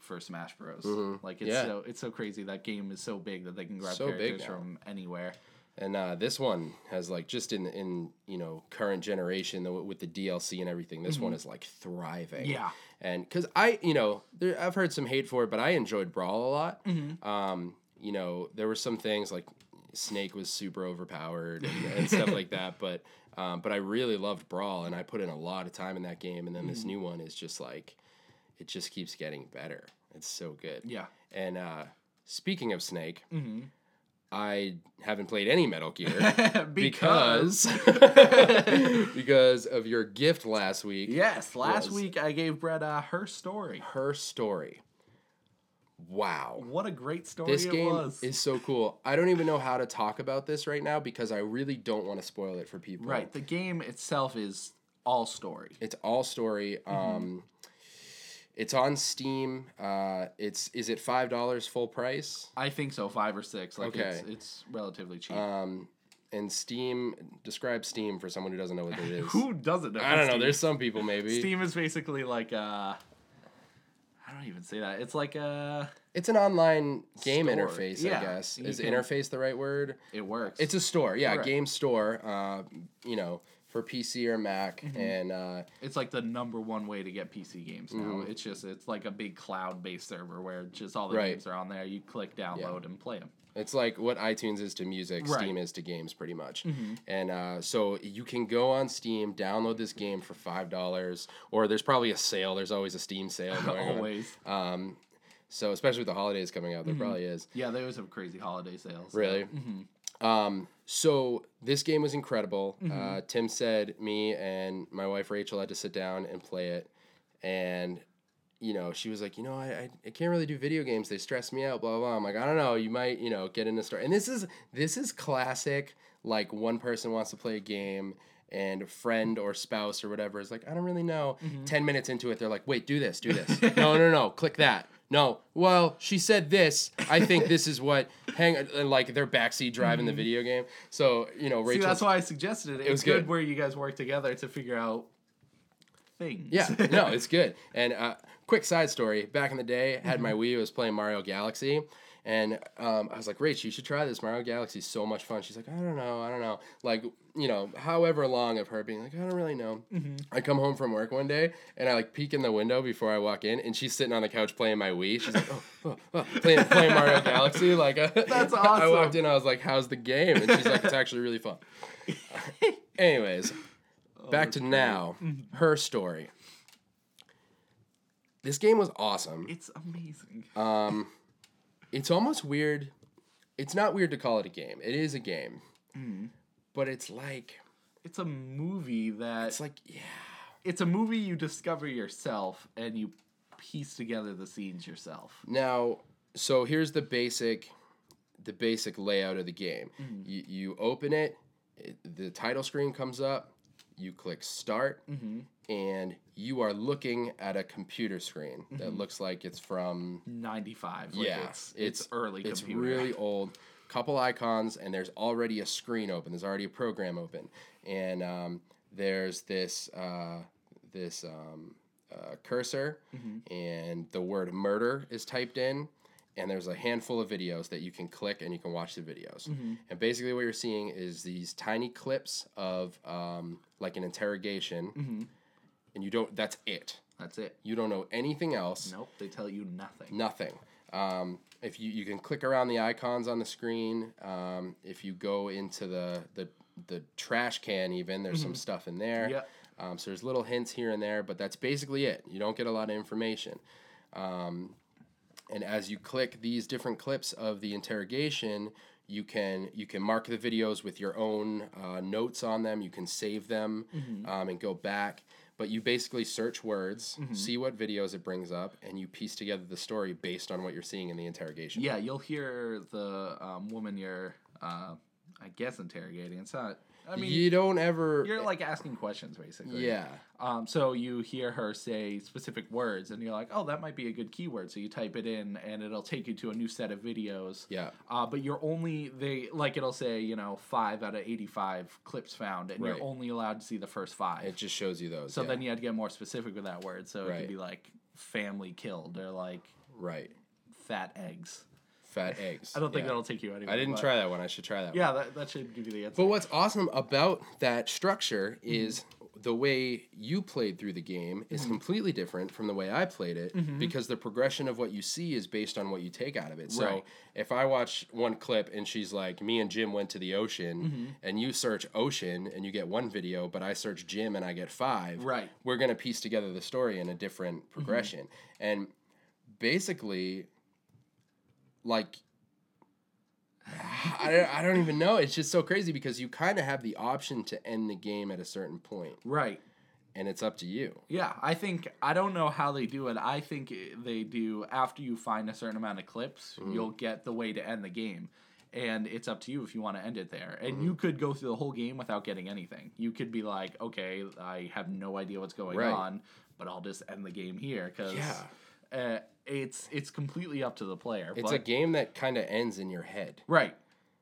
B: for Smash Bros. Like it's
A: Mm-hmm. Yeah.
B: so it's so crazy. That game is so big that they can grab
A: So big
B: characters
A: now.
B: from anywhere.
A: And uh, this one has like just in in you know current generation the, with the DLC and everything. This one is like thriving.
B: Yeah.
A: And because I you know there, I've heard some hate for it, but I enjoyed Brawl a lot. Um, you know there were some things like Snake was super overpowered and, and stuff like that, but um, but I really loved Brawl and I put in a lot of time in that game. And then this new one is just like it just keeps getting better. It's so good.
B: Yeah. Mm-hmm.
A: And uh, speaking of Snake, I haven't played any Metal Gear
B: Because-
A: because because of your gift last week.
B: Yes, last
A: was-
B: week I gave Brett uh, her story.
A: Her story. Wow.
B: What a great story
A: This
B: it
A: game
B: was.
A: is so cool. I don't even know how to talk about this right now because I really don't want to spoil it for people.
B: right, the game itself is all story.
A: It's all story.
B: Mm-hmm.
A: Um, it's on Steam. Uh, it's is it five dollars full price?
B: I think so, five or six. Like it's,
A: Okay. Uh,
B: it's relatively cheap.
A: And Steam describe Steam for someone who doesn't know what it is.
B: Who doesn't know?
A: I don't know.
B: Steam?
A: There's some people maybe.
B: Steam is basically like uh, I don't even say that. It's like uh,
A: It's an online game
B: Store.
A: interface,
B: Yeah,
A: I guess.
B: you
A: Is
B: can-
A: interface the right word?
B: it works.
A: It's a store, yeah,
B: Correct.
A: game store. Uh, you know, for PC or Mac, and uh,
B: it's like the number one way to get PC games now. It's just it's like a big cloud based server where just all the
A: Mm-hmm. Right.
B: games are on there. You click download and play them.
A: It's like what iTunes is to music,
B: Right.
A: Steam is to games, pretty much. And uh, so you can go on Steam, download this game for five dollars, or there's probably a sale. There's always a Steam sale going on.
B: Always.
A: So especially with the holidays coming up, there probably is.
B: Yeah, they always have crazy holiday sales.
A: Really. Um, so this game was incredible. Uh, Tim said me and my wife Rachel had to sit down and play it, and you know she was like, you know, I, I, I can't really do video games. They stress me out. Blah, blah blah. I'm like, I don't know. You might you know get into story. And this is this is classic. Like one person wants to play a game. And a friend or spouse or whatever is like, I don't really know.
B: Mm-hmm.
A: Ten minutes into it, they're like, Wait, do this, do this. no, no, no, click that. No, well, she said this. I think this is what hang and, like their backseat drive in the video game. So you know,
B: Mm-hmm. See,
A: Rachel.
B: that's why I suggested it. It
A: was
B: was good.
A: good.
B: where you guys work together to figure out things.
A: Yeah, no, it's good. And uh, quick side story: back in the day, I had my
B: Mm-hmm.
A: Wii. I was playing Mario Galaxy, and um, I was like, "Rach, you should try this. Mario Galaxy is so much fun." She's like, "I don't know, I don't know." Like, you know, however long of her being like, "I don't really know."
B: Mm-hmm.
A: I come home from work one day, and I like peek in the window before I walk in, and she's sitting on the couch playing my Wii. She's like, "Oh, oh, oh," playing playing Mario Galaxy." Like, uh,
B: That's
A: I walked
B: awesome.
A: in, I was like, "How's the game?" And she's like, "It's actually really fun." Anyways, back to now, her story. This game was awesome.
B: It's amazing.
A: It's almost weird. It's not weird to call it a game. It is a game. But it's like
B: it's a movie that
A: it's like yeah.
B: it's a movie you discover yourself and you piece together the scenes yourself.
A: Now, so here's the basic the basic layout of the game. You you open it, it, the title screen comes up, you click start, and you are looking at a computer screen that looks like it's from
B: 95. Like
A: Yeah,
B: it's, it's early
A: It's
B: computer.
A: really old. Couple icons, and there's already a screen open. There's already a program open, and um, there's this uh, this um, uh, cursor,
B: Mm-hmm.
A: and the word murder is typed in, and there's a handful of videos that you can click and you can watch the videos.
B: Mm-hmm.
A: And basically, what you're seeing is these tiny clips of um, like an interrogation,
B: Mm-hmm.
A: and you don't. That's it.
B: That's it.
A: You don't know anything else
B: Nope, they tell you nothing.
A: nothing. Um, if you, you can click around the icons on the screen, um, if you go into the, the the trash can, even there's some stuff in there.
B: Yep.
A: Um, so there's little hints here and there, but that's basically it. You don't get a lot of information. Um, and as you click these different clips of the interrogation, you can you can mark the videos with your own uh, notes on them. You can save them
B: Mm-hmm.
A: um, and go back. But you basically search words,
B: Mm-hmm.
A: see what videos it brings up, and you piece together the story based on what you're seeing in the interrogation.
B: Yeah, you'll hear the um, woman you're, uh, I guess, interrogating. It's not. I mean,
A: you don't ever.
B: you're like asking questions basically.
A: yeah.
B: Um, so you hear her say specific words, and you're like, "Oh, that might be a good keyword." So you type it in, and it'll take you to a new set of videos.
A: Yeah.
B: Uh, but you're only they like it'll say you know five out of eighty-five clips found, and
A: Right.
B: you're only allowed to see the first five.
A: It just shows you those.
B: so
A: yeah.
B: then you had to get more specific with that word. So it
A: Right.
B: could be like family killed or like
A: Right.
B: fat eggs.
A: Fat eggs.
B: I don't think
A: yeah.
B: that'll take you anywhere.
A: I didn't
B: but-
A: try that one. I should try that
B: Yeah, that, that should give you the answer.
A: But what's awesome about that structure is the way you played through the game is completely different from the way I played it because the progression of what you see is based on what you take out of it. So
B: Right.
A: if I watch one clip and she's like, Me and Jim went to the ocean, and you search ocean and you get one video, but I search Jim and I get five,
B: Right. Mm-hmm.
A: we're going to piece together the story in a different progression. And basically, like, I, I don't even know. It's just so crazy because you kind of have the option to end the game at a certain point,
B: Right.
A: and it's up to you.
B: Yeah, I think I don't know how they do it. I think it- they do after you find a certain amount of clips,
A: Mm-hmm.
B: you'll get the way to end the game. And it's up to you if you want to end it there. And
A: Mm-hmm.
B: you could go through the whole game without getting anything. You could be like, okay, I have no idea what's going
A: Right.
B: on, but I'll just end the game here because
A: Yeah.
B: uh, it's it's completely up to the player.
A: It's
B: but-
A: a game that kind of ends in your head.
B: Right.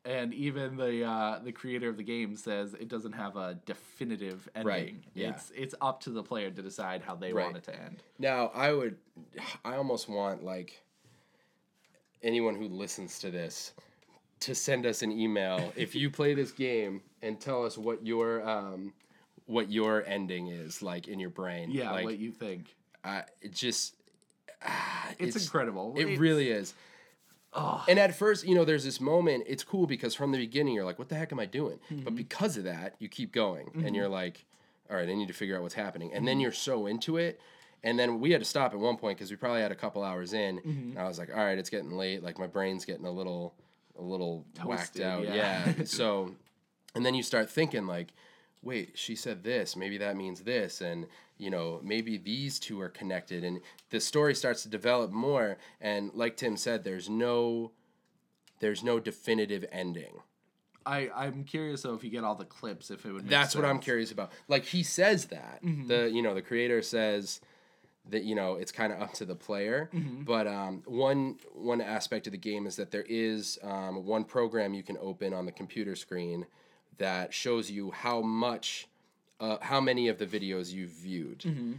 B: And even the uh, the creator of the game says it doesn't have a definitive ending.
A: Right, yeah.
B: It's it's up to the player to decide how they
A: Right.
B: want it to end.
A: Now, I would, I almost want like anyone who listens to this to send us an email if you play this game and tell us what your um, what your ending is like in your brain.
B: Yeah,
A: like
B: what you think.
A: I- it just ah,
B: It's,
A: it's-
B: incredible.
A: It
B: It's-
A: really is. And at first, you know, there's this moment. It's cool because from the beginning, you're like, "What the heck am I doing?"
B: Mm-hmm.
A: But because of that, you keep going, and you're like, "All right, I need to figure out what's happening." And
B: Mm-hmm.
A: then you're so into it. And then we had to stop at one point because we probably had a couple hours in.
B: Mm-hmm.
A: And I was like, "All right, it's getting late. Like my brain's getting a little, a little whacked
B: Toasted,
A: out."
B: yeah.
A: yeah. so and then you start thinking like, wait, she said this, maybe that means this, and you know, maybe these two are connected, and the story starts to develop more. And like Tim said, there's no, there's no definitive ending.
B: I I'm curious though if you get all the clips if it would. Make
A: That's what I'm
B: sense. Mm-hmm.
A: curious about. Like he says that the you know the creator says that you know it's kind of up to the player.
B: Mm-hmm.
A: But um, one one aspect of the game is that there is um, one program you can open on the computer screen that shows you how much uh, how many of the videos you've viewed,
B: Mm-hmm.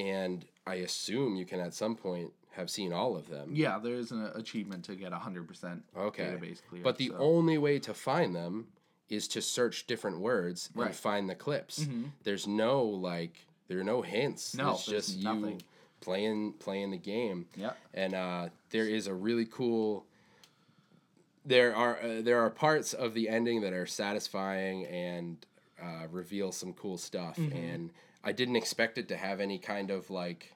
A: and I assume you can at some point have seen all of them.
B: Yeah, there is an achievement to get hundred percent.
A: Okay.
B: Database clear.
A: but the
B: so-
A: only way to find them is to search different words
B: Right. Mm-hmm.
A: and find the clips. There's no like there are no hints.
B: No,
A: it's
B: there's
A: just you
B: nothing.
A: playing playing the game.
B: Yep.
A: And uh, there is a really cool there are uh, there are parts of the ending that are satisfying and uh, reveal some cool stuff
B: Mm-hmm.
A: and I didn't expect it to have any kind of like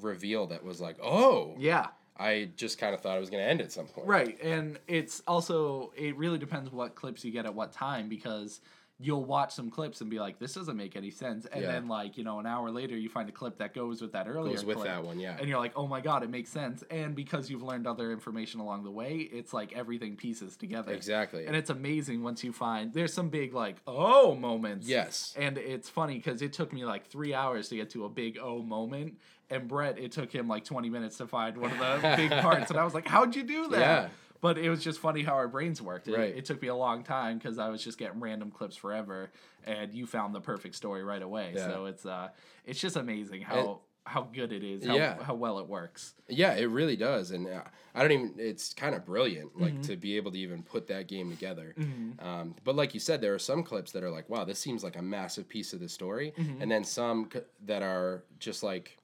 A: reveal that was like, "Oh,
B: yeah.
A: I just kind of thought it was going to end at some point."
B: Right, and it's also it really depends what clips you get at what time because you'll watch some clips and be like, this doesn't make any sense, and
A: Yeah.
B: then like you know an hour later you find a clip that goes with that earlier
A: Goes with
B: clip,
A: that one, yeah.
B: and you're like, oh my god, it makes sense, and because you've learned other information along the way, it's like everything pieces together
A: Exactly.
B: and it's amazing once you find there's some big like oh moments
A: Yes.
B: and it's funny because it took me like three hours to get to a big oh moment. And Brett, it took him like 20 minutes to find one of the big parts. And I was like, how'd you do that?
A: Yeah.
B: But it was just funny how our brains worked. It,
A: Right.
B: it took me a long time because I was just getting random clips forever. And you found the perfect story right away.
A: Yeah.
B: So it's uh, it's just amazing how. how good it is, how,
A: Yeah.
B: how well it works.
A: Yeah, it really does, and uh, I don't even. It's kind of brilliant, like to be able to even put that game together. Um, but like you said, there are some clips that are like, "Wow, this seems like a massive piece of the story," and then some c- that are just like,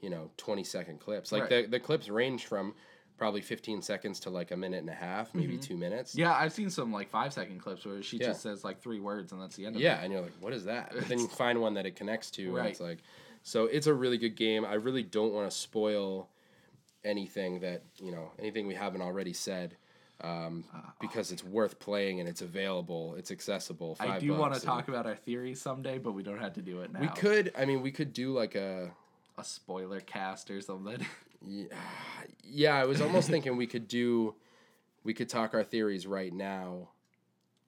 A: you know, twenty second clips. Like
B: Right.
A: the the clips range from probably fifteen seconds to like a minute and a half, maybe two minutes.
B: Yeah, I've seen some like five second clips where she
A: Yeah.
B: just says like three words and that's the end of it.
A: Yeah, and you're like, what is that? But then you find one that it connects to, and it's
B: Right.
A: like, so it's a really good game. I really don't want to spoil anything that you know, anything we haven't already said,
B: Uh,
A: um, because it's worth playing and it's available, it's accessible.
B: I
A: five
B: do want to
A: bucks,
B: talk
A: and
B: about our theories someday, but we don't have to do it now.
A: We could, I mean, we could do like a.
B: a spoiler cast or something.
A: Yeah, I was almost thinking we could do, we could talk our theories right now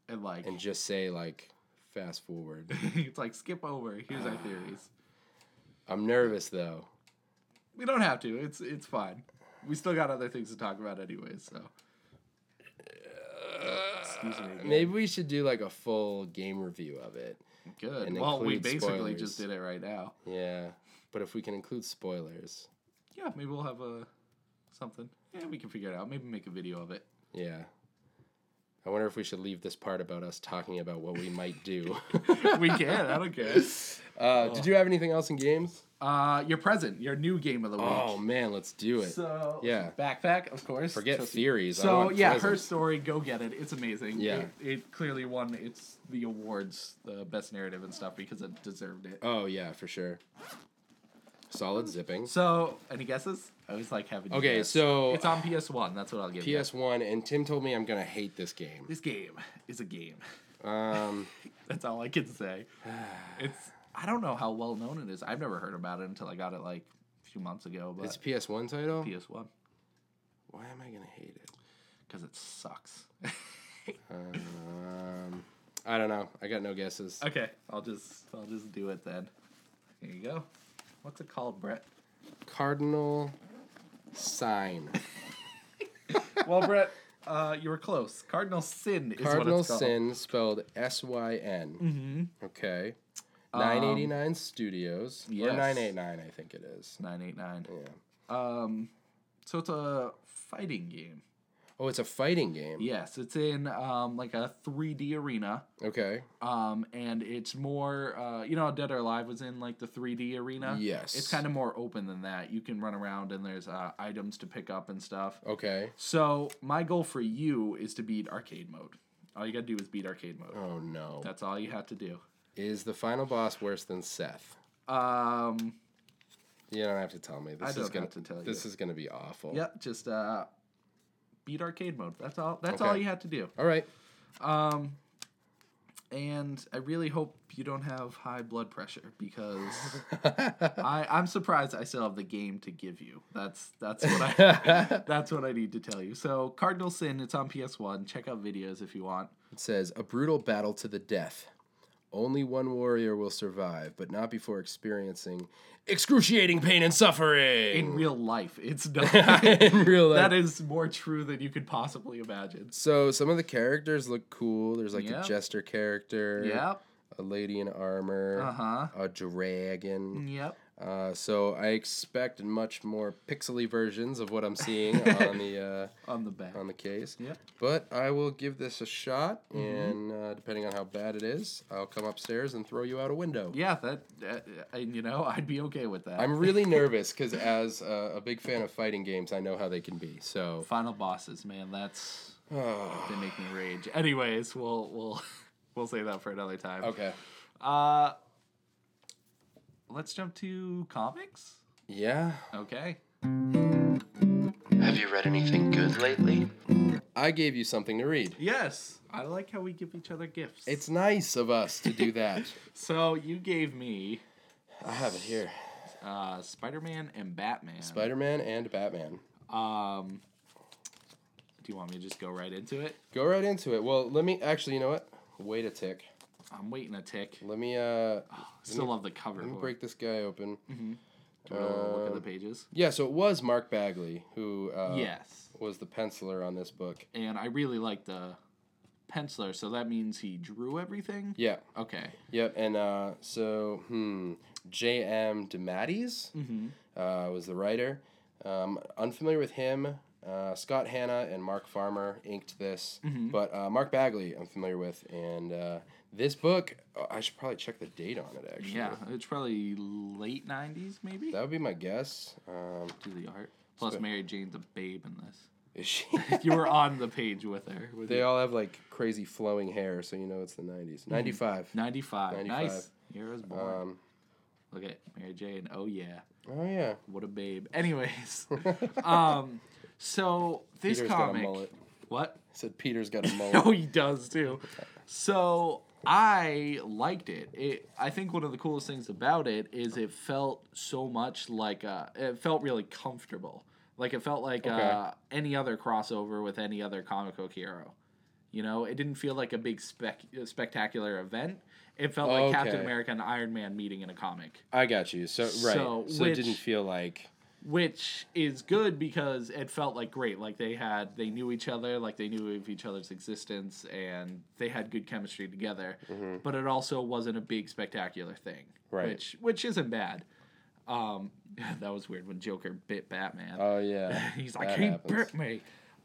B: and like
A: and just say like, fast forward.
B: it's like skip over. Here's our theories.
A: I'm nervous though.
B: We don't have to. It's it's fine. We still got other things to talk about anyway, so Excuse me. again.
A: Maybe we should do like a full game review of it.
B: Good.
A: and
B: Well, we
A: include
B: basically just
A: spoilers.
B: did it right now.
A: Yeah, but if we can include spoilers,
B: Yeah, maybe we'll have a something. Yeah, we can figure it out. Maybe make a video of it.
A: yeah. I wonder if we should leave this part about us talking about what we might do.
B: we can. I don't care.
A: uh, did you have anything else in games?
B: Uh, your present, your new game of the week.
A: Oh man, let's do it.
B: So
A: Yeah.
B: backpack, of course.
A: Forget
B: Trust-
A: theories. I
B: So
A: want
B: yeah, her
A: presents.
B: story. Go get it. It's amazing.
A: Yeah.
B: it, it clearly won. It's the awards, the best narrative and stuff because it deserved it.
A: Oh yeah, for sure. Solid zipping.
B: So any guesses? I always like having.
A: Okay,
B: this.
A: so-
B: it's on PS One. That's what I'll give you.
A: PS1, and Tim told me I'm going to hate this game.
B: This game is a game. Um, that's all I can say. It's I don't know how well known it is. I've never heard about it until I got it like a few months ago. But
A: It's a PS1 title?
B: PS One
A: Why am I going to hate it?
B: because it sucks.
A: Um, I don't know. I got no guesses.
B: okay, I'll just I'll just do it then. Here you go. What's it called, Brett?
A: Cardinal sign.
B: Well, Brett, uh, you were close. Cardinal Sin is what
A: Cardinal
B: it's called. Mm-hmm.
A: Sin spelled S Y N. Okay. 989 Studios. Or
B: Um, yes.
A: 989, I think it is.
B: Nine eight nine. Yeah. Um, so it's a fighting game.
A: Oh, it's a fighting game.
B: Yes, it's in um like a three D arena.
A: Okay.
B: Um, and it's more uh you know how Dead or Alive was in like the three D arena.
A: Yes.
B: It's kind of more open than that. You can run around and there's uh items to pick up and stuff.
A: Okay.
B: So my goal for you is to beat arcade mode. All you gotta do is beat arcade mode.
A: Oh, no.
B: That's all you have to do.
A: Is the final boss worse than Seth?
B: Um,
A: You don't have to tell me. This is
B: don't
A: gonna,
B: have to tell
A: This
B: you.
A: is going to be awful.
B: yep, just uh, beat arcade mode. That's all. That's
A: Okay.
B: all you have to do.
A: All right.
B: and I really hope you don't have high blood pressure because I, I'm surprised I still have the game to give you. That's that's what I that's what I need to tell you. So Cardinal Sin, it's on PS One. Check out videos if you want.
A: It says a brutal battle to the death. Only one warrior will survive, but not before experiencing excruciating pain and suffering.
B: In real life, it's not.
A: In real life.
B: that is more true than you could possibly imagine.
A: So some of the characters look cool. There's like
B: Yep.
A: the jester character,
B: Yep.
A: a lady in armor,
B: Uh-huh.
A: a dragon.
B: Yep.
A: Uh, so I expect much more pixely versions of what I'm seeing on the
B: On the back.
A: uh, on the case.
B: Yep. Mm-hmm.
A: But I will give this a shot, and uh, depending on how bad it is, I'll come upstairs and throw you out a window.
B: yeah, that, that and you know I'd be okay with that.
A: I'm really nervous because as uh, a big fan of fighting games, I know how they can be. So
B: final bosses, man. That's they make me rage. Anyways, we'll we'll we'll save that for another time.
A: okay,
B: Uh, let's jump to comics.
A: yeah.
B: Okay.
C: Have you read anything good lately?
A: I gave you something to read.
B: Yes, I like how we give each other gifts.
A: It's nice of us to do that.
B: so you gave me
A: I have it here.
B: uh, Spider-Man and Batman.
A: Spider Man and Batman.
B: um, do you want me to just go right into it?
A: Go right into it. Well, let me actually. You know what? Wait a tick.
B: I'm waiting a tick.
A: Let me uh,
B: Still love the cover.
A: let me
B: for
A: break this guy open.
B: it. Do you wanna look at the pages.
A: Yeah. So it was Mark Bagley who uh,
B: yes,
A: was the penciler on this book.
B: and I really like the penciler. So that means he drew everything.
A: Yeah.
B: Okay.
A: Yep. And uh, so hmm, J.M. DeMatteis
B: Mm-hmm.
A: uh, was the writer. Um, unfamiliar with him. Uh, Scott Hanna and Mark Farmer inked this,
B: Mm-hmm.
A: but uh, Mark Bagley I'm familiar with, and uh, this book oh, I should probably check the date on it actually.
B: Yeah, it's probably late '90s, maybe.
A: That would be my guess. Um,
B: do the art. Plus, Mary Jane's a babe in this.
A: is she?
B: You were on the page with her. with
A: they
B: you.
A: all have like crazy flowing hair, so you know it's the '90s.
B: Mm-hmm.
A: '95.
B: 95.
A: 95.
B: Nice. Here is born.
A: Um,
B: Look at Mary Jane. Oh, yeah.
A: Oh yeah.
B: What a babe. Anyways, um, so this
A: Peter's got a
B: comic.
A: mullet.
B: What?
A: I said Peter's got a mullet.
B: Oh, he does too. So I liked it. it. I think one of the coolest things about it is it felt so much like uh, it felt really comfortable. Like it felt like uh, any other crossover with any other comic book hero. You know, it didn't feel like a big spec spectacular event. It felt like Captain
A: Okay.
B: America and Iron Man meeting in a comic.
A: I got you. So right. So,
B: So,
A: it didn't
B: which-
A: feel like.
B: which is good because it felt like great like they had they knew each other like they knew of each other's existence and they had good chemistry together but it also wasn't a big spectacular thing
A: Mm-hmm. Right.
B: which which isn't bad um that was weird when joker bit batman
A: Oh yeah.
B: he's like
A: that
B: he
A: happens.
B: bit me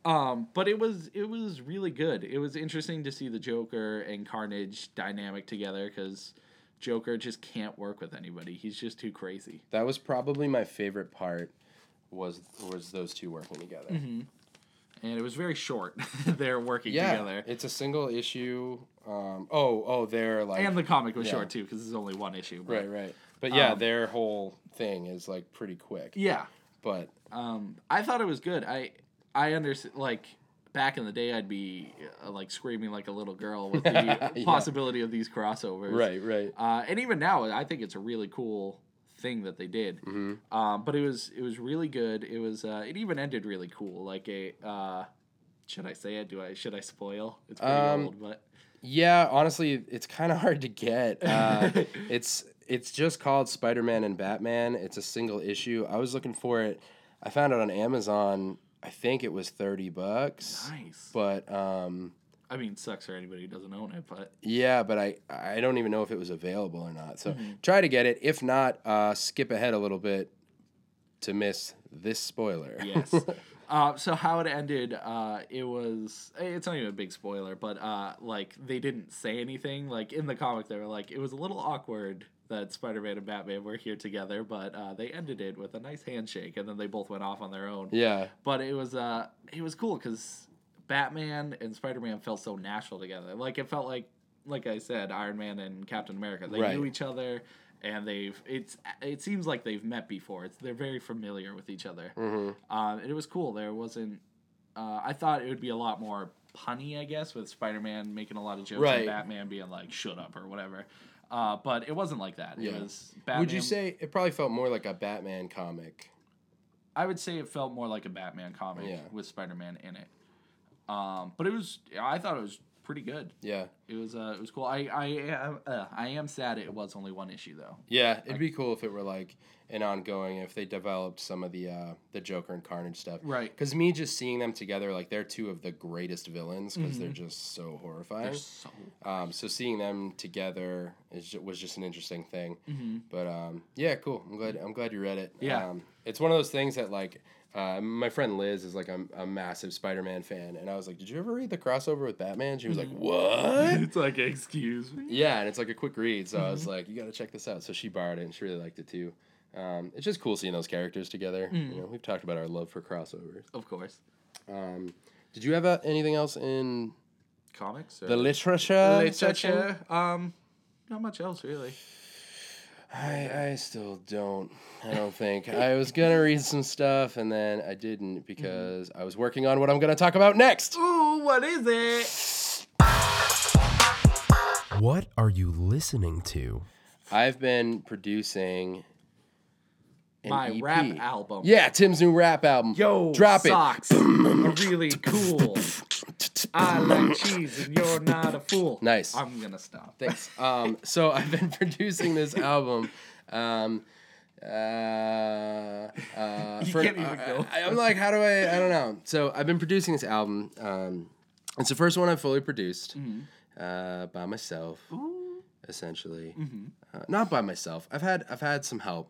B: um but it was it was really good it was interesting to see the joker and carnage dynamic together because joker just can't work with anybody he's just too crazy
A: That was probably my favorite part. Was was those two working together?
B: and it was very short. They're working
A: Yeah,
B: together,
A: it's a single issue. Um, oh, oh, they're like
B: and the comic was
A: Yeah.
B: short too because it's only one issue. but-
A: right, right. But yeah, their whole thing is like pretty quick.
B: Yeah,
A: But
B: Um, I thought it was good. I I understand. Like back in the day, I'd be uh, like screaming like a little girl with the
A: Yeah.
B: possibility of these crossovers.
A: right, right.
B: Uh, and even now, I think it's a really cool thing that they did.
A: Mm-hmm.
B: Um, but it was it was really good. It was uh, it even ended really cool. Like a uh, should I say it? Do I should I spoil? It's pretty
A: Um,
B: old, but
A: Yeah, honestly, it's kind of hard to get. Uh, it's it's just called Spider Man and Batman. It's a single issue. I was looking for it. I found it on Amazon. I think it was thirty bucks.
B: nice.
A: But um,
B: I mean, sucks for anybody who doesn't own it, but
A: yeah, but I I don't even know if it was available or not. So try to get it. If not, uh, skip ahead a little bit to miss this spoiler.
B: yes. Uh, so how it ended, uh, it was it's not even a big spoiler, but uh, like they didn't say anything. Like in the comic, they were like it was a little awkward that Spider-Man and Batman were here together, but uh, they ended it with a nice handshake, and then they both went off on their own.
A: yeah.
B: But it was uh, it was cool because Batman and Spider-Man felt so natural together. Like it felt like like I said, Iron Man and Captain America. They
A: Right.
B: knew each other. And they've it's it seems like they've met before. It's they're very familiar with each other.
A: hmm
B: Um, and it was cool. There wasn't. Uh, I thought it would be a lot more punny, I guess, with Spider Man making a lot of jokes
A: Right.
B: and Batman being like "shut up" or whatever. Uh, but it wasn't like that.
A: Yeah.
B: It was Batman.
A: Would you say it probably felt more like a Batman comic?
B: I would say it felt more like a Batman comic
A: Yeah.
B: with Spider Man in it. Um, but it was. I thought it was pretty good.
A: Yeah.
B: It was. Uh, it was cool. I. I am. Uh, I am sad it was only one issue though.
A: Yeah, it'd be cool if it were like an ongoing. If they developed some of the uh, the Joker and Carnage stuff,
B: Right.
A: Because me just seeing them together, like they're two of the greatest villains because they're
B: Mm-hmm.
A: just so horrifying.
B: They're so.
A: um, so seeing them together is ju- was just an interesting thing. But um, yeah, cool. I'm glad. I'm glad you read it.
B: Yeah.
A: Um, it's one of those things that like. Uh, my friend Liz is like a, a massive Spider-Man fan, and I was like, "Did you ever read the crossover with Batman?" She was like, "What?"
B: It's like excuse me.
A: Yeah, and it's like a quick read, so I was like, "You got to check this out." So she borrowed it, and she really liked it too. Um, it's just cool seeing those characters together. You know, we've talked about our love for crossovers.
B: Of course.
A: Um, did you have uh, anything else in
B: Comics. Or
A: the literature? section?
B: literature. Um, not much else really.
A: I, I still don't. I don't think I was gonna read some stuff, and then I didn't
B: Mm-hmm.
A: because I was working on what I'm gonna talk about next.
B: Ooh, what is it?
F: What are you listening to?
A: I've been producing an
B: My
A: EP.
B: rap album.
A: Yeah, Tim's new rap album.
B: Yo,
A: drop it.
B: socks it. are really cool. I like cheese and you're not a fool.
A: Nice.
B: I'm gonna stop.
A: Thanks. Um, so I've been producing this album. Um, uh, uh,
B: You
A: for-
B: can't even
A: I-
B: go.
A: I, am like, how do I? I don't know. So I've been producing this album. Um, it's the first one I've fully produced
B: Mm-hmm.
A: uh, by myself, essentially.
B: Mm-hmm.
A: Uh, not by myself. I've had I've had some help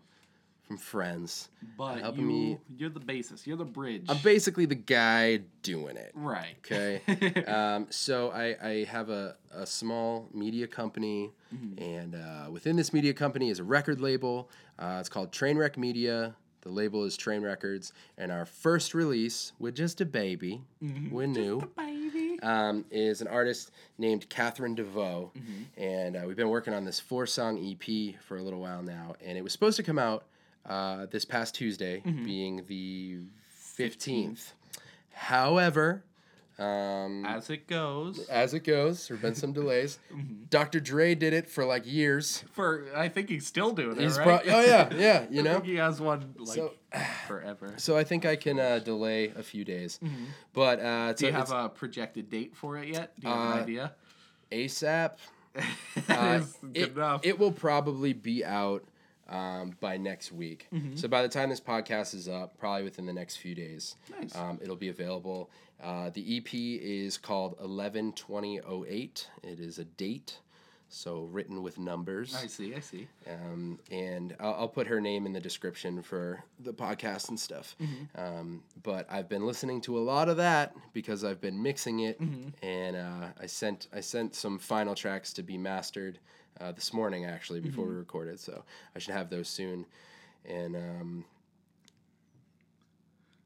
A: from friends.
B: But
A: Helping
B: you,
A: me-
B: you're the basis. You're the bridge.
A: I'm basically the guy doing it.
B: right.
A: Okay. um, so I, I have a, a small media company, and uh, within this media company is a record label. Uh, it's called Trainwreck Media. The label is Train Records, and our first release, with just a baby, we're new um, is an artist named Catherine DeVoe. And uh, we've been working on this four song EP for a little while now. And it was supposed to come out uh, this past Tuesday, being the 15th. However, um,
B: As it goes,
A: as it goes, there have been some delays.
B: Mm-hmm.
A: Dr. Dre did it for like years.
B: for I think he's still doing
A: He's
B: it, right?
A: pro- oh, yeah, yeah, you
B: I
A: know?
B: think he has one like
A: So-
B: forever.
A: So I think I can uh, delay a few days. But uh,
B: Mm-hmm. Do
A: so
B: you have
A: it's
B: a projected date for it yet? Do you have
A: Uh,
B: an idea?
A: ASAP.
B: That
A: Uh,
B: is good
A: it,
B: enough.
A: it will probably be out um, by next week.
B: Mm-hmm.
A: So by the time this podcast is up, probably within the next few days,
B: Nice.
A: um, it'll be available. Uh, the EP is called 112008. It is a date, so written with numbers.
B: I see. I see.
A: Um, and I'll, I'll put her name in the description for the podcast and stuff.
B: Mm-hmm.
A: Um, but I've been listening to a lot of that because I've been mixing it,
B: Mm-hmm.
A: and uh, I sent I sent some final tracks to be mastered uh, this morning actually before
B: Mm-hmm.
A: we recorded, so I should have those soon. And um,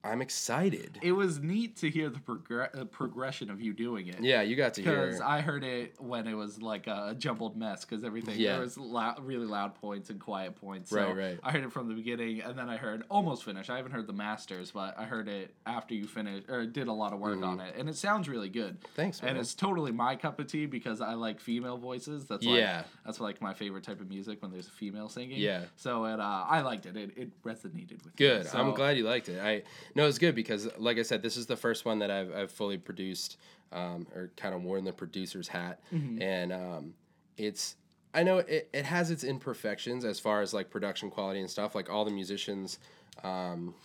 A: I'm excited.
B: It was neat to hear the progr- uh, progression of you doing it.
A: Yeah, you got to hear.
B: Because I heard it when it was like a jumbled mess because everything
A: Yeah.
B: there was lou- really loud points and quiet points. So
A: Right, right.
B: I heard it from the beginning and then I heard almost finished. I haven't heard the masters, but I heard it after you finished or did a lot of work on it, and it sounds really good.
A: Mm-hmm. Thanks,
B: And
A: man.
B: it's totally my cup of tea because I like female voices. That's
A: Yeah.
B: like that's like my favorite type of music when there's a female singing.
A: Yeah.
B: So it uh, I liked it. It it resonated with me.
A: Good.
B: So-
A: I'm glad you liked it. I no, it's good because, like I said, this is the first one that I've, I've fully produced, um, or kind of worn the producer's hat,
B: Mm-hmm.
A: and um, it's. I know it, it has its imperfections as far as like production quality and stuff. Like all the musicians, um,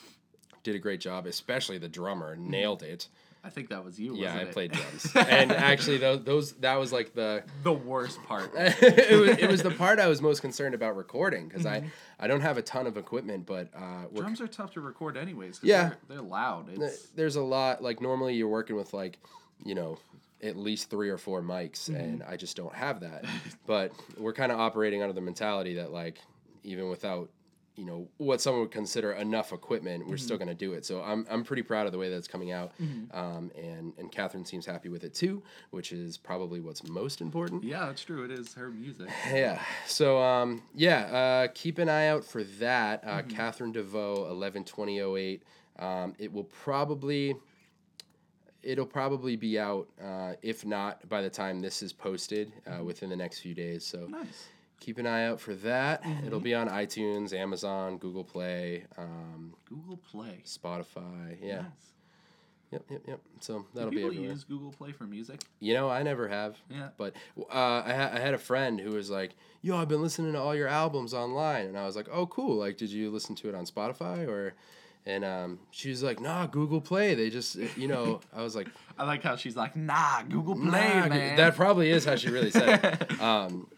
A: did a great job, especially the drummer nailed it.
B: I think that was you.
A: Yeah,
B: Mm-hmm. wasn't
A: I
B: it?
A: played drums, and actually those, those that was like the
B: the worst part.
A: it, was, it was the part I was most concerned about recording because
B: Mm-hmm.
A: I I don't have a ton of equipment, but uh, we're
B: Drums are tough to record anyways. 'cause
A: Yeah.
B: they're, they're loud. It's
A: there's a lot like normally you're working with like you know at least three or four mics and i just don't have that but we're kind of operating under the mentality that like even without you know what someone would consider enough equipment we're still going to do it so I'm, I'm pretty proud of the way that's coming out um, and and catherine seems happy with it too which is probably what's most important
B: yeah, that's true. It is her music.
A: yeah. So um, yeah, uh, keep an eye out for that. Uh,
B: Mm-hmm.
A: Catherine DeVoe, eleven twenty oh eight. Um, it will probably, it'll probably be out. Uh, if not, by the time this is posted, uh, within the next few days. So
B: Mm-hmm. Nice. Mm-hmm.
A: keep an eye out for that. It'll be on iTunes, Amazon, Google Play, um,
B: Google Play.
A: Spotify. Yeah.
B: Nice.
A: Yep. Yep. Yep. So
B: Do
A: that'll be
B: people
A: everywhere.
B: use Google Play for music?
A: You know, I never have.
B: Yeah.
A: But uh, I, ha- I had a friend who was like, "Yo, I've been listening to all your albums online," and I was like, "Oh, cool! Like, did you listen to it on Spotify or?" And um, she was like, "Nah, Google Play. They just, uh, you know." I was like,
B: I like how she's like, nah, Google Play,
A: "Nah, Goo-"
B: man.
A: that probably is how she really said it." Um,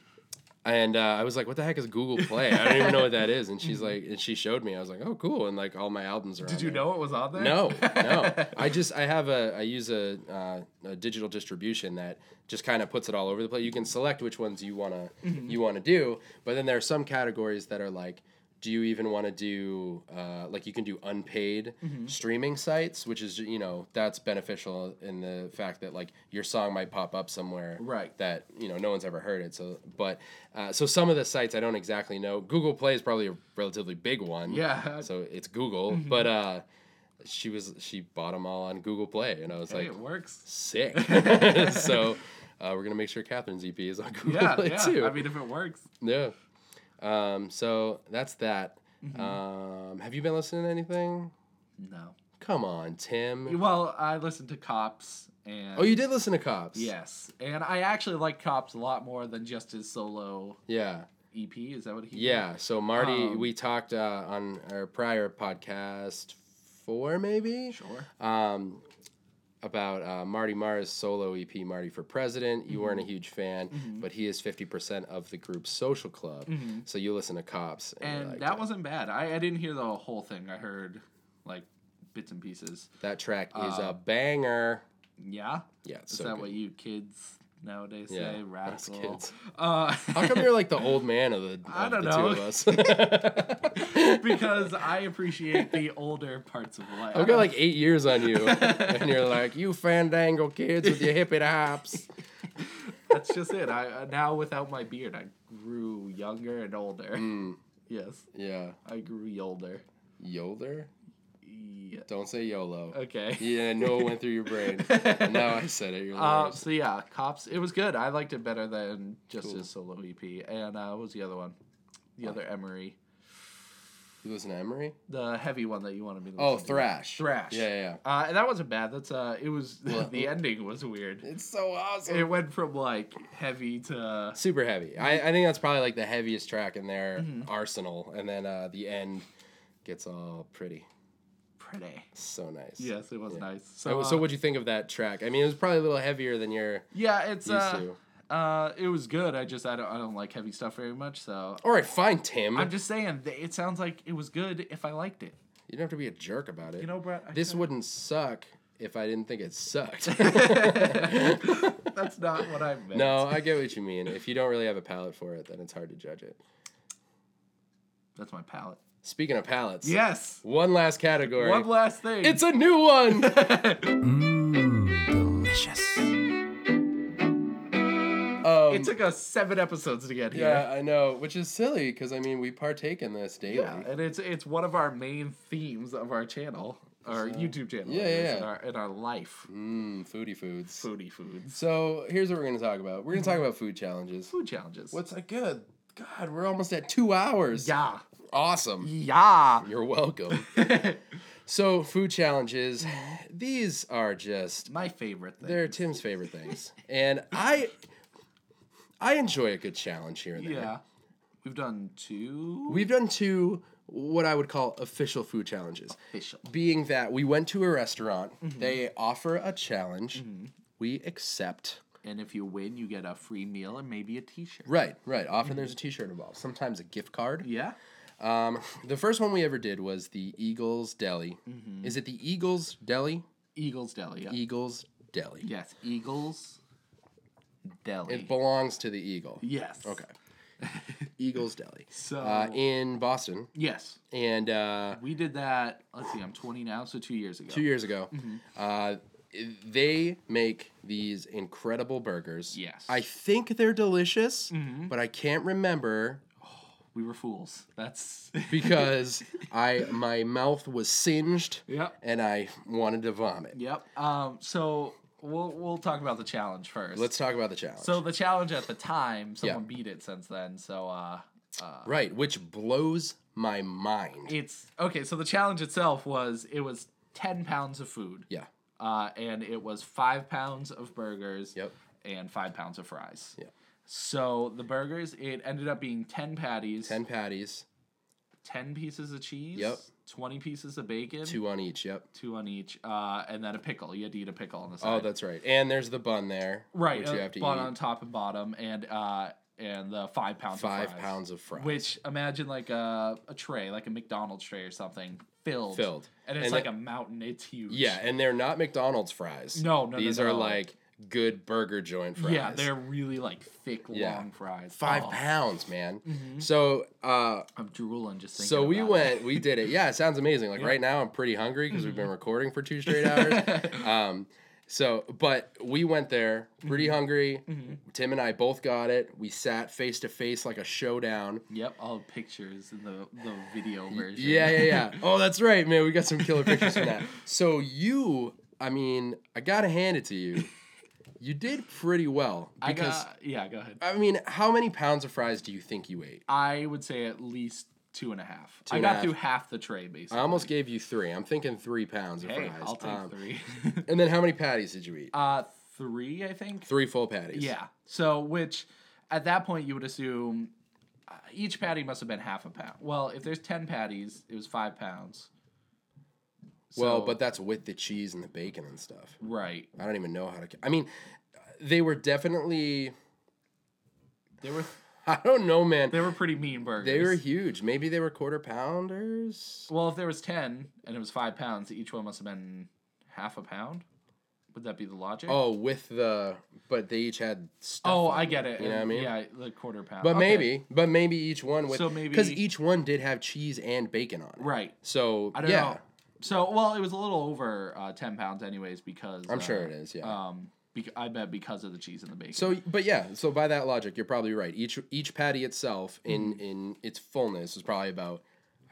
A: and uh, I was like, "What the heck is Google Play? I don't even know what that is." And she's like, and she showed me. I was like, "Oh, cool!" And like all my albums are.
B: Did you know it was on there?
A: No, no. I just I have a I use a, uh, a digital distribution that just kind of puts it all over the place. You can select which ones you wanna
B: Mm-hmm.
A: you wanna do, but then there are some categories that are like, do you even want to do uh, like you can do unpaid
B: Mm-hmm.
A: streaming sites, which is you know that's beneficial in the fact that like your song might pop up somewhere
B: Right.
A: that you know no one's ever heard it. So but uh, so some of the sites I don't exactly know. Google Play is probably a relatively big one.
B: Yeah.
A: So it's Google,
B: Mm-hmm.
A: but uh, she was she bought them all on Google Play, and I was
B: Hey,
A: like,
B: it works.
A: sick. so uh, we're gonna make sure Catherine's EP is on Google
B: Yeah,
A: Play
B: yeah.
A: too.
B: I mean, if it works.
A: yeah. Um, so that's that.
B: Mm-hmm.
A: Um, have you been listening to anything?
B: No.
A: Come on, Tim.
B: Well, I listened to Cops and.
A: Oh, you did listen to Cops.
B: Yes. And I actually like Cops a lot more than just his solo
A: Yeah.
B: EP. Is that what he
A: Yeah. So Marty,
B: Um,
A: we talked uh, on our prior podcast four, maybe.
B: Sure.
A: um, about uh, Marty Marr's solo EP, Marty for President. You weren't a
B: Mm-hmm.
A: huge fan, but he is 50% of the group's social club. So you listen to Cops. you're
B: Mm-hmm. and
A: like,
B: that wasn't bad. I, I didn't hear the whole thing. I heard like bits and pieces.
A: that track is a banger.
B: Yeah.
A: Yeah, it's
B: uh, Is
A: so
B: that
A: good.
B: what you kids nowadays
A: Yeah,
B: say?
A: us
B: Radical.
A: kids.
B: Uh,
A: How come you're like the old man of the, of
B: I don't
A: the
B: know.
A: two of us? I've
B: because I appreciate the older parts of life.
A: got like eight years on you, and you're like, you fandangle kids with your hippie hops.
B: That's just it. I uh, now without my beard, I grew younger and older.
A: Mm.
B: Yes,
A: Yeah.
B: I grew older.
A: Yolder?
B: Yeah.
A: Don't say YOLO.
B: Okay.
A: Yeah, I know it went through your brain. And now I said it. You're
B: Uh,
A: like,
B: so yeah, cops. It was good. I liked it better than just his solo EP. And uh, what was the other one? The other Emery,
A: you listen to Emery?
B: the heavy one that you wanted me to.
A: Oh,
B: listen to.
A: Thrash.
B: Thrash.
A: Yeah, yeah.
B: Uh, and that wasn't bad. That's uh, it was the ending was weird.
A: It's so awesome.
B: It went from like heavy to
A: Super heavy. I, I think that's probably like the heaviest track in their arsenal. And then uh, the end gets all pretty.
B: pretty.
A: So nice.
B: Yes, it was nice. So,
A: So,
B: uh,
A: so what'd you think of that track? I mean, it was probably a little heavier than you're
B: yeah, it's
A: used
B: uh,
A: to.
B: uh, it was good. I just I don't I don't like heavy stuff very much. So
A: All right, fine, Tim.
B: I'm just saying that it sounds like it was good if I liked it.
A: you don't have to be a jerk about it.
B: You know, Brett. I
A: this
B: kinda-
A: wouldn't suck if I didn't think it sucked.
B: That's not what I meant.
A: no, I get what you mean. If you don't really have a palate for it, then it's hard to judge it.
B: that's my palate.
A: Speaking of palettes.
B: Yes.
A: One last category.
B: One last thing.
A: it's a new one.
F: Mmm, delicious.
A: Um,
B: it took us seven episodes to get here.
A: yeah, I know, which is silly because I mean we partake in this daily.
B: Yeah, and it's it's one of our main themes of our channel, our YouTube channel.
A: uh, Yeah,
B: it is,
A: yeah,
B: In
A: yeah.
B: our, in our life,
A: Mm, foodie foods.
B: foodie foods,
A: So here's what we're gonna talk about. We're gonna talk about Mm-hmm. food challenges.
B: food challenges.
A: What's a good? God, we're almost at two hours.
B: yeah,
A: Awesome.
B: yeah?
A: You're welcome. so food challenges. These are just
B: My favorite thing.
A: they're Tim's favorite things, and I I enjoy a good challenge here and there.
B: yeah, we've done two
A: We've done two what I would call official food challenges.
B: official.
A: being that we went to a restaurant,
B: Mm-hmm.
A: they offer a challenge, we accept.
B: And if you win, you get a free meal and maybe a T-shirt.
A: Right, right. Often there's a
B: Mm-hmm.
A: T-shirt involved. Sometimes a gift card.
B: Yeah.
A: The first one we ever did was the Eagles Deli. Is it the Eagles Deli?
B: Eagles Deli. Mm-hmm. Yeah.
A: Eagles Deli.
B: yes, Eagles Deli.
A: It belongs to the Eagle.
B: yes.
A: Okay. Eagles Deli.
B: So
A: Uh, in Boston,
B: yes,
A: and uh,
B: we did that. Let's see, I'm 20 now, so mm-hmm. two years ago.
A: two years ago. Uh, they make these incredible burgers.
B: Yes. Mm-hmm.
A: I think they're delicious, but I can't remember
B: We were fools. That's
A: because I my mouth was singed
B: Yep.
A: and I wanted to vomit.
B: Yep. Um, so we'll we'll talk about the challenge first.
A: Let's talk about the challenge.
B: So the challenge at the time,
A: Yeah.
B: someone beat it since then. So uh,
A: right, which blows my mind.
B: it's okay. So the challenge itself was it was ten pounds of food.
A: yeah.
B: Uh, and it was five pounds of burgers.
A: Yep.
B: And five pounds of fries.
A: Yeah.
B: So the burgers, it ended up being ten patties, 10,
A: 10 patties,
B: 10 pieces of cheese.
A: Yep.
B: Twenty pieces of bacon.
A: two on each. Yep.
B: Two on each, uh, and then a pickle. You had to eat a pickle on the side.
A: Oh, that's right. And there's the bun there.
B: right
A: Which
B: uh,
A: you have to eat.
B: bun on top and bottom and uh and the five pounds
A: Five
B: of fries,
A: pounds of fries.
B: which imagine like a, a tray like a mcdonald's tray or something filled
A: Filled.
B: and it's
A: And
B: like
A: the-
B: a mountain it's huge
A: yeah, and they're not McDonald's fries.
B: No, no, no,
A: These are
B: no.
A: like good burger joint fries.
B: yeah they're really like thick
A: Yeah.
B: long fries
A: five
B: Oh,
A: pounds, man. So uh
B: i'm drooling just thinking
A: So we
B: Mm-hmm. about
A: went, we did it. Yeah, it sounds amazing. Like right now, I'm pretty hungry because we've
B: Mm-hmm.
A: been recording for two straight hours. um, so, but we went there pretty
B: Mm-hmm.
A: hungry. Tim and I both got it. We sat face to face like a showdown.
B: it. yep all the pictures in the the video version
A: Yeah, yeah, yeah. oh, that's right, man. We got some killer pictures from that. So you, I mean, I gotta hand it to you. You did pretty well
B: i
A: because
B: got yeah go ahead
A: I mean, how many pounds of fries do you think you ate?
B: i would say at least two and a half i
A: and a
B: got
A: half.
B: through half the tray basically
A: I almost gave you three. I'm thinking three pounds of
B: hey
A: fries.
B: i'll take
A: Um,
B: three
A: And then how many patties did you eat?
B: uh three i think
A: Three full patties.
B: Yeah. So, which at that point you would assume uh, each patty must have been half a pound. Well, if there's 10 patties, it was five pounds.
A: Well,
B: So-
A: but that's with the cheese and the bacon and stuff.
B: Right.
A: I don't even know how to. ca- I mean, they were definitely.
B: They were
A: I don't know, man.
B: they were pretty mean burgers.
A: They were huge. Maybe they were quarter pounders.
B: Well, if there was 10 and it was five pounds, each one must have been half a pound. Would that be the logic?
A: Oh, with the but they each had stuff.
B: Oh,
A: on
B: I
A: them,
B: get it.
A: You know what I mean?
B: Yeah, the quarter pound.
A: But
B: Okay.
A: maybe, but maybe each one with
B: So
A: because
B: maybe-
A: each one did have cheese and bacon on it.
B: Right.
A: So
B: I don't
A: yeah,
B: know. So, well, it was a little over uh, 10 pounds anyways because
A: I'm
B: uh,
A: sure it is. Yeah.
B: Um bec- I bet because of the cheese and the bacon.
A: So, but yeah, so by that logic, you're probably right. Each each patty itself, in
B: Mm-hmm.
A: in its fullness, is probably about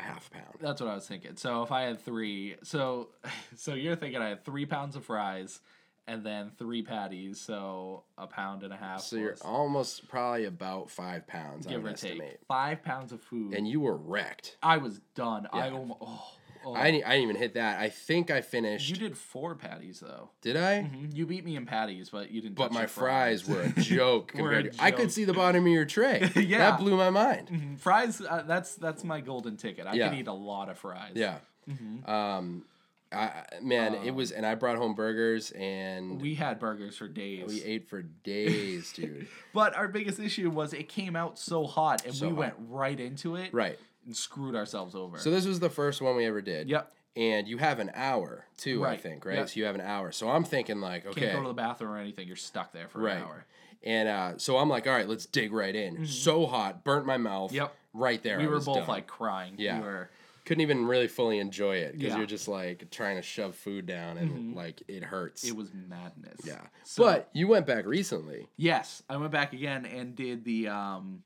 A: a half pound.
B: That's what I was thinking. So if I had three, so so you're thinking I had three pounds of fries, and then three patties, so a pound and a half.
A: So you're
B: plus,
A: almost probably about five pounds, I
B: give
A: would
B: or take
A: estimate.
B: five pounds of food,
A: And you were wrecked.
B: I was done. I almost. Oh, oh.
A: I, didn't, I didn't even hit that. I think I finished.
B: you Mm-hmm. did four patties though.
A: did I?
B: You beat me in patties, but you didn't.
A: But
B: touch
A: my
B: your
A: fries were a joke
B: Were a
A: compared to. I could
B: joke.
A: see the bottom of your tray.
B: Yeah.
A: That blew my mind.
B: fries. Uh, that's that's my golden ticket. I
A: Yeah.
B: can eat a lot of fries.
A: Yeah.
B: Mm-hmm.
A: Um, I, I- man, it was. And I brought home burgers and we,
B: Uh. We had burgers for days.
A: ate for days, dude.
B: But our biggest issue was it came out so hot and
A: So
B: we
A: hot.
B: went right into it.
A: right.
B: And screwed ourselves over.
A: So this was the first one we ever did.
B: Yep.
A: And you have an hour too, I
B: Right.
A: think, right?
B: Yep.
A: So you have an hour. So I'm thinking like, okay,
B: Can't go to the bathroom or anything. You're stuck there for
A: Right.
B: an hour.
A: And uh, so I'm like, all right, let's dig right in. So hot, burnt my mouth.
B: Mm-hmm. Yep.
A: Right there.
B: We
A: I
B: were
A: was
B: both
A: done.
B: like crying.
A: Yeah.
B: We were
A: couldn't even really fully enjoy it because
B: Yeah. Mm-hmm.
A: you're just like trying to shove food down and like it hurts.
B: It was madness.
A: yeah.
B: So-
A: but you went back recently.
B: Yes, I went back again and did the um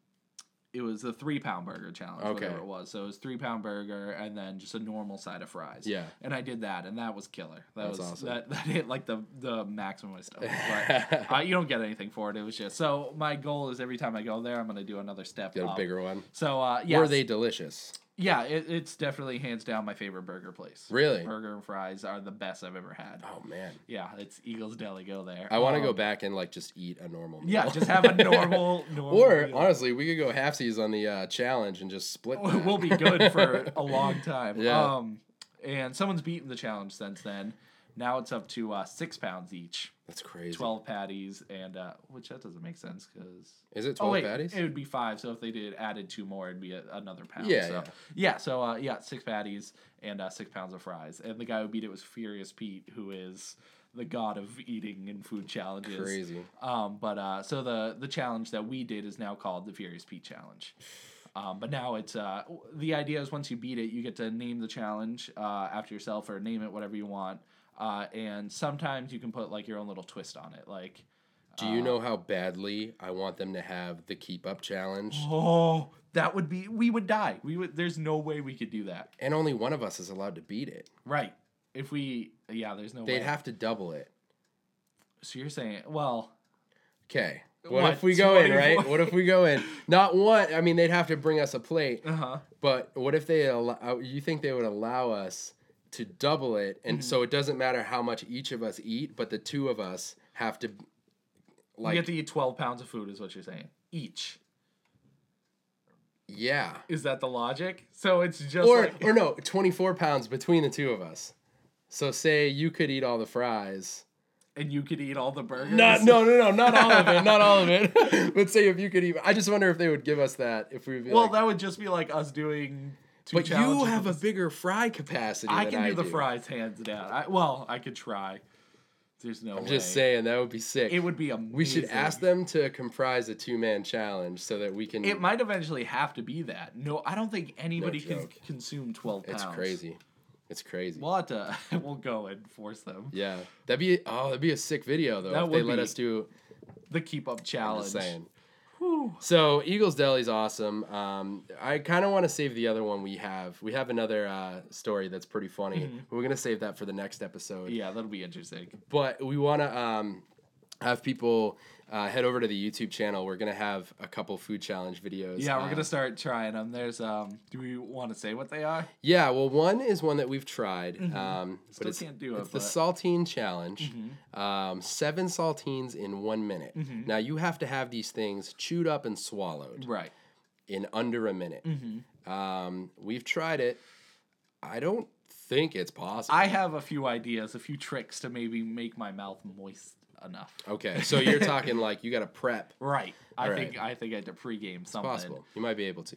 B: it was the three pound burger challenge,
A: Okay.
B: whatever it was. So it was three pound burger and then just a normal side of fries.
A: Yeah.
B: And I did that and that was killer. That
A: That's
B: was
A: awesome.
B: that, that hit like the the maximum of my stomach. But uh, you don't get anything for it. It was just so my goal is every time I go there I'm gonna do another step.
A: Got a
B: up.
A: bigger one.
B: So uh yeah.
A: Were they delicious?
B: yeah, it, it's definitely hands down my favorite burger place.
A: Really?
B: Burger and fries are the best I've ever had.
A: Oh man,
B: Yeah, it's Eagles Deli. Go there.
A: I want to
B: Um,
A: go back and like just eat a normal meal.
B: Yeah, just have a normal, normal.
A: Or
B: meal.
A: honestly, we could go halfsies on the uh, challenge and just split. that.
B: we'll be good for a long time.
A: Yeah.
B: Um, and someone's beaten the challenge since then. Now it's up to uh, six pounds each,
A: That's crazy.
B: twelve patties, and uh, which that doesn't make sense because
A: Is it
B: oh
A: twelve
B: wait,
A: patties?
B: it would be five. So if they did added two more, it'd be a, another pound.
A: Yeah,
B: So,
A: yeah.
B: yeah. So uh, yeah, six patties and uh, six pounds of fries, and the guy who beat it was Furious Pete, who is the god of eating and food challenges.
A: Crazy.
B: Um, but uh, so the the challenge that we did is now called the Furious Pete Challenge. Um, but now it's uh, w- the idea is once you beat it, you get to name the challenge uh, after yourself or name it whatever you want. Uh, and sometimes you can put like your own little twist on it, like
A: Do
B: uh,
A: you know how badly I want them to have the keep up challenge?
B: oh, that would be we would die. We would. There's no way we could do that.
A: And only one of us is allowed to beat it.
B: Right. If we, yeah, there's no
A: They'd
B: way.
A: have to double it.
B: so you're saying, well,
A: Okay. What,
B: What?
A: if we go in,
B: 24?
A: right? What if we go in? Not one. I mean, they'd have to bring us a plate.
B: uh huh.
A: But what if they allow? You think they would allow us to double it,
B: Mm-hmm.
A: and so it doesn't matter how much each of us eat, but the two of us have to,
B: you
A: like,
B: have to eat 12 pounds of food, is what you're saying. Each.
A: yeah,
B: Is that the logic? So it's just
A: or
B: like,
A: or no, twenty four pounds between the two of us. So say you could eat all the fries.
B: and you could eat all the burgers.
A: Not no no no not all of it not all of it. but say if you could even. I just wonder if they would give us that if we.
B: Well, that would just be like us doing. Two
A: But you
B: challenges
A: have a
B: with-
A: bigger fry capacity.
B: I
A: than
B: can do the
A: do.
B: fries hands down. I, well, I could try. There's no.
A: I'm just
B: way.
A: saying that would be sick.
B: It would be amazing.
A: We should ask them to comprise a two man challenge so that we can.
B: It might eventually have to be that. No, I don't think anybody can
A: joke.
B: consume 12 pounds.
A: It's crazy. It's crazy.
B: We'll have to. We'll go and force them.
A: yeah, that'd be oh, that'd be a sick video though
B: That
A: if they
B: would
A: let
B: be
A: us do.
B: The keep up
A: I'm
B: challenge.
A: just saying. So Eagles Deli's awesome. Um, I kind of want to save the other one we have. We have another uh, story that's pretty funny. We're gonna save that for the next episode.
B: Mm-hmm. Yeah, that'll be interesting.
A: but we want to um, have people uh, head over to the YouTube channel. We're gonna have a couple food challenge videos.
B: Yeah,
A: uh,
B: we're gonna start trying them. There's um. Do we want to say what they are?
A: Yeah, well, one is one that we've tried, um,
B: Mm-hmm. Still
A: but it's,
B: can't do it,
A: it's the
B: but- Mm-hmm.
A: saltine challenge. Um, seven saltines in one minute. Now you have to have these things chewed up and swallowed
B: Right. Mm-hmm.
A: in under a minute. Um, we've tried it. I don't think it's possible.
B: I have a few ideas, a few tricks to maybe make my mouth moist enough.
A: okay, so you're talking like you got to prep.
B: Right. I
A: All
B: think I think I had to pregame something.
A: Possible. You might be able to.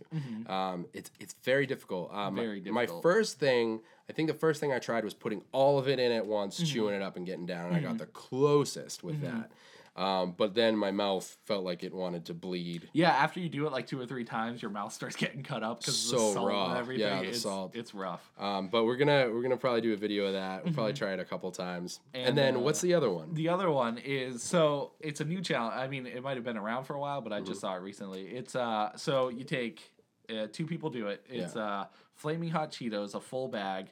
A: Um, it's it's very difficult. Um,
B: Mm-hmm. Very
A: My
B: difficult.
A: first thing, I think the first thing I tried was putting all of it in at once,
B: Mm-hmm.
A: chewing it up and getting down. And I got the closest with that. Um, but then my mouth felt like it wanted to bleed.
B: Yeah, after you do it like two or three times, your mouth starts getting cut up because
A: So
B: the salt
A: raw.
B: and everything.
A: Yeah, the
B: it's,
A: salt.
B: It's rough.
A: Um, but we're gonna we're gonna probably do a video of that. We'll probably try it a couple times. And,
B: Mm-hmm. And,
A: then
B: uh,
A: what's the other one?
B: The other one is so it's a new challenge. I mean, it might have been around for a while, but I
A: Mm-hmm.
B: just saw it recently. It's uh, so you take uh, two people do it. It's
A: Yeah.
B: uh, flaming hot Cheetos, a full bag,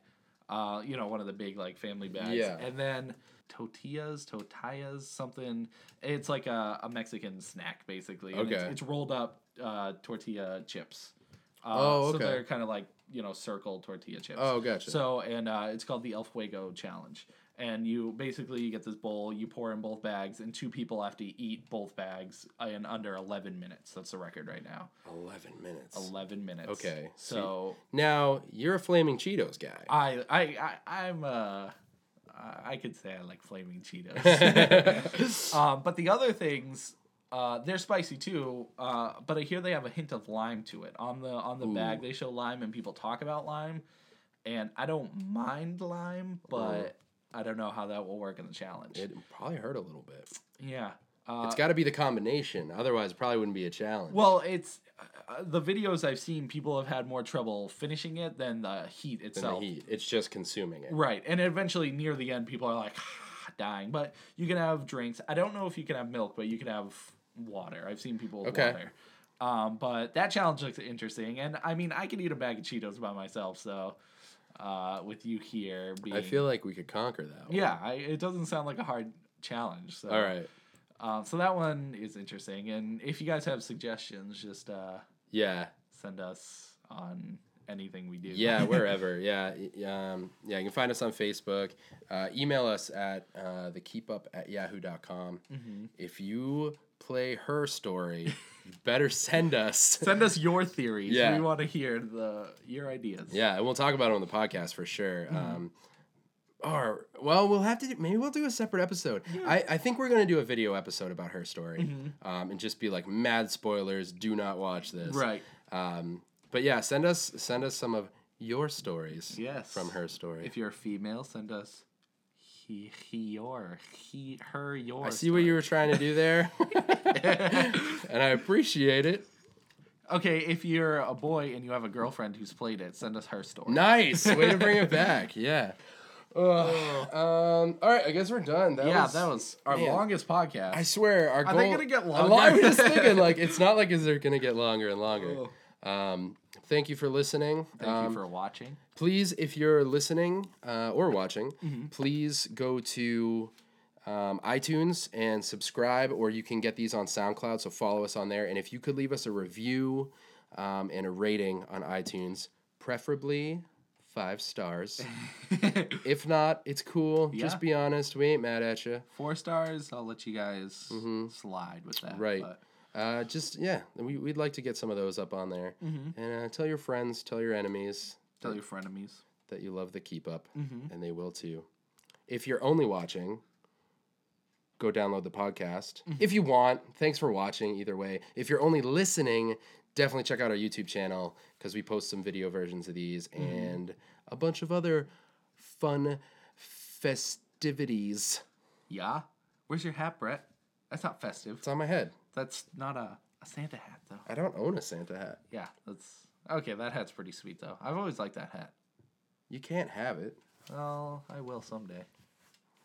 B: uh, you know, one of the big like family bags,
A: Yeah.
B: and then tortillas, totillas, something. It's like a, a Mexican snack basically. and
A: Okay.
B: it's, it's rolled up uh, tortilla chips. Uh,
A: Oh, okay.
B: So they're kind of like you know circle tortilla chips.
A: Oh, gotcha.
B: So and uh, it's called the El Fuego challenge, and you basically you get this bowl, you pour in both bags, and two people have to eat both bags in under eleven minutes. That's the record right now.
A: Eleven minutes.
B: Eleven minutes.
A: Okay, so
B: So
A: Now you're a flaming Cheetos guy.
B: I I I I'm uh I- I could say I like flaming Cheetos. um, but the other things, uh, they're spicy too. Uh, but I hear they have a hint of lime to it on the on the bag. They show lime and people talk about lime, and I don't mind lime, but I don't know how that will work in the challenge.
A: It probably hurt a little bit.
B: yeah.
A: it's got to be the combination. Otherwise, it probably wouldn't be a challenge.
B: Uh, Well, it's uh, the videos I've seen. People have had more trouble finishing it than the heat
A: Than the
B: itself.
A: heat. It's just consuming it.
B: Right, and eventually near the end, people are like dying. But you can have drinks. I don't know if you can have milk, but you can have water. I've seen people with
A: Okay.
B: water. Um, but that challenge looks interesting, and I mean, I could eat a bag of Cheetos by myself. So, uh, with you here, being,
A: I feel like we could conquer that. One.
B: yeah, I, it doesn't sound like a hard challenge. So.
A: All right.
B: Uh, so that one is interesting. And if you guys have suggestions, just uh,
A: Yeah.
B: send us on anything we do.
A: Yeah. Wherever. yeah. y- Um, yeah. You can find us on Facebook. Uh, email us at uh, thekeepup at yahoo.com.
B: Mm-hmm.
A: If you play her story, you better send us.
B: send us your theories.
A: Yeah.
B: We want to hear the your ideas.
A: Yeah, and we'll talk about it on the podcast for sure.
B: Mm-hmm.
A: Um, or well, we'll have to do, maybe we'll do a separate episode. I, I think we're gonna do a video episode about her story,
B: Mm-hmm.
A: um, and just be like mad spoilers. Do not watch this.
B: Right.
A: Um, but yeah, send us send us some of your stories.
B: Yes.
A: From her story.
B: If you're a female, send us he, he your he her your.
A: I see what you were trying to do there, and I appreciate it.
B: Okay, if you're a boy and you have a girlfriend who's played it, send us her story.
A: Nice way to bring it back. Yeah. Ugh. um. All right. I guess we're done. That
B: yeah,
A: was,
B: that was our
A: man.
B: longest podcast.
A: I swear, our
B: Are
A: goal.
B: they gonna get
A: I
B: longer?
A: li- I was just thinking, like, it's not like is they're gonna get longer and longer.
B: Oh.
A: Um, thank you for listening.
B: Thank
A: um,
B: you for watching.
A: please, if you're listening uh, or watching, please go to um, iTunes and subscribe, or you can get these on SoundCloud. So follow us on there, and if you could leave us a review um, and a rating on iTunes, preferably five stars. if not, it's cool.
B: Yeah.
A: Just be honest. We ain't mad at you.
B: Four stars. I'll let you guys slide with that.
A: Mm-hmm. Right.
B: but-
A: Uh, just yeah, we, we'd like to get some of those up on there, and uh, tell your friends, tell your enemies
B: Tell your frenemies.
A: that you love the keep up, and they will too. If you're only watching, go download the podcast if you want. Thanks for watching. Either way, if you're only listening, definitely check out our YouTube channel because we post some video versions of these and a bunch of other fun festivities.
B: Yeah. Where's your hat, Brett? That's not festive.
A: It's on my head.
B: That's not a, a Santa hat, though.
A: I don't own a Santa hat.
B: Yeah, that's okay. That hat's pretty sweet, though. I've always liked that hat.
A: You can't have it.
B: Well, I will someday.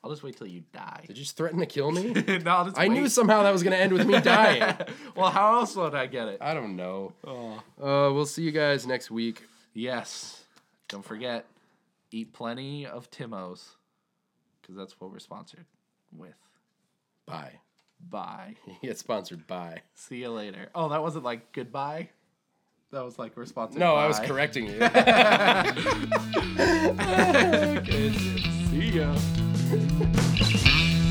B: I'll just wait till you die.
A: Did you just threaten to kill me?
B: no, I'll just
A: I knew
B: wait.
A: somehow that was going to end with me dying.
B: Well, how else would I get it?
A: I don't know. Uh, we'll see you guys next week.
B: Yes. Don't forget, eat plenty of Timos, because that's what we're sponsored with.
A: Bye.
B: Bye.
A: You get sponsored by.
B: See you later. Oh, that wasn't like goodbye. That was like responsive.
A: No, I was
B: bye.
A: correcting you.
B: See ya.